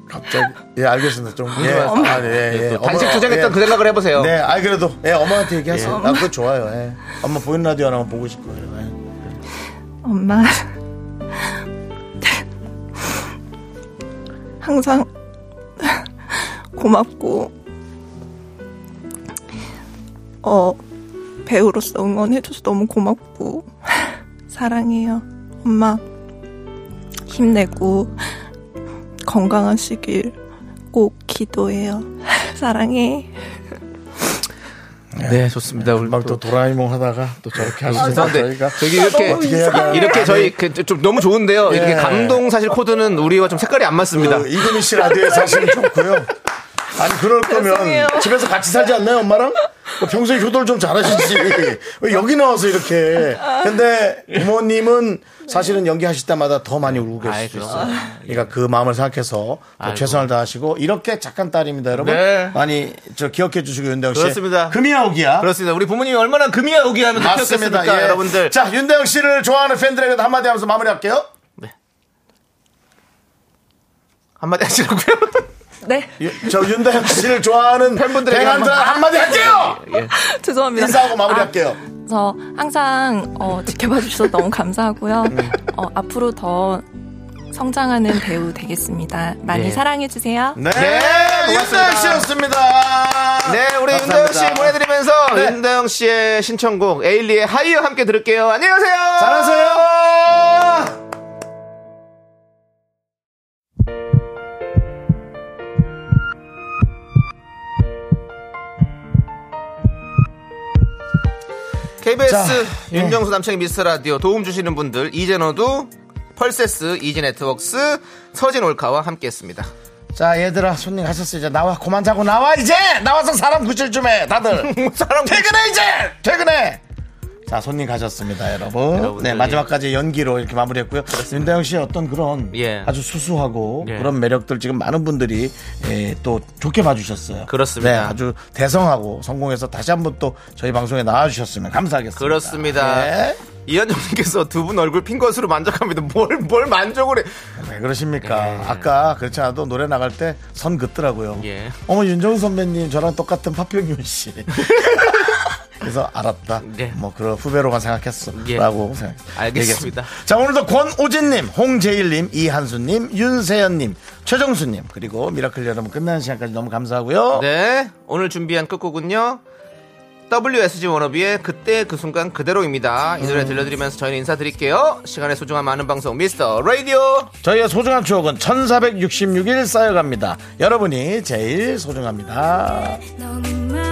Speaker 1: 갑자기 예 알겠습니다. 좀 예. 아, 예, 예.
Speaker 2: 단식
Speaker 1: 어머,
Speaker 2: 투쟁했던
Speaker 1: 예.
Speaker 2: 그 생각을 해보세요.
Speaker 1: 네, 아이 그래도 예, 엄마한테 얘기하세요. 아, 그거 좋아요. 예. 엄마 보이는 라디오 하나만 보고 싶고요. 예.
Speaker 7: 엄마 항상 고맙고 어 배우로서 응원해줘서 너무 고맙고 사랑해요 엄마 힘내고 건강하시길 꼭 기도해요 사랑해
Speaker 2: 네, 좋습니다. 우리
Speaker 1: 막 또 도라에몽 하다가 또 저렇게 하시는
Speaker 2: 죄송한데
Speaker 1: 저희가
Speaker 2: 저기 이렇게
Speaker 1: 어떻게 해야 되나?
Speaker 2: 이렇게 네. 저희 그좀 너무 좋은데요.
Speaker 1: 예.
Speaker 2: 이렇게 감동 사실 코드는 우리와 좀 색깔이 안 맞습니다.
Speaker 1: 그 이금희 씨 라디오에 사실은 좋고요. 아니 그럴 거면
Speaker 7: 죄송해요.
Speaker 1: 집에서 같이 살지 않나요 엄마랑? 뭐 평소에 효도를 좀 잘하시지 왜 여기 나와서 이렇게 근데 부모님은 사실은 연기하실 때마다 더 많이 울고 계실
Speaker 2: 아이,
Speaker 1: 수
Speaker 2: 그럼.
Speaker 1: 있어요 그러니까 그 마음을 생각해서 또
Speaker 2: 아이고.
Speaker 1: 최선을 다하시고 이렇게 착한 딸입니다 여러분
Speaker 2: 네.
Speaker 1: 많이 저 기억해 주시고 윤대영씨
Speaker 2: 그렇습니다.
Speaker 1: 금이야 오기야
Speaker 2: 그렇습니다. 우리 부모님이 얼마나 금이야 오기 하면 느꼈겠습니까,
Speaker 1: 맞습니다 예.
Speaker 2: 여러분들.
Speaker 1: 자윤대영 씨를 좋아하는 팬들에게 한마디 하면서 마무리할게요
Speaker 2: 한마디 하시라고요.
Speaker 7: 네,
Speaker 1: 유- 저 윤다현 씨를 좋아하는
Speaker 2: 팬분들에게
Speaker 1: 팬한테 한마디 할게요.
Speaker 7: 죄송합니다.
Speaker 1: 인사하고
Speaker 7: 아,
Speaker 1: 마무리할게요.
Speaker 7: 그래서 항상 어, 지켜봐 주셔서 너무 감사하고요. 어, 앞으로 더 성장하는 배우 되겠습니다. 많이
Speaker 2: 예.
Speaker 7: 사랑해 주세요.
Speaker 1: 네,
Speaker 2: 네,
Speaker 1: 윤다현
Speaker 2: 고맙습니다.
Speaker 1: 씨였습니다.
Speaker 2: 네, 우리
Speaker 1: 감사합니다.
Speaker 2: 윤다영 씨 보내드리면서
Speaker 1: 네.
Speaker 2: 윤다영 씨의 신청곡 에일리의 하이어 함께 들을게요. 안녕히 가세요.
Speaker 1: 잘하세요.
Speaker 2: KBS
Speaker 1: 자, 네.
Speaker 2: 윤정수 남창희 미스터 라디오 도움 주시는 분들 이젠어두 펄세스 이지 네트웍스 서진 올카와 함께했습니다.
Speaker 1: 자, 얘들아, 손님 가셨어. 이제 나와. 그만 자고 나와, 이제! 나와서 사람 구실 좀 해, 다들!
Speaker 2: 사람
Speaker 1: 퇴근해, 이제! 퇴근해! 자, 손님 가셨습니다, 여러분.
Speaker 2: 여러분들이-
Speaker 1: 네, 마지막까지 연기로 이렇게 마무리했고요. 윤다영 씨의 어떤 그런
Speaker 2: 예.
Speaker 1: 아주 수수하고
Speaker 2: 예.
Speaker 1: 그런 매력들 지금 많은 분들이 예, 또 좋게 봐주셨어요.
Speaker 2: 그렇습니다.
Speaker 1: 네, 아주 대성하고 성공해서 다시 한번 또 저희 방송에 나와주셨으면 감사하겠습니다.
Speaker 2: 그렇습니다.
Speaker 1: 예.
Speaker 2: 이현정님께서 두 분 얼굴 핀 것으로 만족합니다. 뭘, 뭘 만족을 해.
Speaker 1: 왜 그러십니까? 아까 그렇지 않아도 노래 나갈 때 선 긋더라고요.
Speaker 2: 예.
Speaker 1: 어머 윤정수 선배님 저랑 똑같은 파평윤 씨. 그래서 알았다.
Speaker 2: 네.
Speaker 1: 뭐 그런 후배로만
Speaker 2: 예.
Speaker 1: 생각했어라고 생각.
Speaker 2: 알겠습니다.
Speaker 1: 얘기했습니다. 자 오늘도 권오진님, 홍재일님, 이한수님, 윤세연님, 최정수님 그리고 미라클 여러분 끝나는 시간까지 너무 감사하고요.
Speaker 2: 네, 오늘 준비한 끝곡은요. WSG 워너비의 그때 그 순간 그대로입니다. 이 노래 들려드리면서 저희는 인사드릴게요. 시간의 소중한 많은 방송 미스터 라디오.
Speaker 1: 저희의 소중한 추억은 1466일 쌓여갑니다. 여러분이 제일 소중합니다.
Speaker 9: 너무